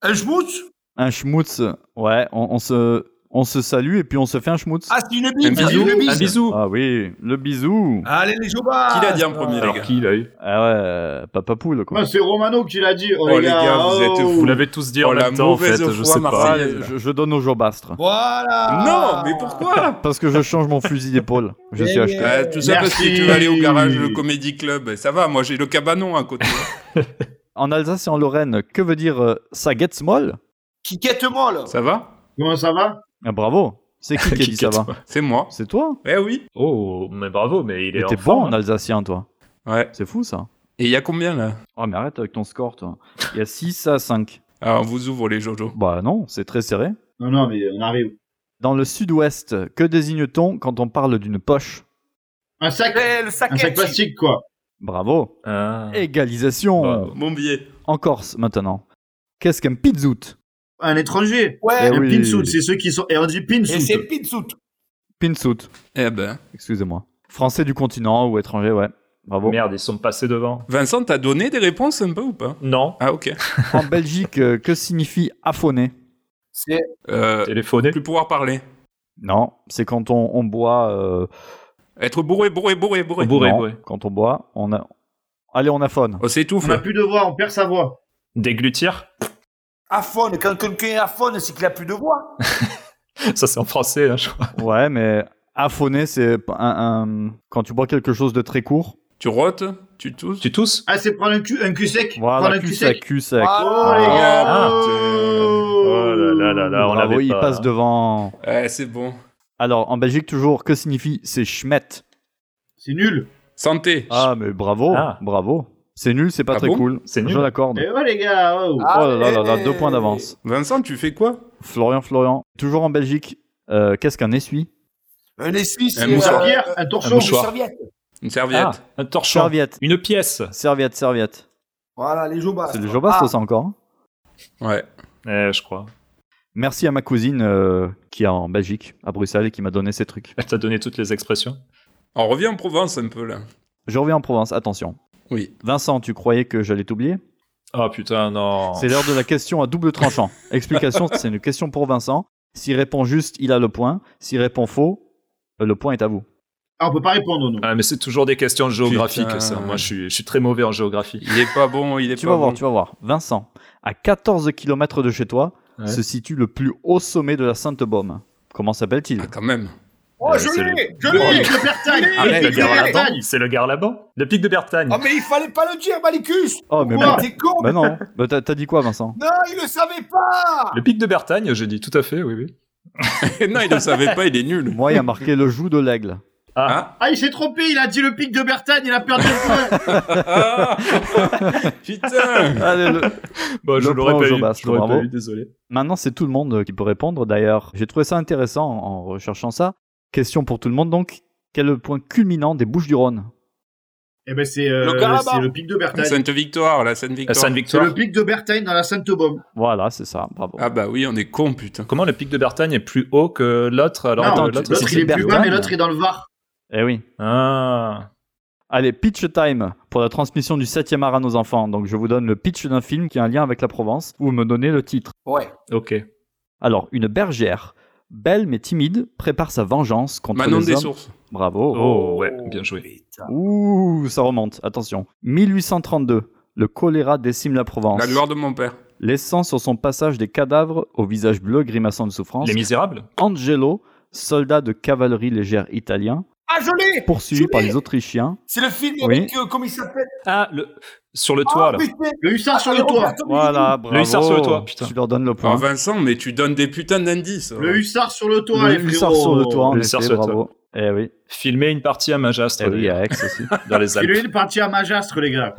Speaker 6: Un schmutz
Speaker 5: un schmutz, ouais, on, on se, on se salue et puis on se fait un schmutz.
Speaker 6: Ah, c'est une bite
Speaker 4: Un
Speaker 6: ça, c'est
Speaker 4: bisou.
Speaker 6: une bite.
Speaker 3: Un bisou.
Speaker 5: Ah oui, le bisou.
Speaker 6: Allez, les jobas
Speaker 8: Ah,
Speaker 4: Qui l'a dit en premier Oh, les
Speaker 3: Alors
Speaker 4: gars
Speaker 3: qui l'a eu
Speaker 5: Ah ouais, euh, papapoule quoi.
Speaker 7: Ah, c'est Romano qui l'a dit. Oh,
Speaker 4: Oh, les gars, vous êtes
Speaker 7: oh.
Speaker 4: fous.
Speaker 3: Vous l'avez tous dit en
Speaker 4: Oh, la
Speaker 3: même temps, en fait.
Speaker 4: mauvaise
Speaker 3: Je
Speaker 4: foi
Speaker 3: sais pas.
Speaker 4: marseillaise.
Speaker 5: Ouais, je, je donne au jobastre.
Speaker 6: Voilà
Speaker 4: Non, mais pourquoi
Speaker 5: Parce que je change mon fusil d'épaule. Je suis acheté.
Speaker 4: Euh, Tout ça parce que
Speaker 7: Merci.
Speaker 4: tu vas aller au garage, le Comedy Club. Ça va, moi j'ai le cabanon à côté.
Speaker 5: En Alsace et en Lorraine, que veut dire euh, ça gets molle
Speaker 6: Qui quête molle
Speaker 4: Ça va
Speaker 7: Comment ça va
Speaker 5: Ah, Bravo. C'est qui qui a
Speaker 3: Qui
Speaker 5: dit ça
Speaker 3: quête
Speaker 5: va
Speaker 4: C'est moi.
Speaker 5: C'est toi
Speaker 4: Eh oui.
Speaker 3: Oh, mais bravo, mais il est
Speaker 5: Mais t'es
Speaker 3: en
Speaker 5: bon
Speaker 3: forme, hein.
Speaker 5: en alsacien toi.
Speaker 4: Ouais.
Speaker 5: C'est fou ça.
Speaker 4: Et il y a combien là
Speaker 5: Oh mais arrête avec ton score toi. Il y a 6 à 5.
Speaker 4: Ah, on vous ouvre les Jojo.
Speaker 5: Bah non, c'est très serré.
Speaker 7: Non, non, mais on arrive.
Speaker 5: Dans le sud-ouest, que désigne-t-on quand on parle d'une poche
Speaker 7: Un sac,
Speaker 6: Eh, le sac
Speaker 7: un sac plastique, quoi.
Speaker 5: Bravo.
Speaker 3: Ah.
Speaker 5: Eh, Égalisation.
Speaker 3: Bravo.
Speaker 4: Mon billet.
Speaker 5: En Corse maintenant. Qu'est-ce qu'un pizzout
Speaker 7: Un étranger.
Speaker 5: Eh
Speaker 6: Ouais,
Speaker 7: un
Speaker 5: oui.
Speaker 7: pinsout, c'est ceux qui sont. Et on dit
Speaker 6: et c'est
Speaker 7: pinsout.
Speaker 6: pizzout.
Speaker 5: Pinsout.
Speaker 4: Eh ben.
Speaker 5: Excusez-moi. Français du continent ou étranger, ouais. Bravo.
Speaker 3: Oh, Merde, ils sont passés devant.
Speaker 4: Vincent, t'as donné des réponses un peu ou pas
Speaker 3: Non,
Speaker 4: Ah, ok.
Speaker 5: En Belgique, euh, que signifie affonner
Speaker 6: C'est
Speaker 4: Euh,
Speaker 3: téléphoner.
Speaker 4: plus pouvoir parler.
Speaker 5: Non, c'est quand on, on boit. euh,
Speaker 4: Être bourré, bourré, bourré, bourré.
Speaker 3: Bourré,
Speaker 5: non,
Speaker 3: bourré.
Speaker 5: Quand on boit, on a. Allez, on affonne.
Speaker 4: On s'étouffe.
Speaker 7: On n'a plus de voix, on perd sa voix.
Speaker 3: Déglutir.
Speaker 6: aphone. Quand quelqu'un est aphone, c'est qu'il a plus de voix.
Speaker 3: Ça, c'est en français, hein, je crois.
Speaker 5: Ouais, mais affonner, c'est un, un- quand tu bois quelque chose de très court.
Speaker 4: Tu rotes, tu tousses.
Speaker 3: Tu tousses
Speaker 7: Ah, c'est prendre un cul, un cul sec. prendre
Speaker 5: Voilà,
Speaker 7: un
Speaker 5: cul sec, cul sec.
Speaker 6: Ah,
Speaker 7: Oh, les gars.
Speaker 3: Ah.
Speaker 7: oh.
Speaker 3: Oh là là là là, on
Speaker 5: Bravo,
Speaker 3: l'avait
Speaker 5: il
Speaker 3: pas,
Speaker 5: passe
Speaker 3: hein.
Speaker 5: devant.
Speaker 4: Eh, c'est bon.
Speaker 5: Alors, en Belgique, toujours, que signifie c'est schmett
Speaker 7: C'est nul.
Speaker 4: Santé.
Speaker 5: Ah, mais bravo,
Speaker 3: Ah.
Speaker 5: bravo. C'est nul, c'est pas
Speaker 4: Ah
Speaker 5: très
Speaker 4: bon
Speaker 5: cool.
Speaker 3: C'est
Speaker 5: Je
Speaker 3: nul. Eh.
Speaker 5: l'accorde.
Speaker 7: Et ouais, les gars. oh.
Speaker 6: Ah.
Speaker 5: Oh là là là là, deux points d'avance.
Speaker 4: Vincent, tu fais quoi
Speaker 5: Florian, Florian, toujours en Belgique, euh, qu'est-ce qu'un essuie
Speaker 6: Un essuie, c'est
Speaker 4: Un
Speaker 7: Une
Speaker 4: mouchoir.
Speaker 6: euh,
Speaker 7: serpillère, un
Speaker 3: Un
Speaker 7: torchon.
Speaker 3: mouchoir.
Speaker 6: serviette.
Speaker 4: Une serviette.
Speaker 3: Ah, un torchon.
Speaker 5: Serviette.
Speaker 3: Une pièce.
Speaker 5: Serviette, serviette.
Speaker 6: Voilà, les Ah, jobas.
Speaker 8: Ah.
Speaker 5: C'est le jobastre, ça encore. hein? Ah.
Speaker 4: Ouais.
Speaker 3: Eh, je crois.
Speaker 5: Merci à ma cousine euh, qui est en Belgique, à Bruxelles, et qui m'a donné ces trucs.
Speaker 3: Elle t'a donné toutes les expressions.
Speaker 4: On revient en Provence un peu là.
Speaker 5: Je reviens en Provence, attention.
Speaker 4: Oui.
Speaker 5: Vincent, tu croyais que j'allais t'oublier
Speaker 3: Oh putain, non.
Speaker 5: C'est l'heure de la question à double tranchant. Explication, c'est une question pour Vincent. S'il répond juste, il a le point. S'il répond faux, euh, le point est à vous.
Speaker 7: Ah, on peut pas répondre, nous.
Speaker 3: Ah, mais c'est toujours des questions géographiques,
Speaker 4: Putain.
Speaker 3: ça. Moi, je suis, je suis très mauvais en géographie.
Speaker 4: Il est pas bon, il est
Speaker 5: Tu
Speaker 4: pas
Speaker 5: vas voir,
Speaker 4: bon.
Speaker 5: tu vas voir. Vincent, à 14 km de chez toi,
Speaker 3: Ouais.
Speaker 5: se situe le plus haut sommet de la Sainte-Baume. Comment s'appelle-il
Speaker 4: Ah, quand même.
Speaker 6: Oh,
Speaker 3: Euh,
Speaker 6: je
Speaker 3: c'est
Speaker 6: l'ai, je
Speaker 7: Le
Speaker 6: l'ai.
Speaker 7: pic de Bertagne.
Speaker 6: Ah,
Speaker 7: Le
Speaker 4: mais
Speaker 7: pic
Speaker 3: le
Speaker 7: de
Speaker 3: gars
Speaker 7: Bertagne.
Speaker 3: là-bas C'est le gars là-bas Le pic de Bertagne.
Speaker 6: Ah, mais il fallait pas le dire, Malicus.
Speaker 5: Oh, mais
Speaker 6: Quoi,
Speaker 5: merde.
Speaker 6: t'es con
Speaker 5: Bah non, Bah, t'as t'as dit quoi, Vincent
Speaker 6: Non, il le savait pas
Speaker 3: Le pic de Bertagne, j'ai dit tout à fait, oui, oui.
Speaker 4: non, il ne savait pas, il est nul.
Speaker 5: Moi, il y a marqué le joug de l'aigle.
Speaker 4: Ah.
Speaker 7: Ah, il s'est trompé, il a dit le pic de Bertagne, il a perdu un point.
Speaker 4: Ah. Putain.
Speaker 5: Allez, le-
Speaker 3: Bon, Bah, je
Speaker 5: Le
Speaker 3: l'aurais
Speaker 5: point au
Speaker 3: pas, eu,
Speaker 5: Jobastre,
Speaker 3: je l'aurais
Speaker 5: bravo.
Speaker 3: pas eu, désolé.
Speaker 5: Maintenant, c'est tout le monde euh, qui peut répondre. D'ailleurs, j'ai trouvé ça intéressant en- en recherchant ça. Question pour tout le monde, donc. Quel est le point culminant des Bouches-du-Rhône
Speaker 7: Eh ben, c'est euh,
Speaker 6: Le Karabakh.
Speaker 7: c'est le pic de Bertagne.
Speaker 4: Sainte Victoire, la Sainte
Speaker 3: Euh,
Speaker 4: Victoire.
Speaker 7: C'est
Speaker 3: Sainte-Victoire.
Speaker 7: le pic de Bertagne dans la Sainte-Baume.
Speaker 5: Voilà, c'est ça. Bravo.
Speaker 4: Ah bah oui, on est con putain.
Speaker 3: Comment le pic de Bertagne est plus haut que l'autre alors
Speaker 7: Non,
Speaker 3: que
Speaker 5: attends,
Speaker 3: l'autre,
Speaker 5: tu-
Speaker 7: L'autre,
Speaker 3: c'est-
Speaker 7: il est plus bas, mais
Speaker 5: Bertagne.
Speaker 7: l'autre est dans le Var.
Speaker 5: Eh oui.
Speaker 3: Ah.
Speaker 5: Allez, pitch time pour la transmission du 7e art à nos enfants. Donc, je vous donne le pitch d'un film qui a un lien avec la Provence. Vous me donnez le titre.
Speaker 6: Ouais.
Speaker 3: Ok.
Speaker 5: Alors, une bergère, belle mais timide, prépare sa vengeance contre
Speaker 4: Manon Oh.
Speaker 5: les
Speaker 4: des
Speaker 5: hommes.
Speaker 4: sources.
Speaker 5: Bravo.
Speaker 3: Oh, ouais, bien joué.
Speaker 6: Putain.
Speaker 5: Ouh, ça remonte. Attention. 1832, le choléra décime la Provence.
Speaker 4: La gloire de mon père.
Speaker 5: laissant sur son passage des cadavres au visage bleu grimaçant de souffrance.
Speaker 3: Les Misérables
Speaker 5: Angelo, soldat de cavalerie légère italien,
Speaker 6: Ah, je l'ai
Speaker 5: poursuivi
Speaker 6: Je
Speaker 5: par
Speaker 6: l'ai
Speaker 5: les Autrichiens.
Speaker 6: C'est le film
Speaker 5: Oui.
Speaker 6: avec, euh, comment il s'appelle
Speaker 3: Ah, le... sur le toit,
Speaker 6: Ah,
Speaker 3: là.
Speaker 6: putain,
Speaker 7: Le hussard sur le
Speaker 6: Roberto
Speaker 7: toit.
Speaker 6: Benigni.
Speaker 5: Voilà, bravo.
Speaker 3: hussard sur le toit, putain.
Speaker 5: Tu leur donnes le
Speaker 4: Ah,
Speaker 5: point.
Speaker 4: Vincent, mais tu donnes des putains d'indices.
Speaker 7: Le hussard sur le toit, eh, les
Speaker 5: le hussard
Speaker 7: frérots.
Speaker 5: sur le toit, en
Speaker 3: Le
Speaker 5: effet,
Speaker 3: hussard sur le toit.
Speaker 5: bravo. Eh oui,
Speaker 3: Filmer une partie à Majastre,
Speaker 5: eh oui,
Speaker 3: d'ailleurs,
Speaker 5: à Aix aussi.
Speaker 3: dans les
Speaker 7: Et lui,
Speaker 3: Alpes.
Speaker 7: il est parti à Majastre, les gars.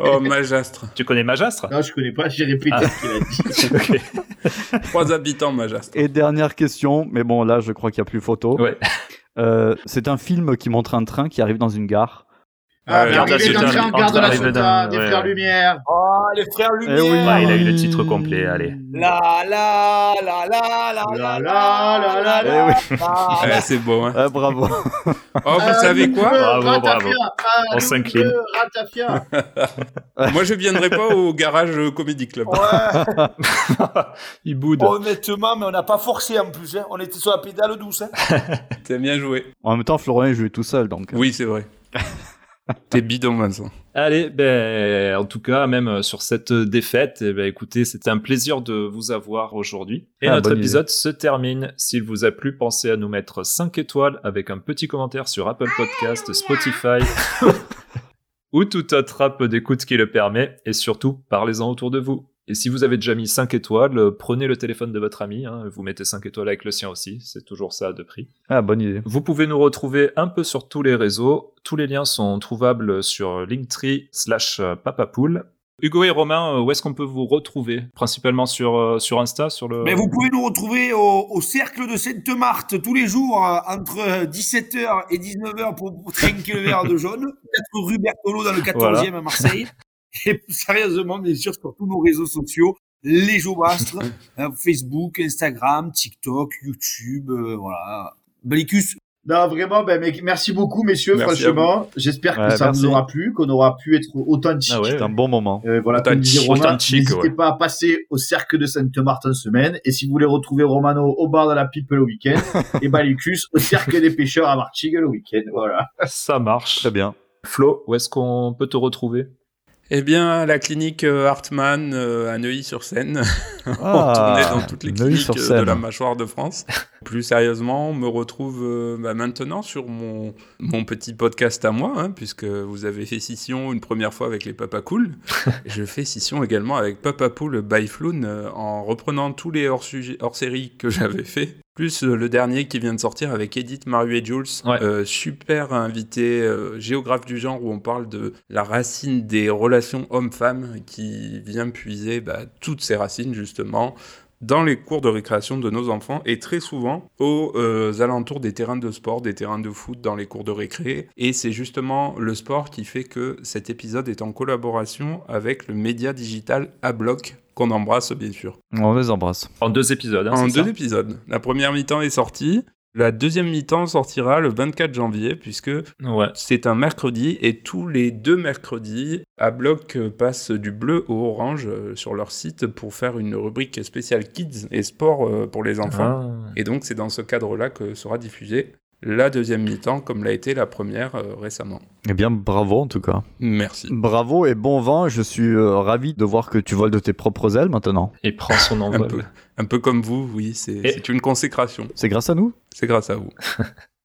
Speaker 4: Oh, Majastre.
Speaker 3: Tu connais Majastre
Speaker 7: Non, je connais pas, j'ai répété
Speaker 3: Ah.
Speaker 7: ce qu'il a dit.
Speaker 3: Ok.
Speaker 4: Trois habitants, Majastre.
Speaker 5: Et dernière question, mais bon, là, je crois qu'il n'y a plus photo.
Speaker 3: Ouais.
Speaker 5: Euh, c'est un film qui montre un train qui arrive dans une gare.
Speaker 7: Ah,
Speaker 4: Ouais,
Speaker 7: mais
Speaker 4: garde la hein.
Speaker 7: arrivé dans le
Speaker 4: soutane,
Speaker 7: train,
Speaker 4: entre
Speaker 7: garde la
Speaker 4: arrivé
Speaker 7: soutane,
Speaker 11: dans-
Speaker 7: des
Speaker 11: ouais,
Speaker 7: frères
Speaker 11: ouais.
Speaker 7: Lumière.
Speaker 6: Ah, les frères
Speaker 5: Eh
Speaker 6: Lumière
Speaker 5: oui.
Speaker 8: Ah,
Speaker 11: Ouais, il a eu le titre complet, allez.
Speaker 6: La la la la la
Speaker 7: La, la, la, la,
Speaker 5: la.
Speaker 6: la.
Speaker 4: Eh, c'est beau, hein.
Speaker 5: Ah, Eh bravo.
Speaker 4: Oh, vous
Speaker 7: Euh,
Speaker 4: savez quoi
Speaker 3: Bravo, bravo.
Speaker 7: Ratafia, ah,
Speaker 3: On
Speaker 7: le
Speaker 3: s'incline.
Speaker 7: bleu, Ratafia.
Speaker 4: Moi, je viendrai pas au garage euh, Comedy Club.
Speaker 6: Ouais,
Speaker 3: Il boude.
Speaker 7: Oh,
Speaker 6: honnêtement, mais on n'a pas forcé en plus. hein. On était sur la pédale douce. hein.
Speaker 4: T'as bien joué.
Speaker 5: En même temps, Florian, il jouait tout seul, donc.
Speaker 4: Oui, c'est vrai. T'es bidon, Vincent.
Speaker 3: Allez, ben, en tout cas, même euh, sur cette défaite, eh ben, écoutez, c'était un plaisir de vous avoir aujourd'hui. Et
Speaker 5: Ah,
Speaker 3: notre
Speaker 5: bonne
Speaker 3: épisode se termine. S'il vous a plu, pensez à nous mettre 5 étoiles avec un petit commentaire sur Apple Podcast, Spotify ou toute autre app d'écoute qui le permet. Et surtout, parlez-en autour de vous. Et si vous avez déjà mis 5 étoiles, euh, prenez le téléphone de votre ami, hein, vous mettez 5 étoiles avec le sien aussi, c'est toujours ça de prix.
Speaker 5: Ah, bonne idée.
Speaker 3: Vous pouvez nous retrouver un peu sur tous les réseaux. Tous les liens sont trouvables sur linktree slash papapool. Hugo et Romain, euh, où est-ce qu'on peut vous retrouver Principalement sur, euh, sur Insta, sur le...
Speaker 6: Mais Ben, vous pouvez nous retrouver au, au Cercle de Sainte-Marthe tous les jours euh, entre 17h et 19h pour, pour trinquer le verre de jaune. 4 rue Bertolo dans le 14e à Marseille. Et plus sérieusement, bien sûr, sur tous nos réseaux sociaux, les Jobastres, euh, Facebook, Instagram, TikTok, YouTube, euh, voilà. Balicus,
Speaker 7: Non, vraiment, ben, mec, merci beaucoup, messieurs,
Speaker 4: Merci
Speaker 7: franchement. J'espère que
Speaker 5: Ouais,
Speaker 7: ça
Speaker 5: merci.
Speaker 7: vous aura plu, qu'on aura pu être authentique.
Speaker 3: Ah ouais,
Speaker 5: C'est un bon moment.
Speaker 7: Euh, voilà, comme
Speaker 4: Authentique,
Speaker 7: dit Romain,
Speaker 3: authentique,
Speaker 7: n'hésitez
Speaker 3: ouais.
Speaker 7: pas à passer au cercle de Sainte-Marthe en semaine. Et si vous voulez retrouver Romano au bar de la Pipe le week-end, et Balicus au cercle des pêcheurs à Martigues le week-end. Voilà.
Speaker 3: ça marche.
Speaker 5: Très bien.
Speaker 3: Flo, où est-ce qu'on peut te retrouver
Speaker 4: Eh bien, la clinique euh, Hartmann euh, à Neuilly-sur-Seine.
Speaker 5: Ah,
Speaker 4: on tournait dans toutes les cliniques euh, de la mâchoire de France. Plus sérieusement, on me retrouve euh, bah, maintenant sur mon, mon petit podcast à moi, hein, puisque vous avez fait scission une première fois avec les Papa Cool. Je fais scission également avec Papa Pool by Floun euh, en reprenant tous les hors-sujets- hors-séries que j'avais fait. Plus euh, le dernier qui vient de sortir avec Edith, Maru et Jules.
Speaker 3: Ouais.
Speaker 4: Euh, super invité, euh, géographe du genre, où on parle de la racine des relations hommes-femmes qui vient puiser bah, toutes ces racines justement dans les cours de récréation de nos enfants et très souvent aux euh, alentours des terrains de sport, des terrains de foot dans les cours de récré. Et c'est justement le sport qui fait que cet épisode est en collaboration avec le média digital Abloc qu'on embrasse bien sûr.
Speaker 5: On les embrasse.
Speaker 3: En deux épisodes, hein,
Speaker 4: En
Speaker 3: c'est
Speaker 4: deux
Speaker 3: ça
Speaker 4: épisodes. La première mi-temps est sortie. La deuxième mi-temps sortira le 24 janvier puisque
Speaker 3: Ouais.
Speaker 4: c'est un mercredi et tous les deux mercredis, à bloc euh, passe du bleu au orange euh, sur leur site pour faire une rubrique spéciale kids et sport euh, pour les enfants.
Speaker 3: Ah.
Speaker 4: Et donc c'est dans ce cadre-là que sera diffusée la deuxième mi-temps comme l'a été la première euh, récemment.
Speaker 5: Eh bien, bravo en tout cas.
Speaker 4: Merci.
Speaker 5: Bravo et bon vent. Je suis euh, ravi de voir que tu voles de tes propres ailes maintenant.
Speaker 3: Et prends son
Speaker 4: Un peu,
Speaker 3: envol.
Speaker 4: un peu comme vous, oui, c'est
Speaker 3: Et-
Speaker 4: c'est une consécration.
Speaker 5: C'est grâce à nous.
Speaker 4: C'est grâce à vous.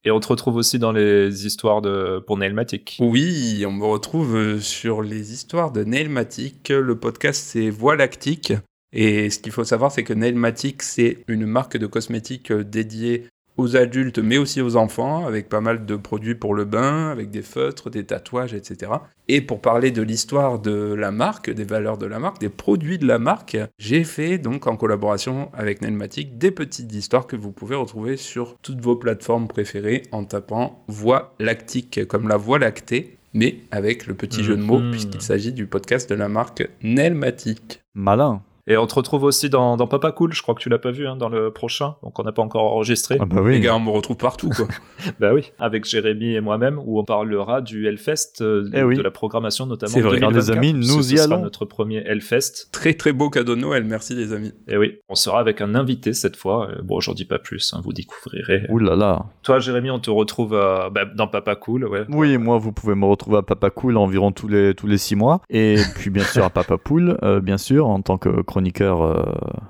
Speaker 3: Et on te retrouve aussi dans les histoires de... pour Nailmatic.
Speaker 4: Oui, on me retrouve euh, sur les histoires de Nailmatic. Le podcast, c'est Voie Lactique. Et ce qu'il faut savoir, c'est que Nailmatic, c'est une marque de cosmétiques euh, dédiée aux adultes, mais aussi aux enfants, avec pas mal de produits pour le bain, avec des feutres, des tatouages, etc. Et pour parler de l'histoire de la marque, des valeurs de la marque, des produits de la marque, j'ai fait donc en collaboration avec Nelmatic des petites histoires que vous pouvez retrouver sur toutes vos plateformes préférées en tapant voix lactique comme la voix lactée, mais avec le petit jeu de mots
Speaker 3: Mhm.
Speaker 4: puisqu'il s'agit du podcast de la marque Nelmatic.
Speaker 5: Malin.
Speaker 3: Et on te retrouve aussi dans, dans Papa Cool, je crois que tu l'as pas vu, hein, dans le prochain, donc on n'a pas encore enregistré.
Speaker 5: Ah bah oui.
Speaker 4: Eh, Les gars, on me retrouve partout, quoi.
Speaker 3: Bah oui, avec Jérémy et moi-même, où on parlera du Hellfest, euh,
Speaker 5: Eh oui.
Speaker 3: de la programmation notamment.
Speaker 5: C'est vrai.
Speaker 3: 2024,
Speaker 5: Les amis,
Speaker 3: puisque
Speaker 5: nous
Speaker 3: ce
Speaker 5: y
Speaker 3: sera
Speaker 5: allons.
Speaker 3: notre premier Hellfest.
Speaker 4: très, très beau cadeau de Noël. Merci, les amis.
Speaker 3: Et oui, on sera avec un invité cette fois. Euh, Bon, j'en dis pas plus, hein, vous découvrirez.
Speaker 5: Ouh là là.
Speaker 3: Toi, Jérémy, on te retrouve euh, bah, dans Papa Cool, ouais.
Speaker 5: Oui, et moi, vous pouvez me retrouver à Papa Cool environ tous les, tous les six mois. Et puis, bien sûr, à Papa Pool, euh, bien sûr, en tant que chroniqueur. euh,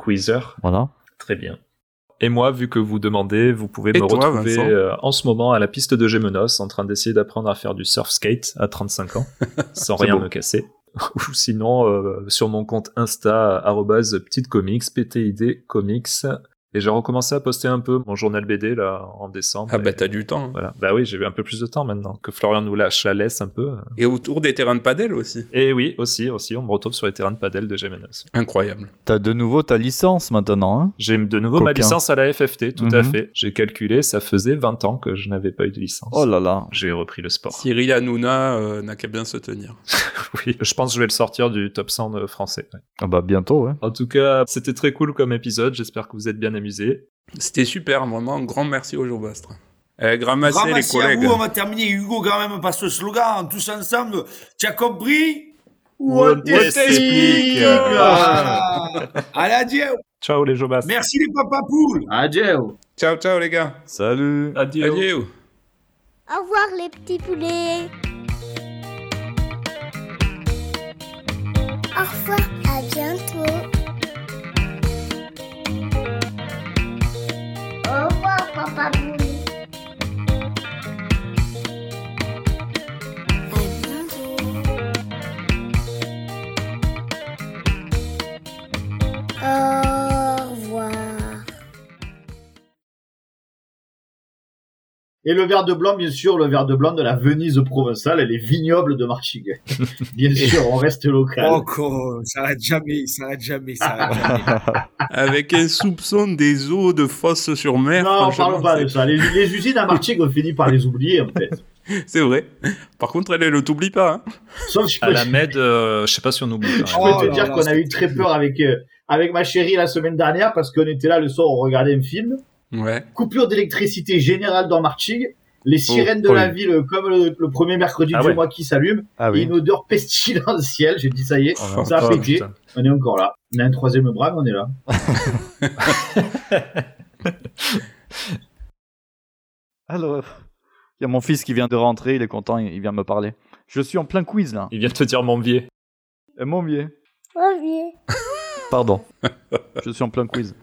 Speaker 3: Queezer,
Speaker 5: voilà.
Speaker 3: très bien. Et moi, vu que vous demandez, vous pouvez
Speaker 4: Et
Speaker 3: me
Speaker 4: toi,
Speaker 3: retrouver
Speaker 4: Vincent
Speaker 3: euh, en ce moment à la piste de Gémenos, en train d'essayer d'apprendre à faire du surf skate à 35 ans, sans
Speaker 4: C'est
Speaker 3: rien
Speaker 4: beau.
Speaker 3: me casser. Ou sinon, euh, sur mon compte Insta, arrobase petite comics, PTID comics. Et j'ai recommencé à poster un peu mon journal BD là en décembre.
Speaker 4: Ah
Speaker 3: Et
Speaker 4: bah, t'as du temps. hein.
Speaker 3: Voilà. Bah oui, j'ai eu un peu plus de temps maintenant que Florian nous lâche la laisse un peu.
Speaker 4: Et autour des terrains de padel aussi.
Speaker 3: Et oui, aussi, aussi, on me retrouve sur les terrains de padel de Gémenos.
Speaker 4: Incroyable.
Speaker 5: T'as de nouveau ta licence maintenant, hein
Speaker 3: J'ai de nouveau ma
Speaker 5: Coquin.
Speaker 3: licence à la FFT, tout à
Speaker 5: Mhm.
Speaker 3: fait. J'ai calculé, ça faisait 20 ans que je n'avais pas eu de licence.
Speaker 5: Oh là là.
Speaker 3: J'ai repris le sport.
Speaker 4: Cyril Hanouna euh, n'a qu'à bien se tenir.
Speaker 3: Oui, je pense que je vais le sortir du top 100 de français. ouais.
Speaker 5: Ah bah, bientôt, ouais.
Speaker 3: En tout cas, c'était très cool comme épisode. J'espère que vous êtes bien amusés.
Speaker 4: C'était super, vraiment. un Grand merci aux Jour Bastre. Euh, grand merci, les
Speaker 6: Ramassez à
Speaker 4: collègues.
Speaker 6: vous, on va terminer Hugo quand même par ce slogan, tous ensemble. Tu as compris
Speaker 3: What
Speaker 7: t'explique
Speaker 3: t'explique
Speaker 7: Ah.
Speaker 6: Allez, adieu.
Speaker 3: Ciao les jobas.
Speaker 6: Merci les papas poules.
Speaker 7: Adieu
Speaker 4: Ciao, ciao, les gars.
Speaker 5: Salut.
Speaker 4: Adieu.
Speaker 2: Au revoir les petits poulets.
Speaker 1: Au revoir, à bientôt.
Speaker 2: Au revoir papa poulet.
Speaker 1: À bientôt. Au revoir.
Speaker 7: Et le verre de blanc, bien sûr, le verre de blanc de la Venise provençale et les vignobles de Marchigues. Bien sûr, on reste local.
Speaker 6: Encore, ça arrête jamais, ça arrête jamais, ça arrête jamais.
Speaker 4: Avec un soupçon des eaux de fosse sur mer.
Speaker 7: non,
Speaker 4: franchement,
Speaker 7: parlons pas
Speaker 4: c'est-
Speaker 7: de ça. Les, les usines à Martigues, on finit par les oublier, en fait.
Speaker 4: C'est vrai. Par contre, elle, elle ne t'oublie pas. hein.
Speaker 7: Sauf si je
Speaker 3: À
Speaker 7: peux,
Speaker 3: la Med, euh, je sais pas si on oublie.
Speaker 7: je
Speaker 3: quand
Speaker 7: peux
Speaker 3: même.
Speaker 6: Oh
Speaker 7: te
Speaker 6: là
Speaker 7: dire
Speaker 6: là,
Speaker 7: qu'on a
Speaker 6: c'était
Speaker 7: eu très peur avec, euh, avec ma chérie la semaine dernière parce qu'on était là le soir, on regardait un film.
Speaker 4: Ouais.
Speaker 7: coupure d'électricité générale dans Marching, les sirènes de
Speaker 5: oh
Speaker 7: la ville, euh, comme le, le premier mercredi
Speaker 3: Ah
Speaker 7: du
Speaker 3: ouais.
Speaker 7: mois qui s'allume,
Speaker 5: Ah
Speaker 7: et une odeur pestilentielle, j'ai dit ça y est,
Speaker 4: Oh,
Speaker 7: ça a
Speaker 3: Oh,
Speaker 7: pété,
Speaker 3: putain.
Speaker 7: on est encore là. On a un troisième bras, mais on est là.
Speaker 5: Alors, il y a mon fils qui vient de rentrer, il est content, il il vient me parler. Je suis en plein quiz, là.
Speaker 3: Il vient de te dire mon biais.
Speaker 5: Et mon biais.
Speaker 2: Au revoir.
Speaker 5: Pardon. Je suis en plein quiz.